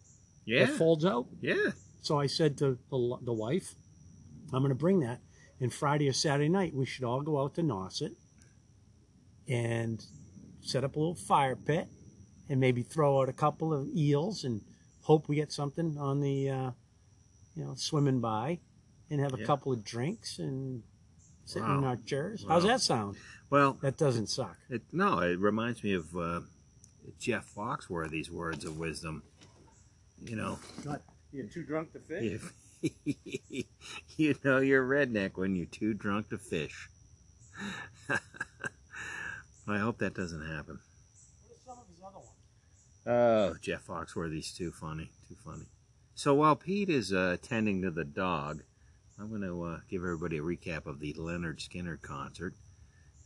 B: Yeah,
A: that folds out.
B: yeah.
A: So I said to the, the wife, I'm going to bring that. And Friday or Saturday night, we should all go out to Nauset and set up a little fire pit and maybe throw out a couple of eels and hope we get something on the, uh, you know, swimming by and have a
B: Yeah.
A: couple of drinks and sit in
B: Wow.
A: our chairs. How's
B: Wow.
A: that sound?
B: Well,
A: That doesn't suck.
B: It, no, it reminds me of uh, Jeff Foxworthy's words of wisdom. You know,
A: You're too drunk to fish?
B: if, [LAUGHS] you know you're a redneck when you're too drunk to fish. [LAUGHS] I hope that doesn't happen.
A: What are some of his other ones?
B: Oh, Jeff Foxworthy's too funny, too funny. So while Pete is uh, attending to the dog, I'm going to uh, give everybody a recap of the Leonard Skinner concert.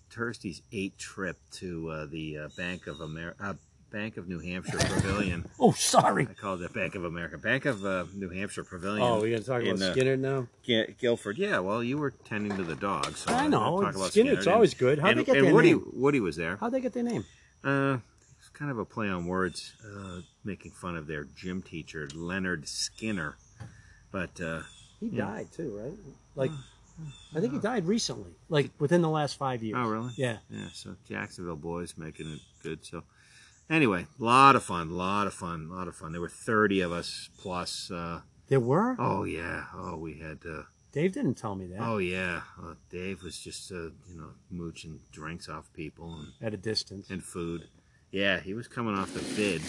B: Thursday's eight trip to uh, the uh, Bank of America, uh, Bank of New Hampshire Pavilion.
A: Oh, sorry.
B: I called it Bank of America, Bank of uh, New Hampshire Pavilion.
A: Oh, we're going to talk about
B: in, uh,
A: Skinner now?
B: G- Guilford. Yeah, well, you were tending to the dog, so
A: I
B: uh,
A: know.
B: Talk
A: Skinner,
B: about Skinner.
A: it's always good. How'd
B: and,
A: they get
B: and
A: their
B: Woody,
A: name?
B: Woody was there.
A: How'd they get their name?
B: Uh, it's kind of a play on words, uh, making fun of their gym teacher, Leonard Skinner. But uh,
A: He died too, right?
B: [SIGHS]
A: Like, I think he died recently, like within the last five years.
B: oh, really?
A: Yeah.
B: Yeah. So Jacksonville boys making it good. So anyway, lot of fun, lot of fun, lot of fun. There were thirty of us plus. Uh,
A: There were?
B: oh yeah. Oh, we had. Uh,
A: Dave didn't tell me that.
B: oh yeah. Uh, Dave was just uh, you know mooching drinks off people and
A: At a distance.
B: and food. Yeah, he was coming off the bid.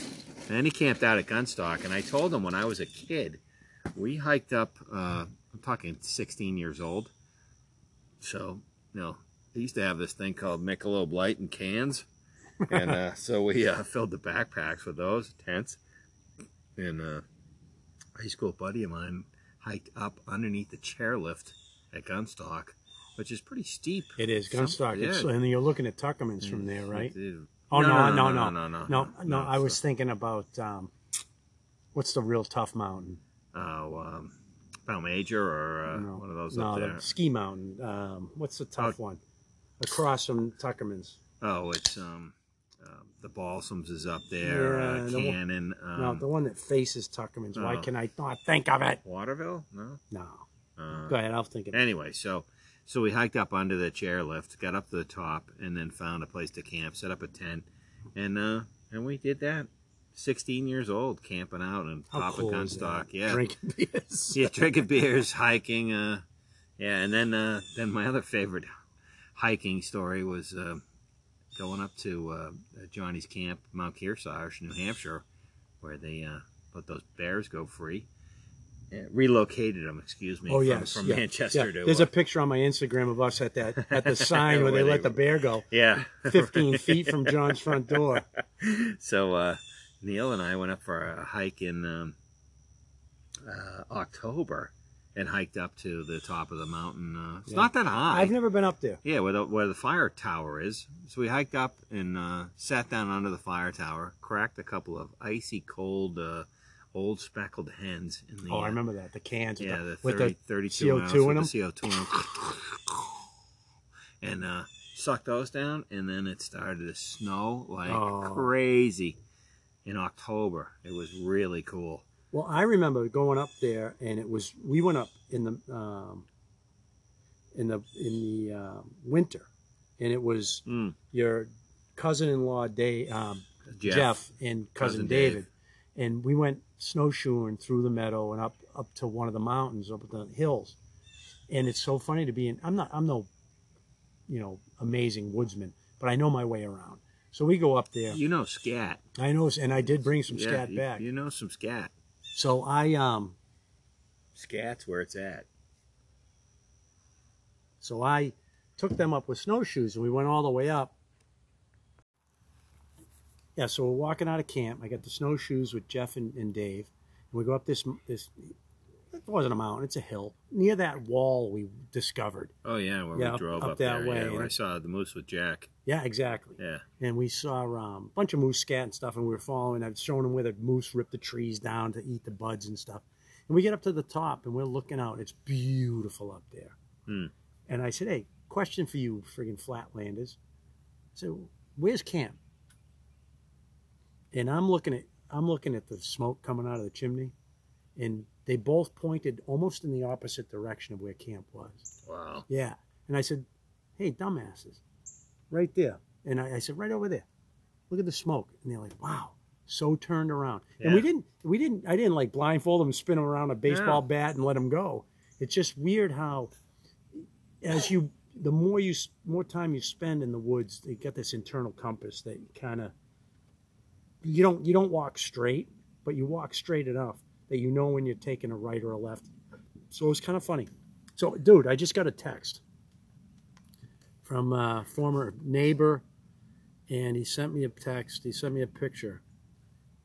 B: And then he camped out at Gunstock. And I told him when I was a kid, we hiked up, uh, I'm talking 16 years old. So, you know, they used to have this thing called Michelob Light in cans. And uh, so we uh, filled the backpacks with those, tents. And uh, a high school buddy of mine hiked up underneath the chairlift at Gunstock, which is pretty steep.
A: It is Gunstock.
B: yeah.
A: It's- And you're looking at Tuckerman's from there, right?
B: It-
A: Oh no no
B: no, no, no,
A: no no! I was
B: so-
A: thinking about um, What's the real tough mountain?
B: Uh, um, Palm Major or uh,
A: No.
B: one of those
A: no,
B: up
A: the
B: there.
A: ski mountain. Um, what's the tough one? Across from Tuckerman's.
B: Oh, it's um, uh, the Balsams is up there.
A: Yeah,
B: uh,
A: the one-
B: Cannon. Um, oh.
A: no, the one that faces Tuckerman's. Why
B: no.
A: can I not think of it?
B: Waterville? No.
A: No.
B: Uh,
A: Go ahead. I'll think of it.
B: Anyway, so so we hiked up under the chairlift, got up to the top, and then found a place to camp, set up a tent, and uh, and we did that. Sixteen years old, camping out and
A: How
B: popping
A: cool
B: gun
A: is that?
B: stock, yeah,
A: Drinking [LAUGHS] beers.
B: yeah, drinking beers, hiking, uh, yeah, and then uh, then my other favorite hiking story was uh, going up to uh, Johnny's camp, Mount Kearsarge, New Hampshire, where they uh, let those bears go free. Yeah, relocated them, excuse me,
A: Oh
B: from,
A: yes,
B: from
A: yeah,
B: Manchester
A: yeah.
B: to
A: There's
B: uh,
A: a picture on my Instagram of us at that at
B: [LAUGHS]
A: the sign where, they
B: Where
A: let
B: they-
A: the bear
B: [LAUGHS]
A: go, [LAUGHS]
B: Yeah.
A: 15 feet from John's front door.
B: [LAUGHS] so uh, Neil and I went up for a hike in um, uh, October and hiked up to the top of the mountain. Uh, it's
A: Yeah.
B: not that high.
A: I've never been up there.
B: yeah, where the, where the fire tower is. So we hiked up and uh, sat down under the fire tower, cracked a couple of icy cold uh, old speckled hens in the
A: Oh, I
B: uh,
A: remember that. The cans with
B: yeah,
A: the,
B: the,
A: with
B: 30,
A: the
B: 32
A: CO2
B: ounce
A: in
B: with
A: them?
B: the CO2 in 'em. And uh, sucked those down, and then it started to snow like
A: Oh.
B: crazy in October. It was really cool.
A: Well, I remember going up there, and it was we went up in the um, in the in the uh, winter, and it was
B: Mm.
A: your cousin-in-law Dave, um, Jeff. and cousin,
B: Cousin Dave.
A: David, and we went snowshoeing through the meadow and up up to one of the mountains, up at the hills, and it's so funny to be in. I'm not. I'm no, you know, amazing woodsman, but I know my way around. So we go up there.
B: You know scat.
A: I know, and I did bring some
B: Yeah,
A: scat
B: you,
A: back.
B: You know some scat.
A: So I um.
B: Scat's where it's at.
A: So I took them up with snowshoes and we went all the way up. Yeah, so we're walking out of camp. I got the snowshoes with Jeff and, and Dave. And we go up this, this, it wasn't a mountain, it's a hill. Near that wall we discovered.
B: Oh yeah, where
A: Yeah,
B: we
A: up-
B: drove
A: up
B: up,
A: that
B: there,
A: way,
B: Yeah, where I
A: and-
B: saw the moose with Jack.
A: Yeah, exactly.
B: Yeah,
A: And we saw um, a bunch of moose scat and stuff, and we were following. I've shown them where the moose ripped the trees down to eat the buds and stuff. And we get up to the top, and we're looking out. It's beautiful up there.
B: Hmm.
A: And I said, "Hey, question for you, friggin' flatlanders." I said, "Where's camp?" And I'm looking at I'm looking at the smoke coming out of the chimney, and they both pointed almost in the opposite direction of where camp was.
B: wow.
A: Yeah. And I said, hey, dumbasses, right there. And I, I said, right over there. Look at the smoke. And they're like, wow. So turned around. And we
B: Yeah.
A: didn't, we didn't, I didn't like blindfold them, spin them around a baseball bat and let them go. It's just weird how, as you, the more you, s- more time you spend in the woods, they get this internal compass that kind of, you don't, you don't walk straight, but you walk straight enough that you know when you're taking a right or a left. So it was kind of funny. So, dude, I just got a text from a former neighbor, and he sent me a text. He sent me a picture,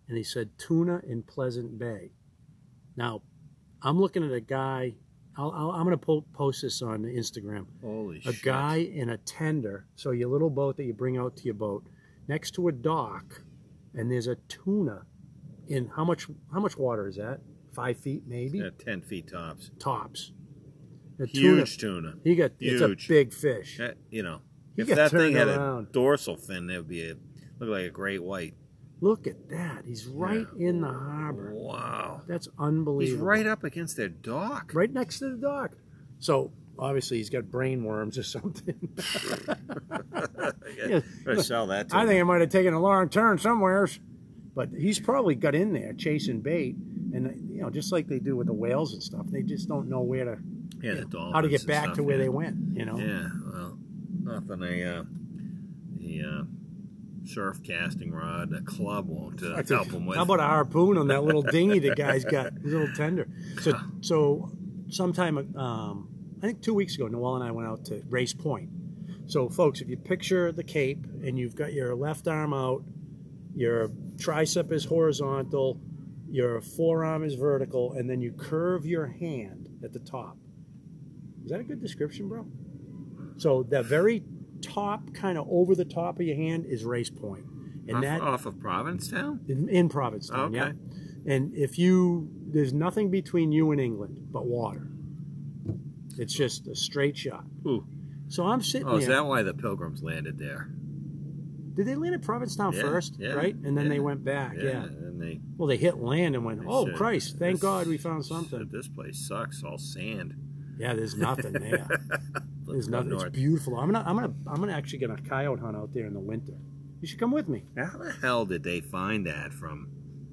A: and he said tuna in Pleasant Bay. Now, I'm looking at a guy. I'll, I'll, I'm going to po- post this on Instagram.
B: Holy
A: A
B: shit.
A: guy in a tender, so your little boat that you bring out to your boat, next to a dock, and there's a tuna. In how much? How much water is that? Five feet, maybe
B: Yeah, ten feet tops.
A: tops. The tuna
B: Huge tuna.
A: he got it's a
B: Huge.
A: big fish.
B: That, you know,
A: He
B: if
A: got
B: that thing
A: turned
B: had a
A: around.
B: dorsal fin, that would be a look like a great white.
A: Look at that. He's right in the harbor.
B: Wow,
A: That's
B: he's
A: unbelievable.
B: right up against their dock.
A: right next to the dock. So obviously he's got brain worms or [LAUGHS] something.
B: Yeah, better sell that. To
A: I think
B: him.
A: it might have taken a long turn somewheres. But he's probably got in there chasing bait and you know, just like they do with the whales and stuff, they just don't know where to
B: yeah, the dolphins
A: how to get
B: and
A: back
B: stuff,
A: to where
B: yeah.
A: they went, you know.
B: Yeah, well, nothing. A uh, the uh, surf casting rod, a club won't uh,
A: I
B: help
A: think-
B: him with.
A: How about a harpoon on that little dinghy the guy's got? His little tender. So, so sometime, um, I think two weeks ago, Noel and I went out to Race Point. So, folks, if you picture the Cape and you've got your left arm out, your tricep is horizontal, your forearm is vertical, and then you curve your hand at the top. Is that a good description, bro? So, the very top, kind of over the top of your hand, is Race Point. And
B: off,
A: that
B: off of Provincetown?
A: in, in Provincetown,
B: Okay.
A: yeah. And if you, there's nothing between you and England but water. It's just a straight shot.
B: Ooh.
A: So I'm sitting
B: Oh, is
A: there.
B: that why the Pilgrims landed there?
A: Did they land at Provincetown
B: Yeah,
A: first,
B: yeah,
A: right? And then they
B: yeah.
A: went back. Yeah.
B: And they,
A: Well, they hit land and went,
B: they
A: oh
B: said,
A: Christ! Thank
B: "This-
A: God we found something.
B: said, This place sucks. All sand.
A: Yeah, there's
B: [LAUGHS]
A: nothing there.
B: Let's
A: There's
B: go
A: nothing. It's
B: north.
A: beautiful. I'm gonna, I'm gonna, I'm gonna actually gonna coyote hunt out there in the winter. You should come with me.
B: How the hell did they find that from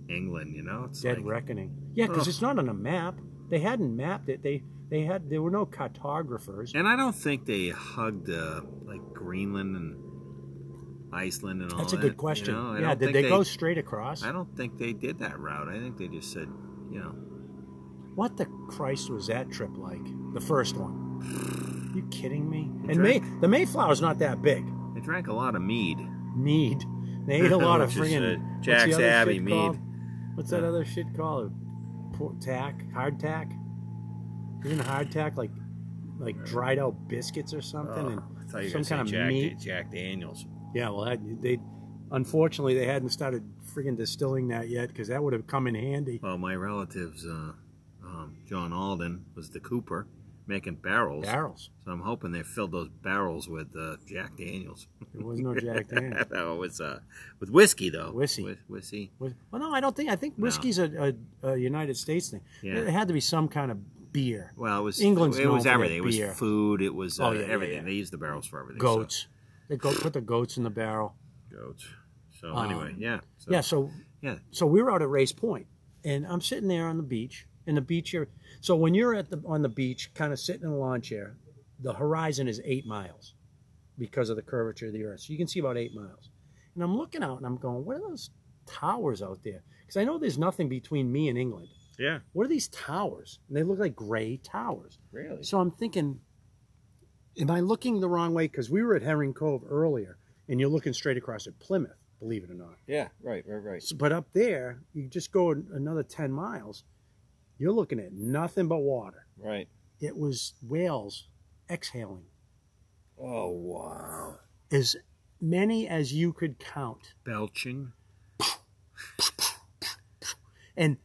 B: England? You know, it's
A: Dead
B: like,
A: reckoning. Yeah, because
B: Ugh.
A: it's not on a map. They hadn't mapped it. They, they had. There were no cartographers.
B: And I don't think they hugged uh, like Greenland and Iceland and all
A: That's a
B: Oh, that.
A: good question.
B: You know? I
A: yeah,
B: don't
A: did
B: think
A: they, go straight across?
B: I don't think they did that route. I think they just said, you know,
A: What the Christ was that trip like? The first one. You kidding me? And May,
B: Drink.
A: the Mayflower's not that big.
B: they drank a lot of mead.
A: Mead. They
B: [LAUGHS]
A: ate a lot of
B: Which is,
A: friggin'
B: uh,
A: what's
B: Jack's
A: the other
B: Abbey
A: shit
B: mead.
A: called? What's that
B: Yeah.
A: other shit called? Por- tack, hard tack. Isn't hard tack like like dried out biscuits or something?
B: Oh, I thought you
A: and
B: were
A: some
B: gonna
A: kind of
B: say Jack,
A: meat.
B: Jack Daniels.
A: Yeah, well, that, they unfortunately they hadn't started friggin' distilling that yet because that would have come in handy.
B: Well, my relatives, uh, um, John Alden, was the cooper making barrels.
A: Barrels.
B: So I'm hoping they filled those barrels with uh, Jack Daniels.
A: There was no
B: [LAUGHS]
A: Jack Daniel.
B: no, it was uh, with whiskey though.
A: Whiskey.
B: With, whiskey.
A: Was, well, no, I don't think. I think whiskey's a, a, a United States thing.
B: Yeah.
A: It had to be some kind of beer.
B: Well, it was
A: England's
B: It
A: known for
B: was
A: their
B: everything. It was
A: beer.
B: food. It was uh,
A: Oh, yeah, yeah,
B: everything.
A: yeah.
B: They used the barrels for everything. so-
A: Goats. They go, put the goats in the barrel.
B: goats. So
A: Um,
B: anyway, yeah. So,
A: Yeah. So
B: Yeah.
A: so we were out at Race Point, and I'm sitting there on the beach, and the beach here. So when you're at the on the beach, kind of sitting in a lawn chair, the horizon is eight miles because of the curvature of the earth. So you can see about eight miles, and I'm looking out, and I'm going, what are those towers out there? Because I know there's nothing between me and England.
B: Yeah.
A: What are these towers? And they look like gray towers.
B: Really.
A: So I'm thinking, am I looking the wrong way? Because we were at Herring Cove earlier, and you're looking straight across at Plymouth, believe it or not.
B: Yeah. Right. Right. Right.
A: S- But up there, you just go an- another 10 miles, you're looking at nothing but water.
B: Right.
A: It was whales exhaling
B: Oh wow.
A: as many as you could count.
B: Belching.
A: And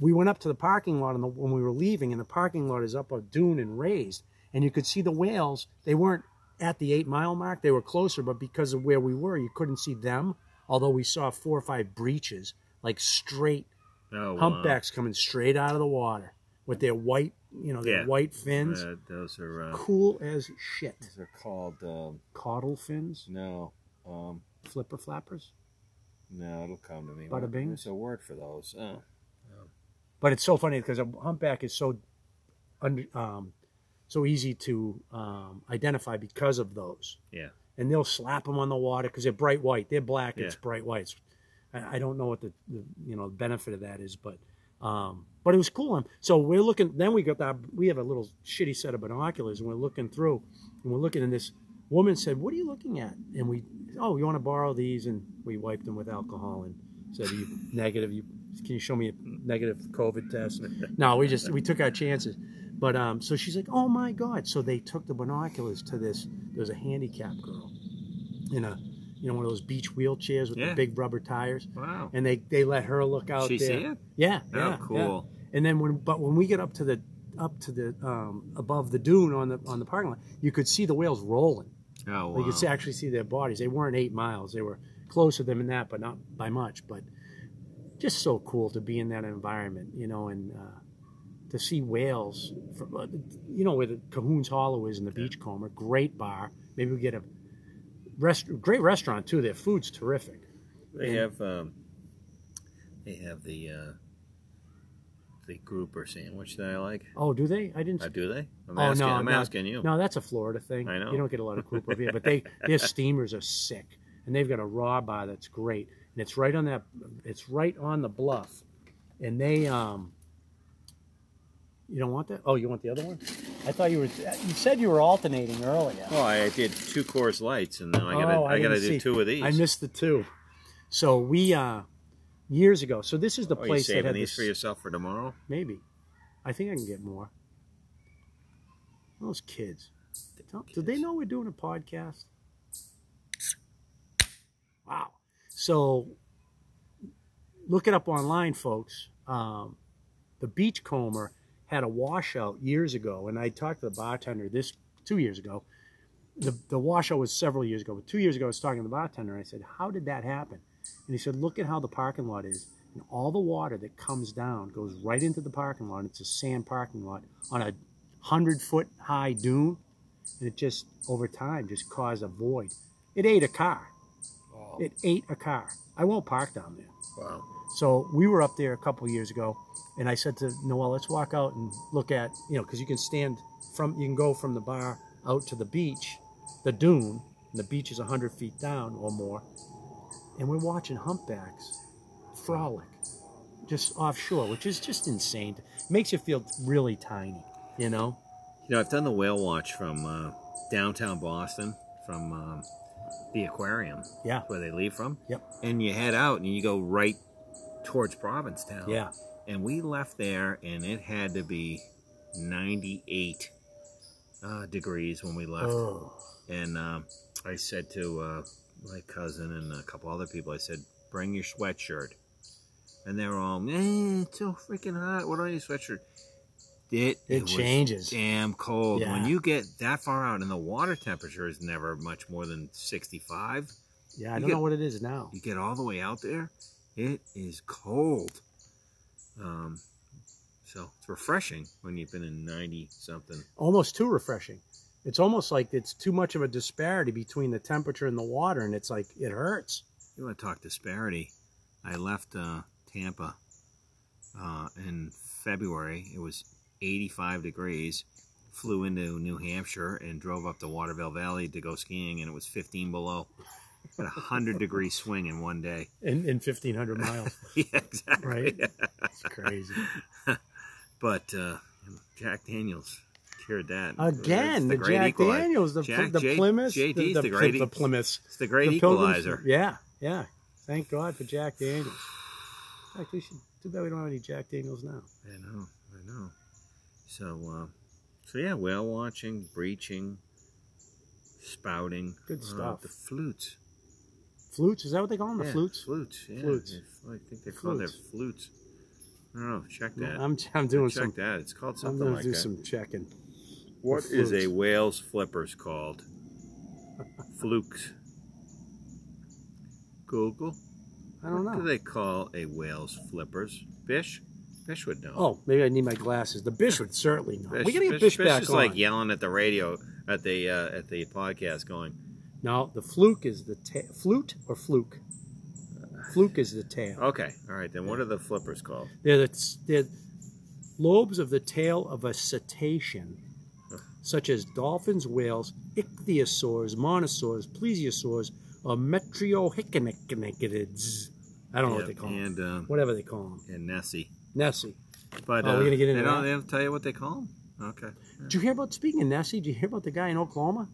A: we went up to the parking lot on the, when we were leaving, and the parking lot is up a dune and raised, and you could see the whales. They weren't at the eight mile mark; they were closer, but because of where we were, you couldn't see them. Although we saw four or five breaches, like straight
B: Oh.
A: humpbacks coming straight out of the water with their white, you know, their
B: Yeah.
A: white
B: Wow.
A: fins,
B: Uh, those are. Uh,
A: cool as shit.
B: those are called. Um,
A: Caudal fins,
B: no. Um,
A: flipper flappers.
B: no, it'll come to me.
A: Bada bing.
B: There's a word for those. Uh,
A: But it's so funny because a humpback is so, under, um, so easy to um, identify because of those.
B: yeah.
A: and they'll slap them on the water because they're bright white. They're black. It's
B: Yeah.
A: bright white. It's- I, I don't know what the, the you know benefit of that is, but um, but it was cool. Um, So we're looking. Then we got that. We have a little shitty set of binoculars, and we're looking through, and we're looking. And this woman said, "What are you looking at?" And we, oh, you want to borrow these? And we wiped them with alcohol and said, "Are you negative? You can you show me a negative COVID
B: [LAUGHS]
A: test?" no, we just we took our chances. But um, so she's like, "Oh my God!" So they took the binoculars to this. There's a handicapped girl in a, you know, one of those beach wheelchairs with the
B: Yeah.
A: big rubber tires,
B: Wow.
A: and they they let her look out
B: She
A: there.
B: see it?
A: Yeah.
B: Oh,
A: yeah,
B: cool.
A: yeah. And then when but when we get up to the up to the um, above the dune on the on the parking lot, you could see the whales rolling.
B: Oh wow.
A: You could see, actually see their bodies. They weren't eight miles. They were closer than that, but not by much. But just so cool to be in that environment, you know, and uh, to see whales. From, uh, you know where the Cahoon's Hollow is in the Beachcomber. Great bar. Maybe we get a rest. Great restaurant too. Their food's terrific.
B: They have um, they have the uh, the grouper sandwich that I like.
A: Oh, do they? I didn't.
B: Uh, do they? I'm
A: oh
B: asking,
A: no,
B: I'm
A: no,
B: asking you.
A: No, that's a Florida thing.
B: I know.
A: You don't get a lot of group
B: [LAUGHS]
A: up here, but they their steamers are sick, and they've got a raw bar that's great, and it's right on that, it's right on the bluff, and they um. You don't want that? Oh, you want the other one? I thought you were. You said you were alternating earlier.
B: Well, Oh, I did two Coors Lights, and now I gotta
A: Oh,
B: I, gotta
A: didn't
B: do
A: see.
B: two of these.
A: I missed the two. So we uh years ago. So this is the
B: oh, you
A: place that
B: saving
A: had
B: these
A: this.
B: for yourself for tomorrow?
A: Maybe. I think I can get more. Those kids. Tell- Do they know we're doing a podcast? Wow. So look it up online, folks. um, the Beachcomber had a washout years ago, and I talked to the bartender this two years ago. The, the washout was several years ago, but two years ago I was talking to the bartender. And I said, "How did that happen?" And he said, "Look at how the parking lot is, and all the water that comes down goes right into the parking lot. It's a sand parking lot on a hundred foot high dune, and it just over time just caused a void. It ate a car.
D: Wow.
A: It ate a car. I won't park down there."
D: Wow.
A: So we were up there a couple years ago, and I said to Noel, "Let's walk out and look at you know because you can stand from you can go from the bar out to the beach, the dune, and the beach is hundred feet down or more, and we're watching humpbacks frolic just offshore, which is just insane. Makes you feel really tiny, you know.
B: You know, I've done the whale watch from uh, downtown Boston, from um, the aquarium.
A: Yeah.
B: Where they leave from.
A: Yep.
B: And you head out and you go right towards Provincetown.
A: Yeah.
B: And we left there and it had to be 98 uh, degrees when we left.
A: Oh,
B: And um, I said to uh, my cousin and a couple other people, I said, bring your sweatshirt. And they were all, eh, it's so freaking hot. What on your sweatshirt? It,
A: It
B: was
A: changes.
B: damn cold. When
A: Yeah.
B: you get that far out and the water temperature is never much more than 65,
A: yeah. I
B: You
A: don't know
B: get-
A: what it is now.
B: you get all the way out there, it is cold. Um, so it's refreshing when you've been in 90 something.
A: almost too refreshing. It's almost like it's too much of a disparity between the temperature and the water, and it's like it hurts.
B: You want to talk disparity? I left uh, Tampa uh, in February. It was 85 degrees. Flew into New Hampshire and drove up to Waterville Valley to go skiing, and it was 15 below. Had a hundred degree swing in one day. [LAUGHS]
A: In, in 1500 miles,
B: Yeah, exactly.
A: right? It's crazy.
B: But uh, Jack Daniels cured that It's
A: Again, the, Jack
B: equali-
A: Daniels, the,
B: Jack
A: the
B: J-
A: Plymouth,
B: JD's
A: the,
B: the great-
A: the Plymouths,
B: It's the great
A: the Pilgrims.
B: equalizer.
A: Yeah, yeah. Thank God for Jack Daniels. In fact, we should. Too bad we don't have any Jack Daniels now.
B: I know, I know. So, uh, so yeah, whale watching, breaching, spouting.
A: Good
B: uh,
A: stuff.
B: the flutes.
A: Flutes? Is that what they call them? The
B: Yeah,
A: flutes?
B: Flutes. Yeah.
A: Flutes.
B: They- I think they call their flutes. I don't know. Check that.
A: I'm, I'm doing
B: check
A: some.
B: that. It's called
A: I'm
B: something
A: going
B: like
A: to do
B: that.
A: some checking.
B: What is
A: flutes.
B: a whale's
A: [LAUGHS]
B: flippers called? Flukes. Google.
A: I don't
B: What do
A: know.
B: they call a whale's flippers? Bish. Bish would know.
A: Oh, maybe I need my glasses. The Bish would certainly know.
B: Bish,
A: we got to get
B: Bish,
A: Bish, back
B: is
A: on.
B: like yelling at the radio at the uh, at the podcast, going,
A: Now the fluke is the ta- flute or fluke. Fluke is the tail.
B: Okay, all right. Then what are the flippers called?
A: They're the they're lobes of the tail of a cetacean, such as dolphins, whales, ichthyosaurs, monosaurs, plesiosaurs, or metriohycnids. I don't know what they call them.
B: and um,
A: Whatever they call them.
B: and Nessie.
A: Nessie.
B: But
A: Oh, we're
B: uh,
A: gonna get into
B: they don't,
A: that?
B: they don't tell you what they call them. Okay.
A: Did you hear about, speaking of Nessie, did you hear about the guy in Oklahoma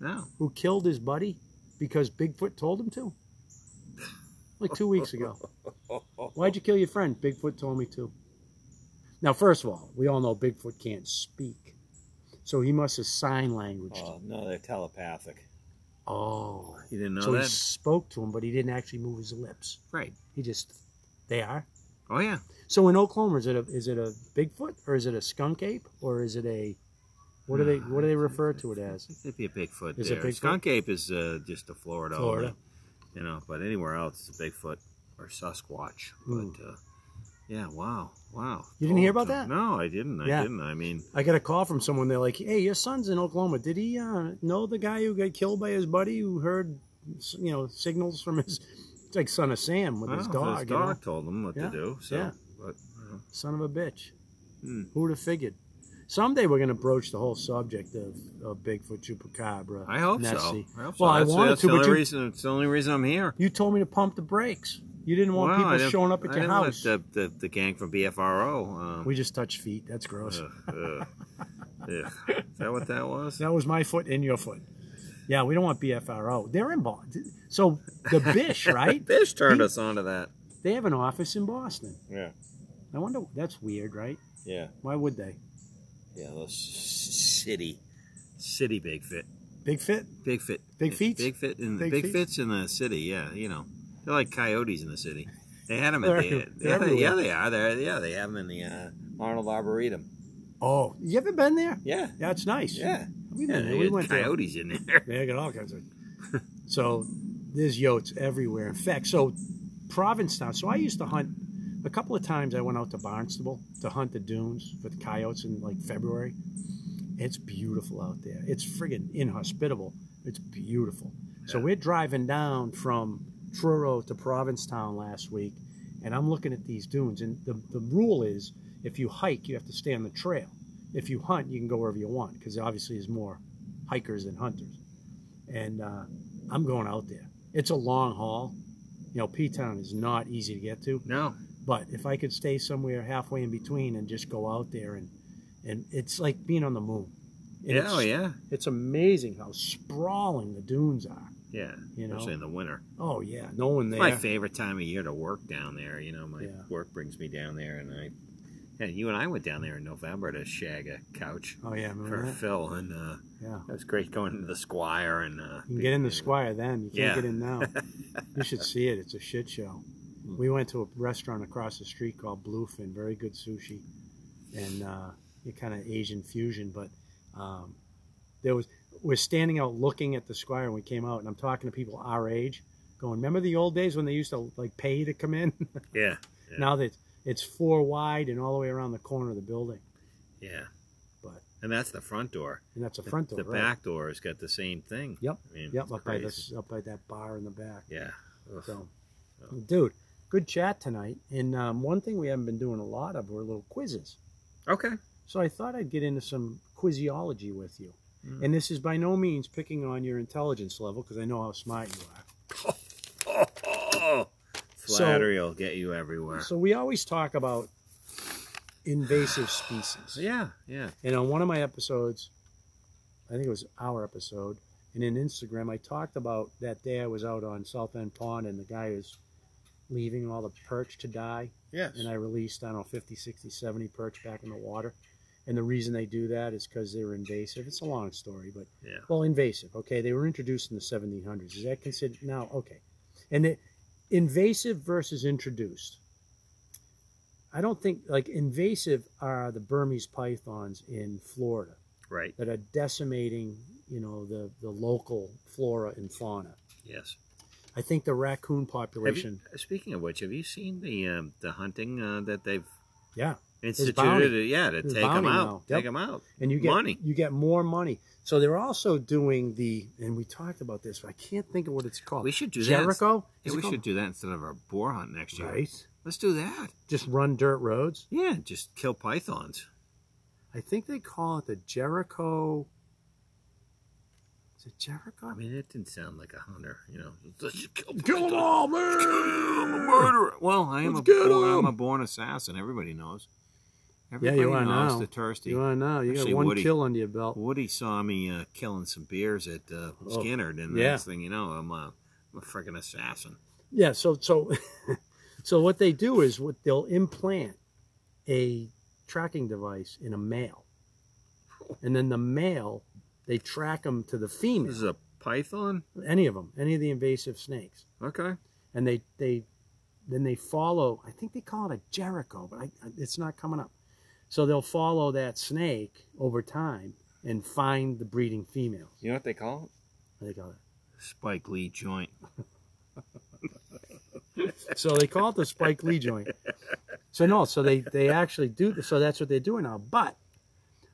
B: No.
A: who killed his buddy because Bigfoot told him to? Like two weeks ago.
B: [LAUGHS] Oh,
A: Why'd you kill your friend? Bigfoot told me to. Now, first of all, we all know Bigfoot can't speak. So he must have sign language.
B: Oh no, they're telepathic.
A: Oh.
B: You didn't know
A: so he
B: that,
A: spoke to him, but he didn't actually move his lips.
B: right?
A: He just, they are.
B: Oh yeah.
A: So in Oklahoma, is it a is it a Bigfoot or is it a skunk ape or is it a what do they what do they refer to it as?
B: It'd be a Bigfoot
A: Is it
B: there.
A: Bigfoot?
B: Skunk ape is uh, just a Florida, only,
A: Florida.
B: you know. But anywhere else, it's a Bigfoot or Sasquatch.
A: Mm.
B: But uh, yeah, wow, wow.
A: You didn't hear about
B: Told them-
A: that?
B: No, I didn't. I
A: Yeah.
B: didn't. I mean,
A: I got a call from someone. They're like, "Hey, your son's in Oklahoma. Did he uh, know the guy who got killed by his buddy who heard, you know, signals from his [LAUGHS] it's like son of Sam with
B: well,
A: his
B: if
A: dog,
B: Oh, His
A: you know?
B: dog told him what
A: Yeah,
B: to do. So,
A: yeah.
B: but you know,
A: son of a bitch."
B: Hmm.
A: Who would have figured? Someday we're going to broach the whole subject of, of Bigfoot, Chupacabra.
B: I hope
A: Nessie.
B: so. I hope so.
A: Well, I
B: that's,
A: wanted
B: that's
A: to,
B: the
A: but
B: only
A: you-
B: reason. It's the only reason I'm here.
A: You told me to pump the brakes. You didn't want
B: Wow, I
A: people
B: didn't-
A: showing up at
B: I
A: your
B: didn't
A: house.
B: Let the, the, the gang from BFRO. Um,
A: We just touched feet. That's gross.
B: ugh,
A: [LAUGHS]
B: ugh, ugh. Is that what that was?
A: That was my foot in your foot. Yeah, we don't want BFRO. They're in Boston. So the [LAUGHS] Bish,
B: [LAUGHS]
A: right?
B: Bish turned
A: He-
B: us onto that.
A: They have an office in Boston.
B: Yeah,
A: I wonder. That's weird, right?
B: yeah,
A: Why would they?
B: yeah. Those city, city big fit,
A: Big fit.
B: big fit,
A: Big feets?
B: big fit, in
A: Big
B: big
A: feets?
B: fits in the city. Yeah, you know, they're like coyotes in the city. They had them
A: They're-
B: at the
A: they're
B: yeah, they, yeah,
A: everywhere.
B: they are. They're, yeah, they have them in the uh, Arnold Arboretum.
A: Oh, you ever been there?
B: Yeah,
A: Yeah, it's nice.
B: yeah.
A: we
B: yeah
A: been there.
B: they
A: We
B: had
A: went there.
B: coyotes in there. [LAUGHS]
A: They got all kinds of. [LAUGHS] so there's yotes everywhere. In fact, so Provincetown. So I used to hunt a couple of times. I went out to Barnstable to hunt the dunes for the coyotes in like February. It's beautiful out there. It's friggin' inhospitable. It's beautiful. So we're driving down from Truro to Provincetown last week, and I'm looking at these dunes. And the, the rule is if you hike, you have to stay on the trail. If you hunt, you can go wherever you want because obviously there's more hikers than hunters and uh, I'm going out there. It's a long haul. You know, P Town is not easy to get to,
B: No,
A: but if I could stay somewhere halfway in between and just go out there and and it's like being on the moon. And
B: yeah,
A: it's,
B: oh, yeah,
A: It's amazing how sprawling the dunes are.
B: yeah.
A: You know.
B: Especially in the winter.
A: Oh yeah, no one there.
B: My favorite time of year to work down there. You know, my
A: Yeah.
B: work brings me down there, and I, yeah, you and I went down there in November to shag a couch
A: oh yeah, remember
B: for
A: that?
B: Phil, and uh,
A: Yeah.
B: it was great going to the Squire and. Uh,
A: You can get in the Squire then. You can't
B: Yeah.
A: get in
B: [LAUGHS]
A: now. you should see it. It's a shit show.
B: Hmm.
A: We went to a restaurant across the street called Bluefin. Very good sushi, and uh, it kind of Asian fusion. But um, there was we're standing out looking at the Squire, and we came out, and I'm talking to people our age, going, "Remember the old days when they used to like pay to come in? [LAUGHS]
B: Yeah,
A: Now that it's four wide and all the way around the corner of the building,
B: yeah.
A: But-
B: and that's the front door.
A: and that's a front door,
B: the
A: right?
B: back door has got the same thing.
A: Yep.
B: I mean,
A: Yep,
B: it's
A: up by
B: crazy.
A: this, up by that bar in the back.
B: Yeah. Ugh.
A: So, [LAUGHS] dude, good chat tonight. And um, one thing we haven't been doing a lot of were little quizzes.
B: Okay.
A: So I thought I'd get into some quiziology with you. And this is by no means picking on your intelligence level because I know how smart you are.
B: Oh, oh, oh.
A: So-
B: Flattery will get you everywhere.
A: So we always talk about invasive species.
B: yeah, yeah.
A: And on one of my episodes, I think it was our episode, and in Instagram, I talked about that day I was out on South End Pond and the guy was leaving all the perch to die.
B: Yes.
A: and I released, I don't know, 50, 60, 70 perch back in the water. And the reason they do that is because they were invasive. It's a long story, but
B: Yeah.
A: well, invasive. Okay, they were introduced in the 1700s. Is that considered now? Okay, and it, invasive versus introduced. I don't think like invasive are the Burmese pythons in Florida
B: Right.
A: that are decimating, you know, the the local flora and fauna.
B: Yes.
A: I think the raccoon
B: Have you-
A: population.
B: speaking of which, have you seen the um, the hunting uh, that they've
A: Yeah,
B: instituted? Uh,
A: bounty.
B: yeah, to
A: There's
B: take them
A: bounty
B: out.
A: now.
B: Take
A: Yep.
B: them out.
A: and you get
B: Money.
A: you get more money. So they're also doing the, and we talked about this. But I can't think of what it's called.
B: We should do that.
A: Oh, Jericho.
B: Yeah,
A: Is it
B: we
A: called-
B: should do that instead of our boar hunt next year.
A: right.
B: Let's do that.
A: Just run dirt roads.
B: Yeah, just kill pythons.
A: I think they call it the Jericho. Is it Jericho?
B: I mean, it didn't sound like a hunter, you know. Let's just kill,
A: Kill 'em
B: pythons.
A: all,
B: [LAUGHS] I'm a
A: man!
B: murderer. Well, I am
A: Let's
B: a
A: get
B: born,
A: him.
B: I'm a born assassin. Everybody knows.
A: Yeah,
B: Everybody
A: you are
B: knows
A: now.
B: the thirsty.
A: You are now. You
B: Actually,
A: got one
B: Woody.
A: kill under your belt.
B: Woody saw me uh, killing some beers at uh,
A: Oh,
B: Skinnered, and
A: yeah.
B: next thing you know, I'm a, I'm a freaking assassin.
A: Yeah. So so, [LAUGHS] so what they do is what they'll implant a tracking device in a male, and then the male they track them to the female.
B: This is a python.
A: any of them, any of the invasive snakes,
B: Okay.
A: and they they then they follow. I think they call it a Jericho, but I, I- it's not coming up. So they'll follow that snake over time and find the breeding females.
B: You know what they call it?
A: What They call it.
B: Spike Lee joint.
A: So they call it the Spike Lee joint. So no, so they they actually do. th- So that's what they're doing now. But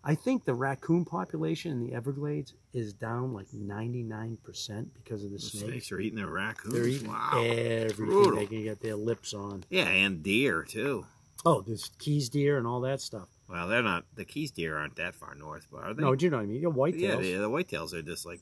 A: I think the raccoon population in the Everglades is down like ninety nine percent because of the
B: The
A: snakes.
B: snakes are eating their raccoons.
A: They're eating
B: wow.
A: everything
B: Brutal.
A: they can get their lips on.
B: Yeah, and deer too.
A: Oh, there's keys deer and all that stuff.
B: Well, they're not. The Keys deer aren't that far north, but are they?
A: No, do you know what I mean? You got whitetails.
B: yeah, the, the whitetails are just like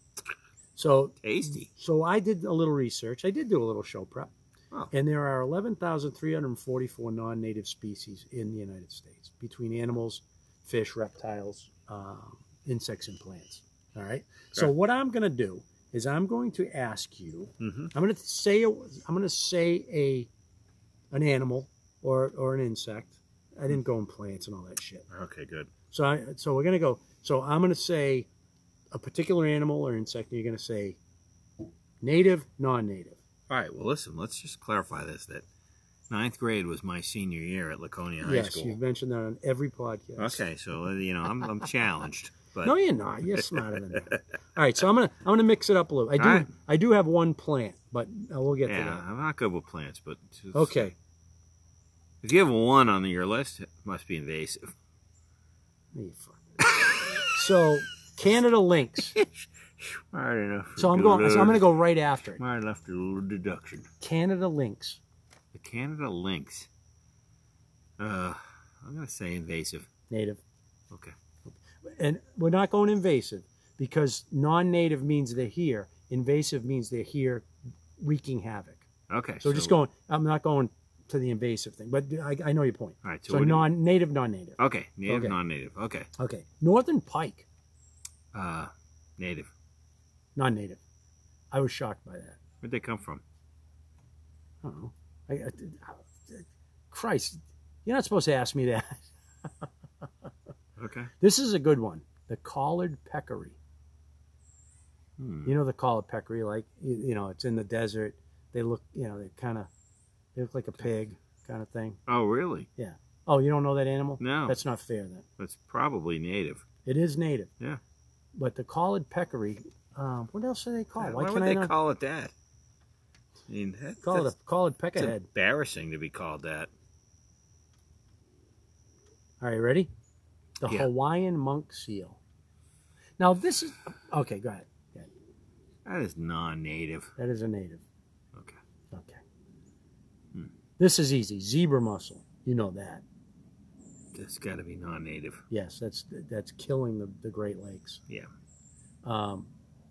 A: So,
B: tasty.
A: so I did a little research. I did do a little show prep,
B: Oh.
A: and there are 11,344 non-native species in the United States between animals, fish, reptiles, um, insects, and plants. All right. So
B: Sure.
A: what I'm going to do is I'm going to ask you.
B: Mm-hmm.
A: I'm going to say. A, I'm going to say a, an animal or or an insect. I didn't go in plants and all that shit.
B: Okay, good.
A: So, I, so we're gonna go. So I'm gonna say a particular animal or insect. And you're gonna say native, non-native.
B: All right. Well, listen. Let's just clarify this. That Ninth grade was my senior year at Laconia High
A: yes,
B: School.
A: you've mentioned that on every podcast.
B: Okay, so uh, you know I'm,
A: [LAUGHS]
B: I'm challenged, but
A: No, you're not. You're smarter than
B: [LAUGHS]
A: that. All right, so I'm gonna I'm gonna mix it up a little. I do
B: All right.
A: I do have one plant, but uh, we'll get
B: yeah,
A: to
B: I'm not good with plants. But just-
A: that. Okay,
B: if you have one on your list, it must be invasive. [LAUGHS]
A: There you fuck. so Canada Lynx.
B: Smart enough. for
A: So I'm going. So I'm gonna go right after it.
B: Smart enough to little deduction.
A: Canada Lynx.
B: The Canada lynx. Uh, I'm gonna say invasive.
A: native.
B: Okay.
A: And we're not going invasive because non-native means they're here. Invasive means they're here wreaking havoc.
B: Okay.
A: So, just going, I'm not going to the invasive thing, but I, I know your point.
B: All right. So,
A: So,
B: what do-
A: non-native, non-native.
B: Okay. Native,
A: Okay.
B: non-native. Okay.
A: Okay. Northern pike,
B: Uh, native.
A: non-native. I was shocked by that.
B: Where'd they come from?
A: I don't know. I, I- Christ, you're not supposed to ask me that. [LAUGHS]
B: Okay.
A: This is a good one. The collared peccary.
B: Hmm.
A: You know the collared peccary, like you, you know, it's in the desert. They look, you know, they kind of they look like a pig, kind of thing.
B: Oh, really?
A: Oh, you don't know that animal?
B: No.
A: That's
B: That's,
A: not fair. Then
B: probably native.
A: it is native.
B: Yeah.
A: But the collared peccary. Um, what else do they call? it? Why,
B: Why
A: can
B: would
A: I
B: they
A: not
B: call it that? I mean, that,
A: call it
B: that's,
A: a collared
B: that's
A: peckerhead?
B: embarrassing to be called that.
A: All right, ready? The
B: Yeah.
A: Hawaiian monk seal. Now this is okay. Go ahead.
B: That is non-native.
A: That is a native.
B: Okay.
A: Okay.
B: Hmm.
A: This is easy. Zebra mussel. You know that.
B: That's got to be non-native.
A: Yes, that's that's killing the, the Great Lakes.
B: Yeah.
A: Um,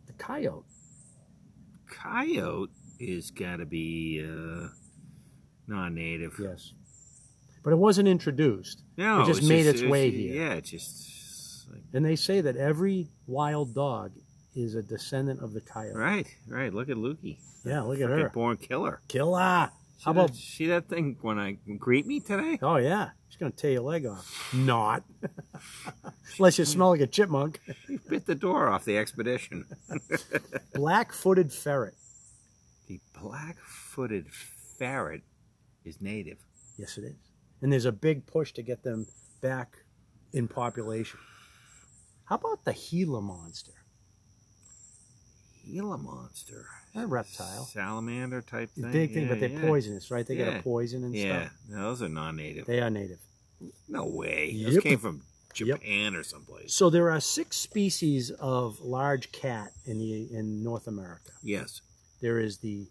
A: the coyote.
B: Coyote is got to be uh, non-native.
A: Yes. But it wasn't introduced.
B: No,
A: It just
B: it's
A: made its way
B: it's-
A: here.
B: Yeah, it's just like,
A: And they say that every wild dog is a descendant of the coyote.
B: right, right. Look at Lukey,
A: Yeah, look at
B: Frickin'
A: her.
B: born killer.
A: Killer.
B: See
A: How about
B: that, see that thing when I greet me today?
A: Oh yeah. She's gonna tear your leg off. Not. [LAUGHS] Unless you smell like a chipmunk.
B: She bit the door off the expedition.
A: Black footed ferret.
B: The black-footed ferret is native.
A: Yes it is. And there's a big push to get them back in population. How about the Gila monster?
B: Gila monster.
A: A reptile.
B: Salamander type
A: It's
B: thing.
A: a big thing,
B: Yeah,
A: but they're
B: yeah.
A: poisonous, right? They got
B: Yeah.
A: a poison and
B: Yeah,
A: stuff.
B: no, those are non-native.
A: They are native.
B: No way. Those
A: Yep.
B: came from
A: Yep.
B: Japan or someplace.
A: So there are six species of large cat in the in North America.
B: Yes.
A: There is the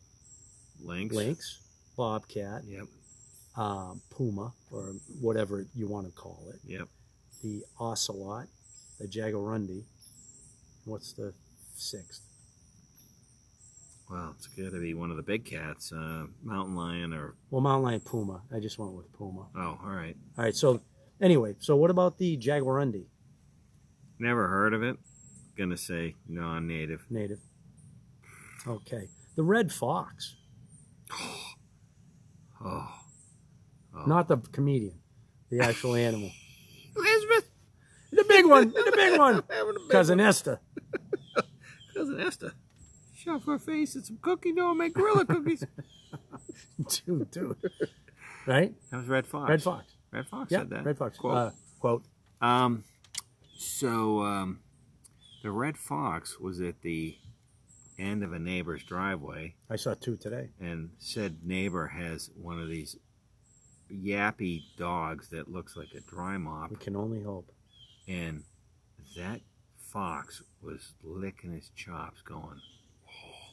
B: Lynx.
A: lynx, bobcat,
B: Yep.
A: um, puma, or whatever you want to call it,
B: Yep.
A: the ocelot, the jaguarundi. What's the sixth?
B: Wow, it's got to be one of the big cats, uh, mountain lion or
A: Well, mountain lion, puma. I just went with puma.
B: oh, all right.
A: All right. So anyway, so what about the jaguarundi
B: Never heard of it. Gonna say non-native.
A: native? Okay, the red fox,
B: Oh,
A: not the comedian, the actual animal.
B: Elizabeth,
A: [LAUGHS] The big one, the [LAUGHS] big one,
B: [LAUGHS] having a big
A: cousin Esther.
B: cousin Esther. Shove her face in some cookie dough, and make gorilla cookies.
A: [LAUGHS] dude, dude. Right?
B: [LAUGHS] That was Red Fox.
A: Red Fox.
B: Red Fox
A: Yeah,
B: said that.
A: Red Fox.
B: Quote.
A: Uh, quote.
B: Um, so um, the Red Fox was at the end of a neighbor's driveway,
A: I saw two today.
B: and said neighbor has one of these yappy dogs that looks like a dry mop,
A: We can only hope.
B: and that fox was licking his chops, going.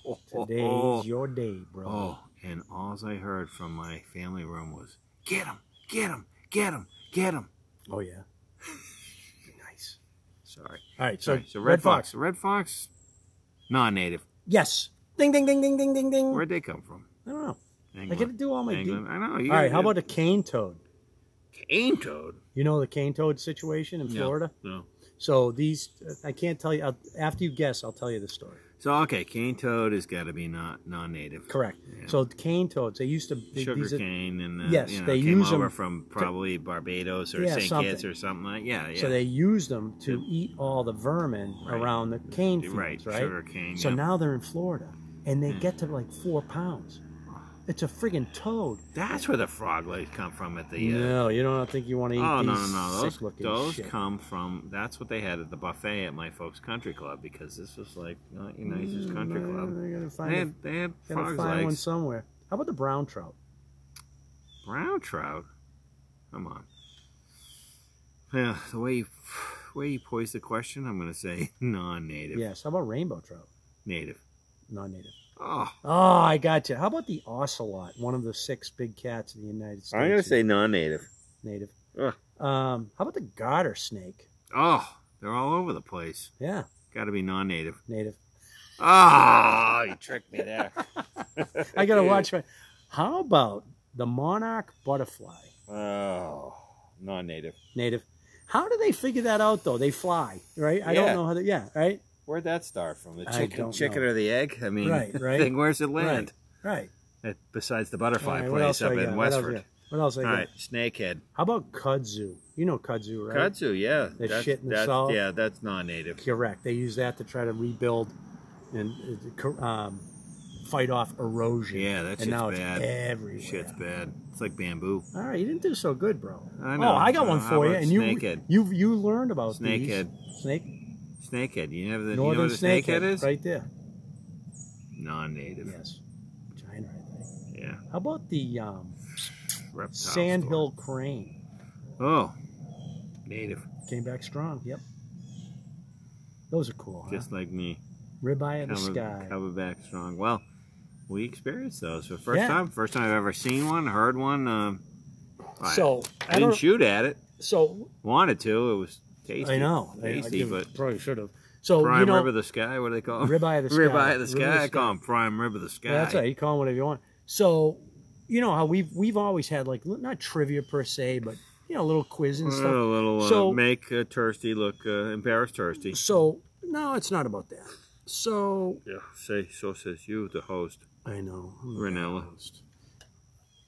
B: "Oh, oh,
A: Today's
B: [LAUGHS] oh,
A: your day, bro.
B: Oh, and alls I heard from my family room was, "Get him! Get him! Get him! Get him!"
A: Oh, yeah. nice.
B: Sorry.
A: All right, so,
B: Sorry. So, Red, Fox. Red Fox, non-native.
A: Yes. Ding, ding, ding, ding, ding, ding, ding.
B: Where'd they come from?
A: I don't know. I
B: England.
A: got to do all my. deep-
B: England. I know. You
A: All right,
B: gotta
A: how
B: do-
A: about a cane toad?
B: cane toad?
A: You know the cane toad situation in
B: No,
A: Florida?
B: No.
A: So these, I can't tell you. I'll, after you guess, I'll tell you the story.
B: So okay, cane toad has got to be not non-native.
A: Correct.
B: Yeah.
A: So cane toads, they used to. They,
B: sugar
A: these are-
B: cane and uh,
A: Yes,
B: you know,
A: they
B: came
A: use 'em
B: over from probably Barbados or
A: Yeah,
B: St.
A: something.
B: Kitts or something like yeah yeah
A: So they use them to eat all the vermin
B: Right.
A: around the cane fields,
B: right
A: right?
B: sugar cane
A: So
B: yeah. Mm.
A: now they're in Florida, and they get to like four pounds. It's a friggin' toad.
B: That's where the frog legs come from at the. Uh,
A: No, you don't think you want to eat
B: Oh
A: these
B: no no no! Those,
A: sick looking
B: those
A: shit.
B: come from. That's what they had at the buffet at my folks' country club because this was like not your nicest country
A: Mm,
B: club.
A: They're gonna find,
B: They
A: a-
B: had, they had
A: gotta
B: frog's
A: find one
B: legs.
A: somewhere. How about the brown trout?
B: Brown trout. Come on. Yeah, the way you, way you posed the question, I'm going to say [LAUGHS] non-native.
A: Yes. How about rainbow trout?
B: Native.
A: Non-native.
B: Oh,
A: Oh, I got you. How about the ocelot? One of the six big cats in the United States.
B: I'm going to say non-native.
A: native.
B: Ugh.
A: Um, how about the garter snake?
B: Oh, they're all over the place.
A: Yeah,
B: Got to be non-native.
A: native.
B: [LAUGHS] Ah, [LAUGHS] you tricked me there.
A: [LAUGHS] I gotta watch. My... How about the monarch butterfly?
B: Oh, non-native.
A: Native. How do they figure that out though? They fly, right? I
B: Yeah.
A: don't know how. They... Yeah, right,
B: Where'd that start from? The
A: I
B: chicken,
A: don't
B: chicken
A: know.
B: or the egg? I mean,
A: Right, right.
B: thing, where's it land?
A: right.
B: Uh, Besides the
A: All
B: butterfly
A: right, what
B: place
A: else
B: up
A: I got?
B: in
A: What else I
B: Westford.
A: got? What else I
B: All
A: got?
B: right, snakehead.
A: How about kudzu? You know kudzu, right?
B: Kudzu, yeah.
A: They shit in the salt.
B: Yeah, that's non-native.
A: Correct. They use that to try to rebuild and uh, co- um, fight off erosion.
B: Yeah, that shit's
A: and now
B: bad.
A: It's everywhere.
B: Shit's bad. It's like bamboo.
A: All right, you didn't do so good, bro.
B: I know.
A: Oh, I got one
B: How
A: for you,
B: about
A: and you
B: snakehead?
A: you you learned about
B: Snakehead.
A: these. snake
B: Snakehead. You know, the, you know what
A: northern
B: a snakehead, is?
A: right there.
B: Non-native.
A: Yes, China, I think.
B: Yeah.
A: How about the um,
B: Reptile store.
A: sandhill crane?
B: Oh, native.
A: Came back strong. Yep, those are cool. Huh?
B: Just like me.
A: Ribeye of the
B: Cover,
A: sky.
B: cover back strong. Well, we experienced those for the first
A: Yeah.
B: time. First time I've ever seen one, heard one. Um, I-
A: So
B: I,
A: I
B: didn't
A: don't.
B: shoot at it.
A: So
B: Wanted to. It was tasty.
A: I know. I- I
B: Tasty,
A: give-
B: but
A: probably should have. So
B: prime
A: you know,
B: rib of the sky. What do they call it?
A: ribeye of
B: [LAUGHS]
A: the sky.
B: Ribeye of the sky.
A: Ribeye
B: I call him prime rib of the sky.
A: Yeah, that's right. You call them whatever you want. So, you know how we've we've always had like li- not trivia per se, but you know, little quiz and
B: A
A: stuff.
B: little uh,
A: So-
B: make uh, Tursty look uh, embarrassed Tursty.
A: So no, it's not about that. So
B: Yeah, say so says you, the host,
A: I know. I'm a bad
B: Renella.
A: host.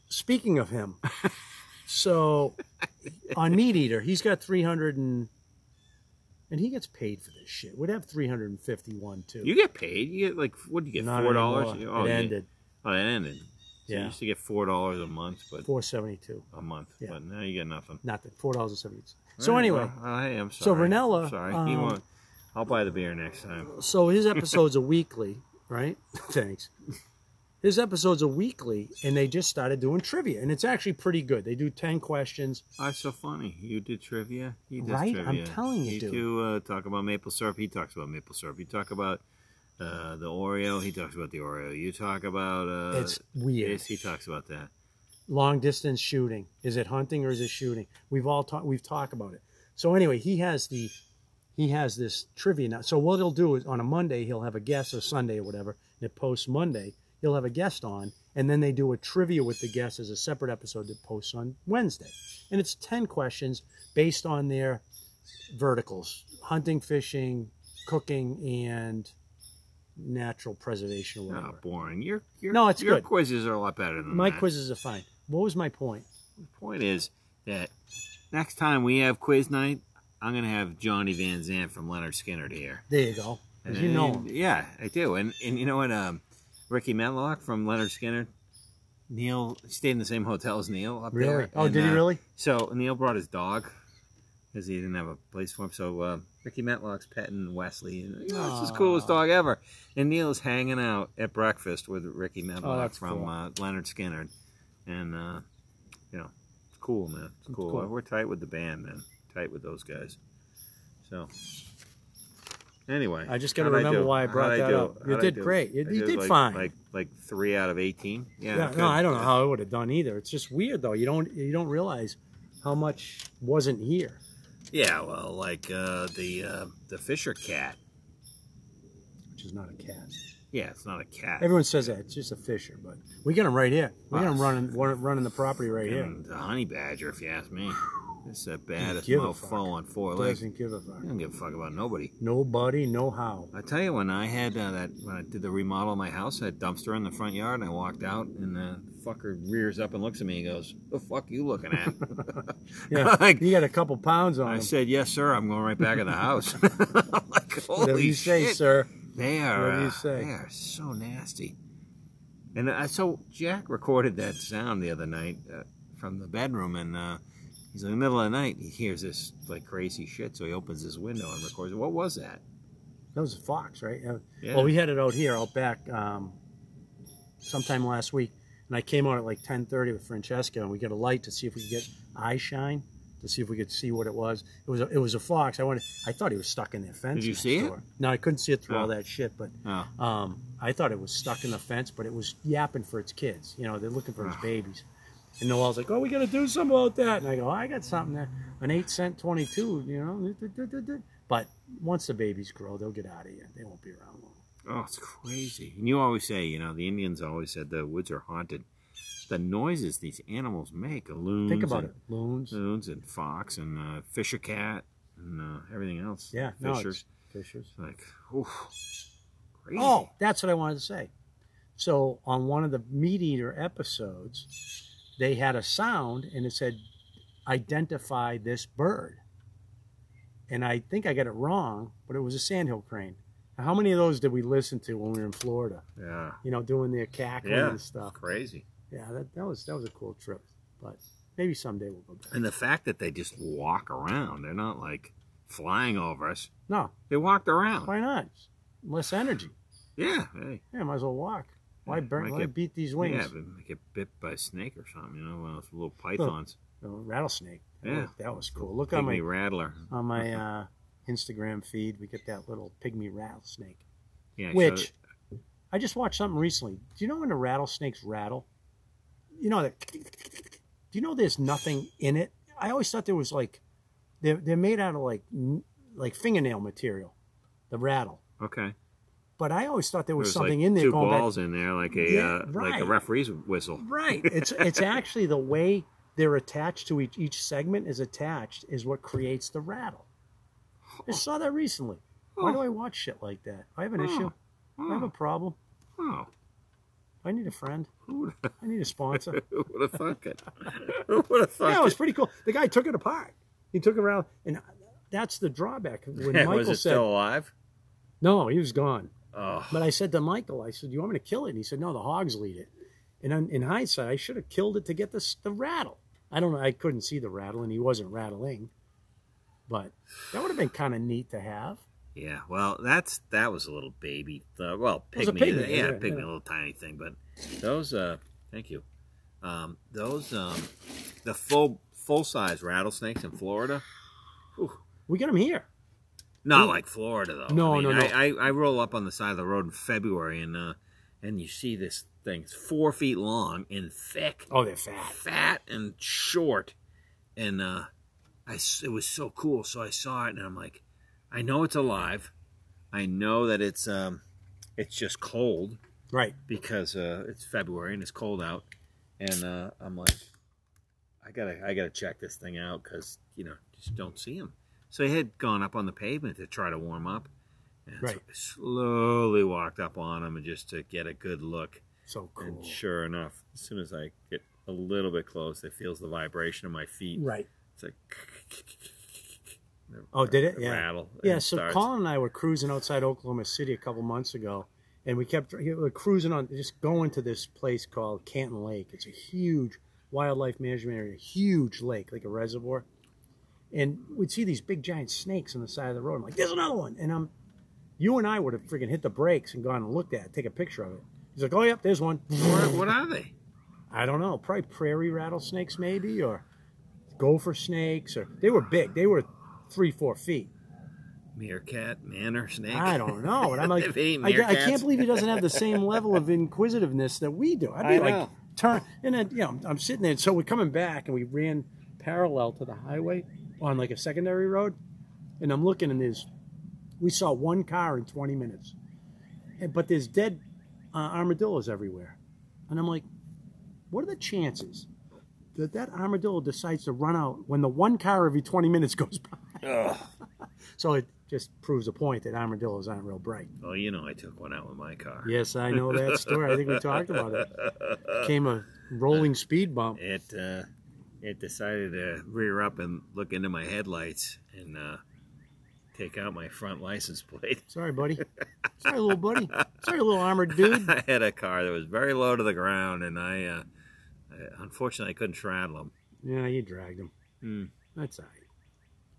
A: Speaking of
B: [LAUGHS]
A: him, so on Meat Eater, he's got three hundred and and he gets paid for this shit. Would have three hundred and fifty one too.
B: You get paid. You get like what do you get?
A: Not
B: Four dollars.
A: anymore.
B: Oh,
A: it
B: you-
A: ended
B: Oh, it ended. So You
A: Yeah.
B: used to get four dollars a month, but
A: four seventy two.
B: a month.
A: Yeah.
B: But now you get nothing.
A: Nothing. Four dollars and seventy two. So
B: All right,
A: anyway,
B: well, oh, hey, I'm sorry.
A: so Renella,
B: Sorry, you
A: um,
B: want? I'll buy the beer next time.
A: so his episodes are weekly, right? [LAUGHS] Thanks. His episodes are weekly, and they just started doing trivia, and it's actually pretty good. They do ten questions.
B: That's Ah, so funny. You did trivia. He does
A: Right? I'm
B: trivia.
A: telling you,
B: You
A: dude.
B: two uh, talk about maple syrup. He talks about maple syrup. You talk about uh, the Oreo. He talks about the Oreo. You talk about uh,
A: It's weird.
B: this. He talks about that.
A: Long distance shooting. Is it hunting or is it shooting? We've all talked. We've talked about it. So anyway, he has the he has this trivia now. So what he'll do is on a Monday he'll have a guest or Sunday or whatever, and it posts Monday. He'll have a guest on, and then they do a trivia with the guest as a separate episode that posts on Wednesday. And it's ten questions based on their verticals: hunting, fishing, cooking, and natural preservation. Or whatever.
B: Oh, boring. Your your
A: No, it's
B: your
A: good.
B: quizzes are a lot better than
A: My
B: that.
A: quizzes are fine. What was my point?
B: point is that next time we have quiz night, I'm gonna have Johnny Van Zandt from Leonard Skinner here.
A: There you go. 'Cause you know him.
B: Yeah, I do. And and you know what? Um, Ricky Matlock from Leonard Skinner. Neil stayed in the same hotel as Neil up
A: Really?
B: there.
A: Oh,
B: And,
A: did he
B: uh,
A: really?
B: So Neil brought his dog because he didn't have a place for him. So uh, Ricky Matlock's petting Wesley. And, you know, it's the coolest dog ever. And Neil's hanging out at breakfast with Ricky Matlock
A: Oh, that's
B: from
A: cool.
B: uh, Leonard Skinner. And, uh, you know, it's cool, man. It's cool.
A: cool.
B: We're tight with the band, man. Tight with those guys. So. Anyway,
A: I just gotta
B: how'd
A: remember
B: do?
A: why I
B: How'd
A: brought that
B: do?
A: up. You
B: How'd I
A: did
B: do?
A: great. You-
B: I
A: you did
B: like,
A: fine.
B: Like like three out of eighteen. Yeah.
A: Yeah,
B: good.
A: no, I don't know how I would have done either. It's just weird though. You don't you don't realize how much wasn't here.
B: Yeah, well, like uh, the uh, the Fisher cat.
A: Which is not a cat.
B: Yeah, it's not a cat.
A: Everyone says that it's just a fisher, but we got them right here. We got
B: Ah.
A: them running running running the property right here.
B: and the honey badger, if you ask me. It's a baddest
A: give a fuck.
B: mofo on four legs.
A: Doesn't give a fuck.
B: I don't give a fuck about nobody.
A: Nobody, no
B: [LAUGHS]
A: how.
B: I tell you, when I had uh, that, when I did the remodel of my house, I had a dumpster in the front yard, and I walked out, and the fucker rears up and looks at me and goes, "The fuck you looking
A: [LAUGHS]
B: at?"
A: Yeah,
B: Like-
A: you got a couple pounds on
B: I
A: them.
B: said, "Yes, sir. I'm going right back in the house." [LAUGHS] I'm like, holy
A: Whatever you say,
B: shit.
A: sir.
B: They are.
A: Whatever you
B: uh,
A: say.
B: They are so nasty. And I, so Jack recorded that sound the other night uh, from the bedroom, and uh, he's in the middle of the night. He hears this like crazy shit, so he opens his window and records. it. What was that?
A: That was a fox, right? Uh,
B: Yeah.
A: Well, we had it out here, out back, um, sometime last week, and I came out at like ten thirty with Francesca, and we got a light to see if we could get eye shine to see if we could see what it was. It was a, it was a fox. I wanted, I thought he was stuck in their fence.
B: Did you
A: next
B: see it?
A: door. No, I couldn't see it through
B: Oh.
A: all that shit, but
B: Oh,
A: um, I thought it was stuck in the fence, but it was yapping for its kids. You know, they're looking for its
B: Ah.
A: babies. And Noel's like, "Oh, we got to do something about that." And I go, "I got something there, an eight cent twenty two, you know." But once the babies grow, they'll get out of here. They won't be around long.
B: oh, it's crazy. And you always say, you know, the Indians always said the woods are haunted. The noises these animals make, a loons,
A: Think about
B: and, Mm,
A: it, loons.
B: loons and fox and uh, fisher cat and uh, everything else.
A: Yeah, no,
B: fisher.
A: it's fishers.
B: like, oof, crazy.
A: Oh, that's what I wanted to say. So on one of the meat eater episodes, they had a sound and it said, "Identify this bird." And I think I got it wrong, but it was a sandhill crane. Now, how many of those did we listen to when we were in Florida?
B: yeah,
A: You know, doing their cackling
B: yeah,
A: and stuff.
B: crazy.
A: Yeah, that, that was that was a cool trip. But maybe someday we'll go back.
B: And the fact that they just walk around, they're not like flying over us.
A: No,
B: They walked around.
A: why not? Less energy.
B: Yeah, hey,
A: Yeah, might as well walk. Why
B: Yeah,
A: burn?
B: might
A: Why
B: get-
A: beat these
B: yeah,
A: wings?
B: but they get bit by a snake or something, you know, one of those little pythons.
A: a rattlesnake. That
B: Yeah.
A: was- that was cool. Look on my
B: Pygmy rattler.
A: on
B: [LAUGHS]
A: my uh, Instagram feed. We get that little pygmy rattlesnake,
B: Yeah, so-
A: which I just watched something recently. Do you know when the rattlesnakes rattle? You know that. Do you know there's nothing in it? I always thought there was like, they're they're made out of like n- like fingernail material, the rattle.
B: okay,
A: But I always thought there was
B: There's, like,
A: something in there
B: Two
A: going back
B: balls in there, like a
A: Yeah,
B: uh, like a
A: right.
B: referee's whistle.
A: Right. It's it's actually the way they're attached to each each segment is attached is what creates the rattle. I saw that recently. Why do I watch shit like that? I have an issue. I have a problem.
B: Oh, [LAUGHS]
A: I need a friend.
B: who
A: I need a
B: [LAUGHS]
A: sponsor.
B: would have thought it? Who would have thought
A: yeah, it
B: [LAUGHS]
A: was
B: it?
A: pretty cool. The guy took it apart. He took it around, and that's the drawback.
B: [LAUGHS]
A: When Michael
B: was it
A: said,
B: still alive?
A: "No, he was gone,"
B: Oh,
A: but I said to Michael, "I said, do you want me to kill it?" And he said, "No, the hogs lead it." And in, in hindsight, I should have killed it to get this the rattle. I don't know. I couldn't see the rattle, and he wasn't rattling. But that would have been kind of neat to have.
B: Yeah, well, that's that was a little baby. Uh, well,
A: was a
B: pygmy,
A: pygmy,
B: yeah,
A: yeah,
B: pygmy,
A: yeah.
B: little tiny thing. But those, uh, thank you. Um, those, um, the full full size rattlesnakes in Florida.
A: We got him here.
B: Not like Florida though.
A: No,
B: I mean,
A: no, no.
B: I, I, I roll up on the side of the road in February and uh, and you see this thing. It's four feet long and thick,
A: Oh, they're fat.
B: fat and short, and uh, I s- it was so cool. So I saw it and I'm like, I know it's alive. I know that it's um, it's just cold
A: Right.
B: because uh, it's February and it's cold out, and uh, I'm like, I gotta I gotta check this thing out because you know just don't see him. So he had gone up on the pavement to try to warm up, and so
A: Right.
B: I slowly walked up on him just to get a good look.
A: So cool.
B: And sure enough, as soon as I get a little bit close, it feels the vibration of my feet.
A: Right.
B: It's like. [LAUGHS]
A: Oh, did it? Yeah.
B: Rattle. and
A: Yeah,
B: it
A: so
B: starts.
A: Colin and I were cruising outside Oklahoma City a couple months ago, and we kept we were cruising on, just going to this place called Canton Lake. It's a huge wildlife management area, huge lake, like a reservoir. And we'd see these big giant snakes on the side of the road. I'm like, there's another one. And I'm, you and I would have freaking hit the brakes and gone and looked at it, take a picture of it. He's like, oh, yep, there's one. [LAUGHS]
B: What, what are they?
A: I don't know, probably prairie rattlesnakes, maybe, or gopher snakes, or they were big. They were three, four feet.
B: Meerkat, manor, snake?
A: I
B: [LAUGHS]
A: don't know. And I'm like,
B: If it ain't
A: I, I
B: meerkats.
A: can't believe he doesn't have the same level of inquisitiveness that we do. I'd be
B: I
A: like,
B: know.
A: turn, and then, you know, I'm- I'm sitting there. So we're coming back and we ran parallel to the highway on like a secondary road. And I'm looking and there's, we saw one car in 20 minutes. And, but there's dead uh, armadillos everywhere. And I'm like, what are the chances that that armadillo decides to run out when the one car every 20 minutes goes by?
B: Ugh.
A: So it just proves a point that armadillos aren't real bright.
B: Oh, you know, I took one out with my car.
A: Yes, I know that story. I think we talked about it. Came a rolling speed bump.
B: It uh, it decided to rear up and look into my headlights and uh, take out my front license plate.
A: Sorry, buddy. Sorry, little buddy. Sorry, little armored dude.
B: [LAUGHS] I had a car that was very low to the ground, and I, uh, I unfortunately I couldn't straddle him.
A: Yeah, you dragged him.
B: Hmm.
A: That's all right.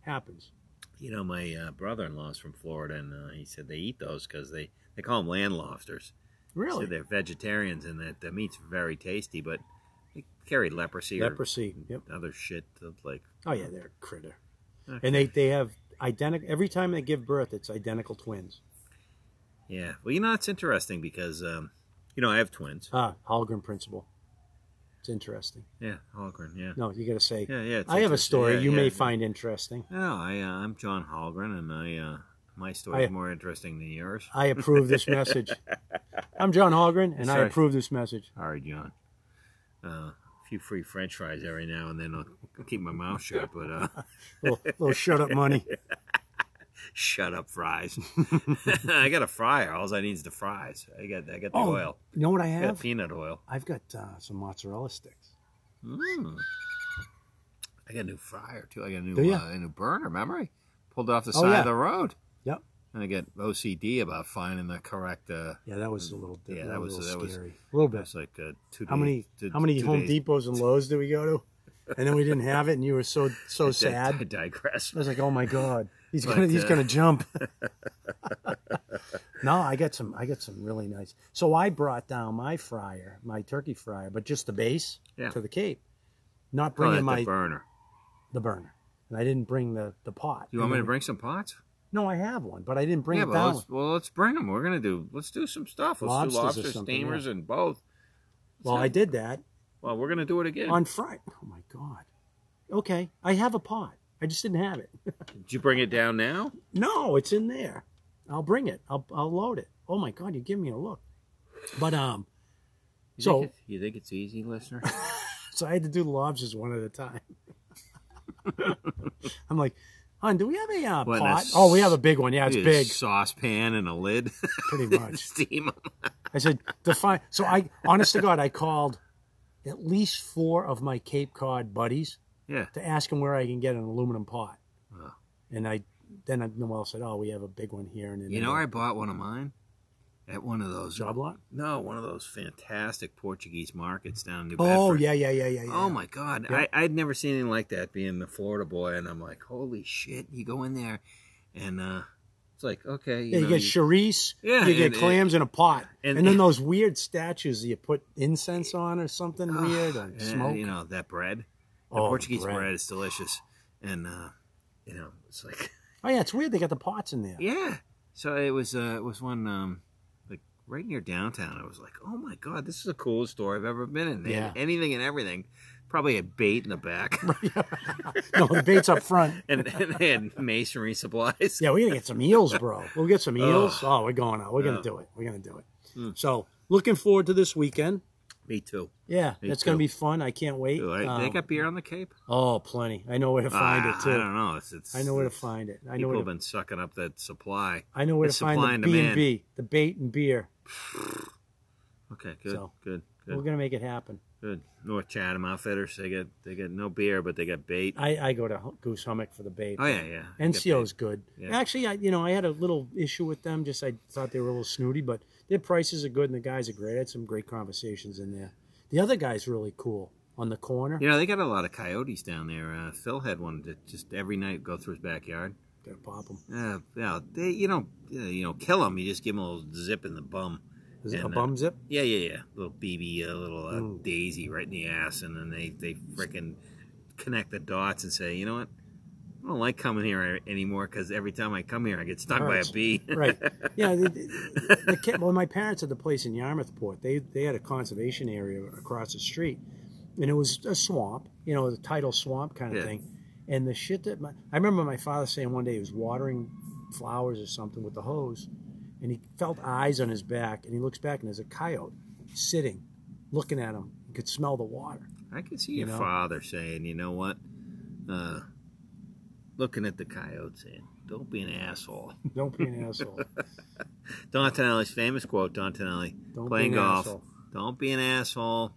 A: Happens.
B: You know, my uh, brother-in-law's from Florida, and uh, he said they eat those because they they call them land lobsters.
A: Really?
B: So they're vegetarians, and that the meat's very tasty, but they carry leprosy,
A: Leprosy. Yep.
B: or other shit that, like.
A: Oh yeah, they're a critter. And they they have identical. Every time they give birth, it's identical twins.
B: Yeah. Well, you know, it's interesting because, um, you know, I have twins.
A: Ah, Holgren principle. It's interesting.
B: Yeah, Holgren. Yeah.
A: No, you got to say.
B: Yeah, yeah. it's
A: I have a
B: interesting.
A: story
B: Yeah,
A: you
B: yeah,
A: may
B: yeah.
A: find interesting.
B: No, I, uh, I'm John Holgren, and I uh, my story
A: I-
B: is more interesting than yours.
A: I approve this
B: [LAUGHS]
A: message. I'm John Holgren, and I
B: Sorry.
A: approve this message.
B: All right, John. Uh, a few free French fries every now and then. I'll keep my mouth shut, but uh,
A: Little, little shut up
B: [LAUGHS]
A: money.
B: shut up, fries. [LAUGHS] I got a fryer. All I need is the fries. I got I got the
A: Oh,
B: oil.
A: You know what I
B: I got
A: have?
B: peanut oil.
A: I've got uh, some mozzarella sticks.
B: Mm. I got a new fryer too. I got a
A: Do
B: new
A: ya?
B: uh, a new burner. Remember, I pulled off the
A: Oh,
B: side
A: yeah.
B: of the road.
A: Yep.
B: And I get OCD about finding the correct. Uh,
A: Yeah, that was a little.
B: Yeah,
A: that,
B: that
A: was
B: was-
A: a
B: that
A: little
B: was-
A: scary. a little bit.
B: that's like uh, two.
A: How many?
B: days-
A: How many
B: two
A: Home
B: days.
A: Depots and Lows did we go to? And then we didn't have it, and you were so so sad.
B: [LAUGHS] I digress.
A: I was like, "Oh my god, he's
B: But,
A: gonna he's
B: uh,
A: gonna
B: [LAUGHS]
A: jump." no, I got some I got some really nice. So I brought down my fryer, my turkey fryer, but just the base
B: Yeah.
A: to the Cape, not
B: Oh,
A: bringing
B: that's
A: my
B: the
A: the,
B: burner.
A: burner, and I didn't bring the the pot.
B: You want me to bring some pots?
A: No, I have one, but I didn't bring
B: yeah,
A: it
B: but
A: down.
B: let's, well, let's bring them. We're gonna do. Let's do some stuff. Let's
A: Lobsters or
B: do lobster
A: something,
B: steamers and both.
A: Well, I did that
B: Well, we're gonna do it again.
A: on Friday. Oh my god. Okay, I have a pot. I just didn't have it.
B: Did you bring it down now?
A: No, it's in there. I'll bring it. I'll I'll load it. Oh my god, you give me a look. But um,
B: You
A: So-
B: think it- you think it's easy, listener?
A: So I had to do the lobsters one at a time. [LAUGHS] I'm like, hon, do we have a uh,
B: What, and
A: pot?
B: that's-
A: Oh, we have a big one. Yeah, it's
B: You
A: big,
B: saucepan and a lid.
A: [LAUGHS]
B: [LAUGHS]
A: pretty much.
B: Steam 'em.
A: I said, define. So I, honest to God, I called at least four of my Cape Cod buddies
B: Yeah.
A: to ask them where I can get an aluminum pot.
B: Wow.
A: And I, then I, Noel said, oh, we have a big one here. And then
B: You know,
A: a
B: I bought one of mine at one of
A: [LAUGHS]
B: those.
A: job lot.
B: No, one of those fantastic Portuguese markets down in New Bedford.
A: Oh yeah, yeah, yeah, yeah, yeah.
B: Oh my God!
A: Yeah.
B: I, I'd never seen anything like that. Being a Florida boy, and I'm like, holy shit! You go in there, and uh, it's like, okay, you
A: Yeah, you,
B: know,
A: get
B: you-
A: charisse,
B: Yeah,
A: you get
B: and- and-
A: clams in a pot, and,
B: and- [LAUGHS]
A: then those weird statues that you put incense on or something weird, or
B: and,
A: smoke.
B: Ah, You know that bread. The
A: Oh, the
B: Portuguese
A: bread.
B: bread. is delicious, and uh, you know it's like
A: Oh yeah, it's weird. They got the pots in there.
B: yeah. So it was uh, it was one um, like right near downtown. I was like, oh my god, this is the coolest store I've ever been in. They had
A: Yeah.
B: anything and everything. Probably a bait in
A: [LAUGHS]
B: the back,
A: [LAUGHS] no, the bait's up front.
B: and, and they had masonry supplies.
A: Yeah, we're gonna get some eels, bro. We'll get some eels.
B: Ugh.
A: Oh, we're going out. We're gonna
B: Yeah.
A: do it. We're gonna do it.
B: Mm.
A: So looking forward to this weekend.
B: Me too.
A: Yeah,
B: Me
A: it's gonna
B: too.
A: be fun. I can't wait.
B: Ooh, I- they
A: Um,
B: got beer on the Cape.
A: oh, plenty. I know where to find
B: Ah,
A: it too.
B: I
A: I,
B: don't know. It's, it's
A: know where to find it. I know
B: People
A: where
B: have
A: to,
B: been sucking up that supply.
A: I know where to
B: it's
A: find
B: supply
A: the
B: and
A: B and
B: demand.
A: B, the bait and beer.
B: Okay, good,
A: So,
B: good, good,
A: We're gonna make it happen.
B: good. North Chatham Outfitters. They got they got no beer, but they got bait.
A: I, I go to Hu- Goose Hummock for the bait.
B: Oh yeah, yeah. They got bait.
A: NCO's good.
B: Yeah.
A: Actually, I you know I had a little issue with them. Just I thought they were a little snooty, but their prices are good and the guys are great. I had some great conversations in there. The other guy's really cool on the corner.
B: [LAUGHS] You know, they got a lot of coyotes down there. Uh, Phil had one that just every night go through his backyard.
A: Gotta pop him.
B: Uh, yeah, they, you don't uh, you know kill them. You just give them a little zip in the bum.
A: Is it a
B: And, uh,
A: bum zip?
B: Yeah, yeah, yeah. Little BB, a little uh,
A: Ooh.
B: daisy right in the ass, and then they they freaking connect the dots and say, you know what? I don't like coming here anymore because every time I come here, I get stung by a
A: Hurts.
B: bee. [LAUGHS]
A: right. Yeah. The, the, the kid, well, my parents had the place in Yarmouthport. They they had a conservation area across the street, and it was a swamp. You know, the tidal swamp kind of
B: Yeah.
A: thing. And the shit that my, I remember my father saying one day he was watering flowers or something with the hose, and he felt eyes on his back, and he looks back and there's a coyote sitting, looking at him. He could smell the water.
B: I could see
A: You
B: your
A: know?
B: father saying, you know what? Uh, looking at the coyotes and don't be an asshole. [LAUGHS]
A: Don't be an asshole.
B: Don Tonelli's famous quote, Don Tonelli,
A: Don't
B: playing
A: be an
B: golf.
A: asshole.
B: Don't be an asshole.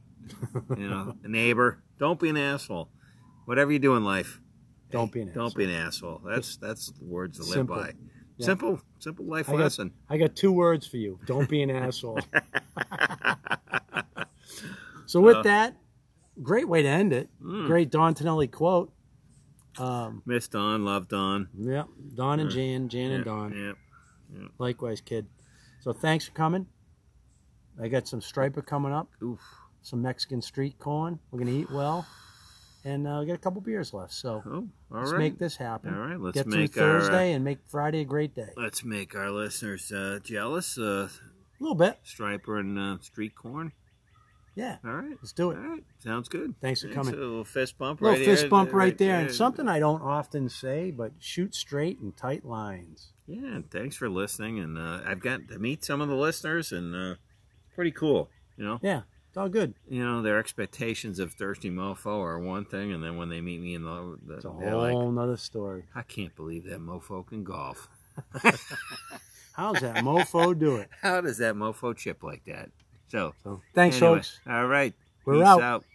B: you know, a neighbor. Don't be an asshole. Whatever you do in life,
A: Don't be an
B: Don't
A: asshole.
B: be an asshole. That's that's words to live
A: Simple.
B: by.
A: Yeah.
B: Simple, simple life
A: I got,
B: lesson.
A: [LAUGHS] I got two words for you. Don't be an [LAUGHS] asshole. so with
B: Uh.
A: that, great way to end it. Great Don Tonelli quote. Um,
B: Hmm. Miss Don, love Don.
A: yeah, Don and Jan, Jan and
B: Hmm. Yeah,
A: Don.
B: yeah.
A: Likewise, kid. So thanks for coming. I got some striper coming up,
B: Oof.
A: some Mexican street corn. We're gonna eat well, and uh, we got a couple beers left. So
B: Oh, all
A: let's
B: right.
A: make this happen.
B: All right, let's
A: Get
B: make
A: through
B: our, uh,
A: Thursday and make Friday a great day. A
B: Let's make our listeners uh, jealous. Uh,
A: little bit,
B: Striper and uh, Street Corn.
A: yeah.
B: All right.
A: Let's do
B: All
A: it.
B: right. Sounds good.
A: Thanks for
B: A
A: coming.
B: little fist bump
A: little
B: uh, right
A: fist
B: here,
A: bump right there, and
B: there.
A: something I don't often say, but shoot straight and tight lines.
B: Yeah, and thanks for listening. And uh, I've got to meet some of the listeners, and uh, it's pretty cool. You know,
A: Yeah, it's all good.
B: you know their expectations of thirsty mofo are one thing, and then when they meet me in the, the
A: It's a
B: they're
A: whole
B: like,
A: nother story.
B: I can't believe that mofo can golf.
A: How's that mofo do it?
B: How does that mofo chip like that? So,
A: So thanks,
B: anyway,
A: folks.
B: All right,
A: We're
B: peace
A: out.
B: out.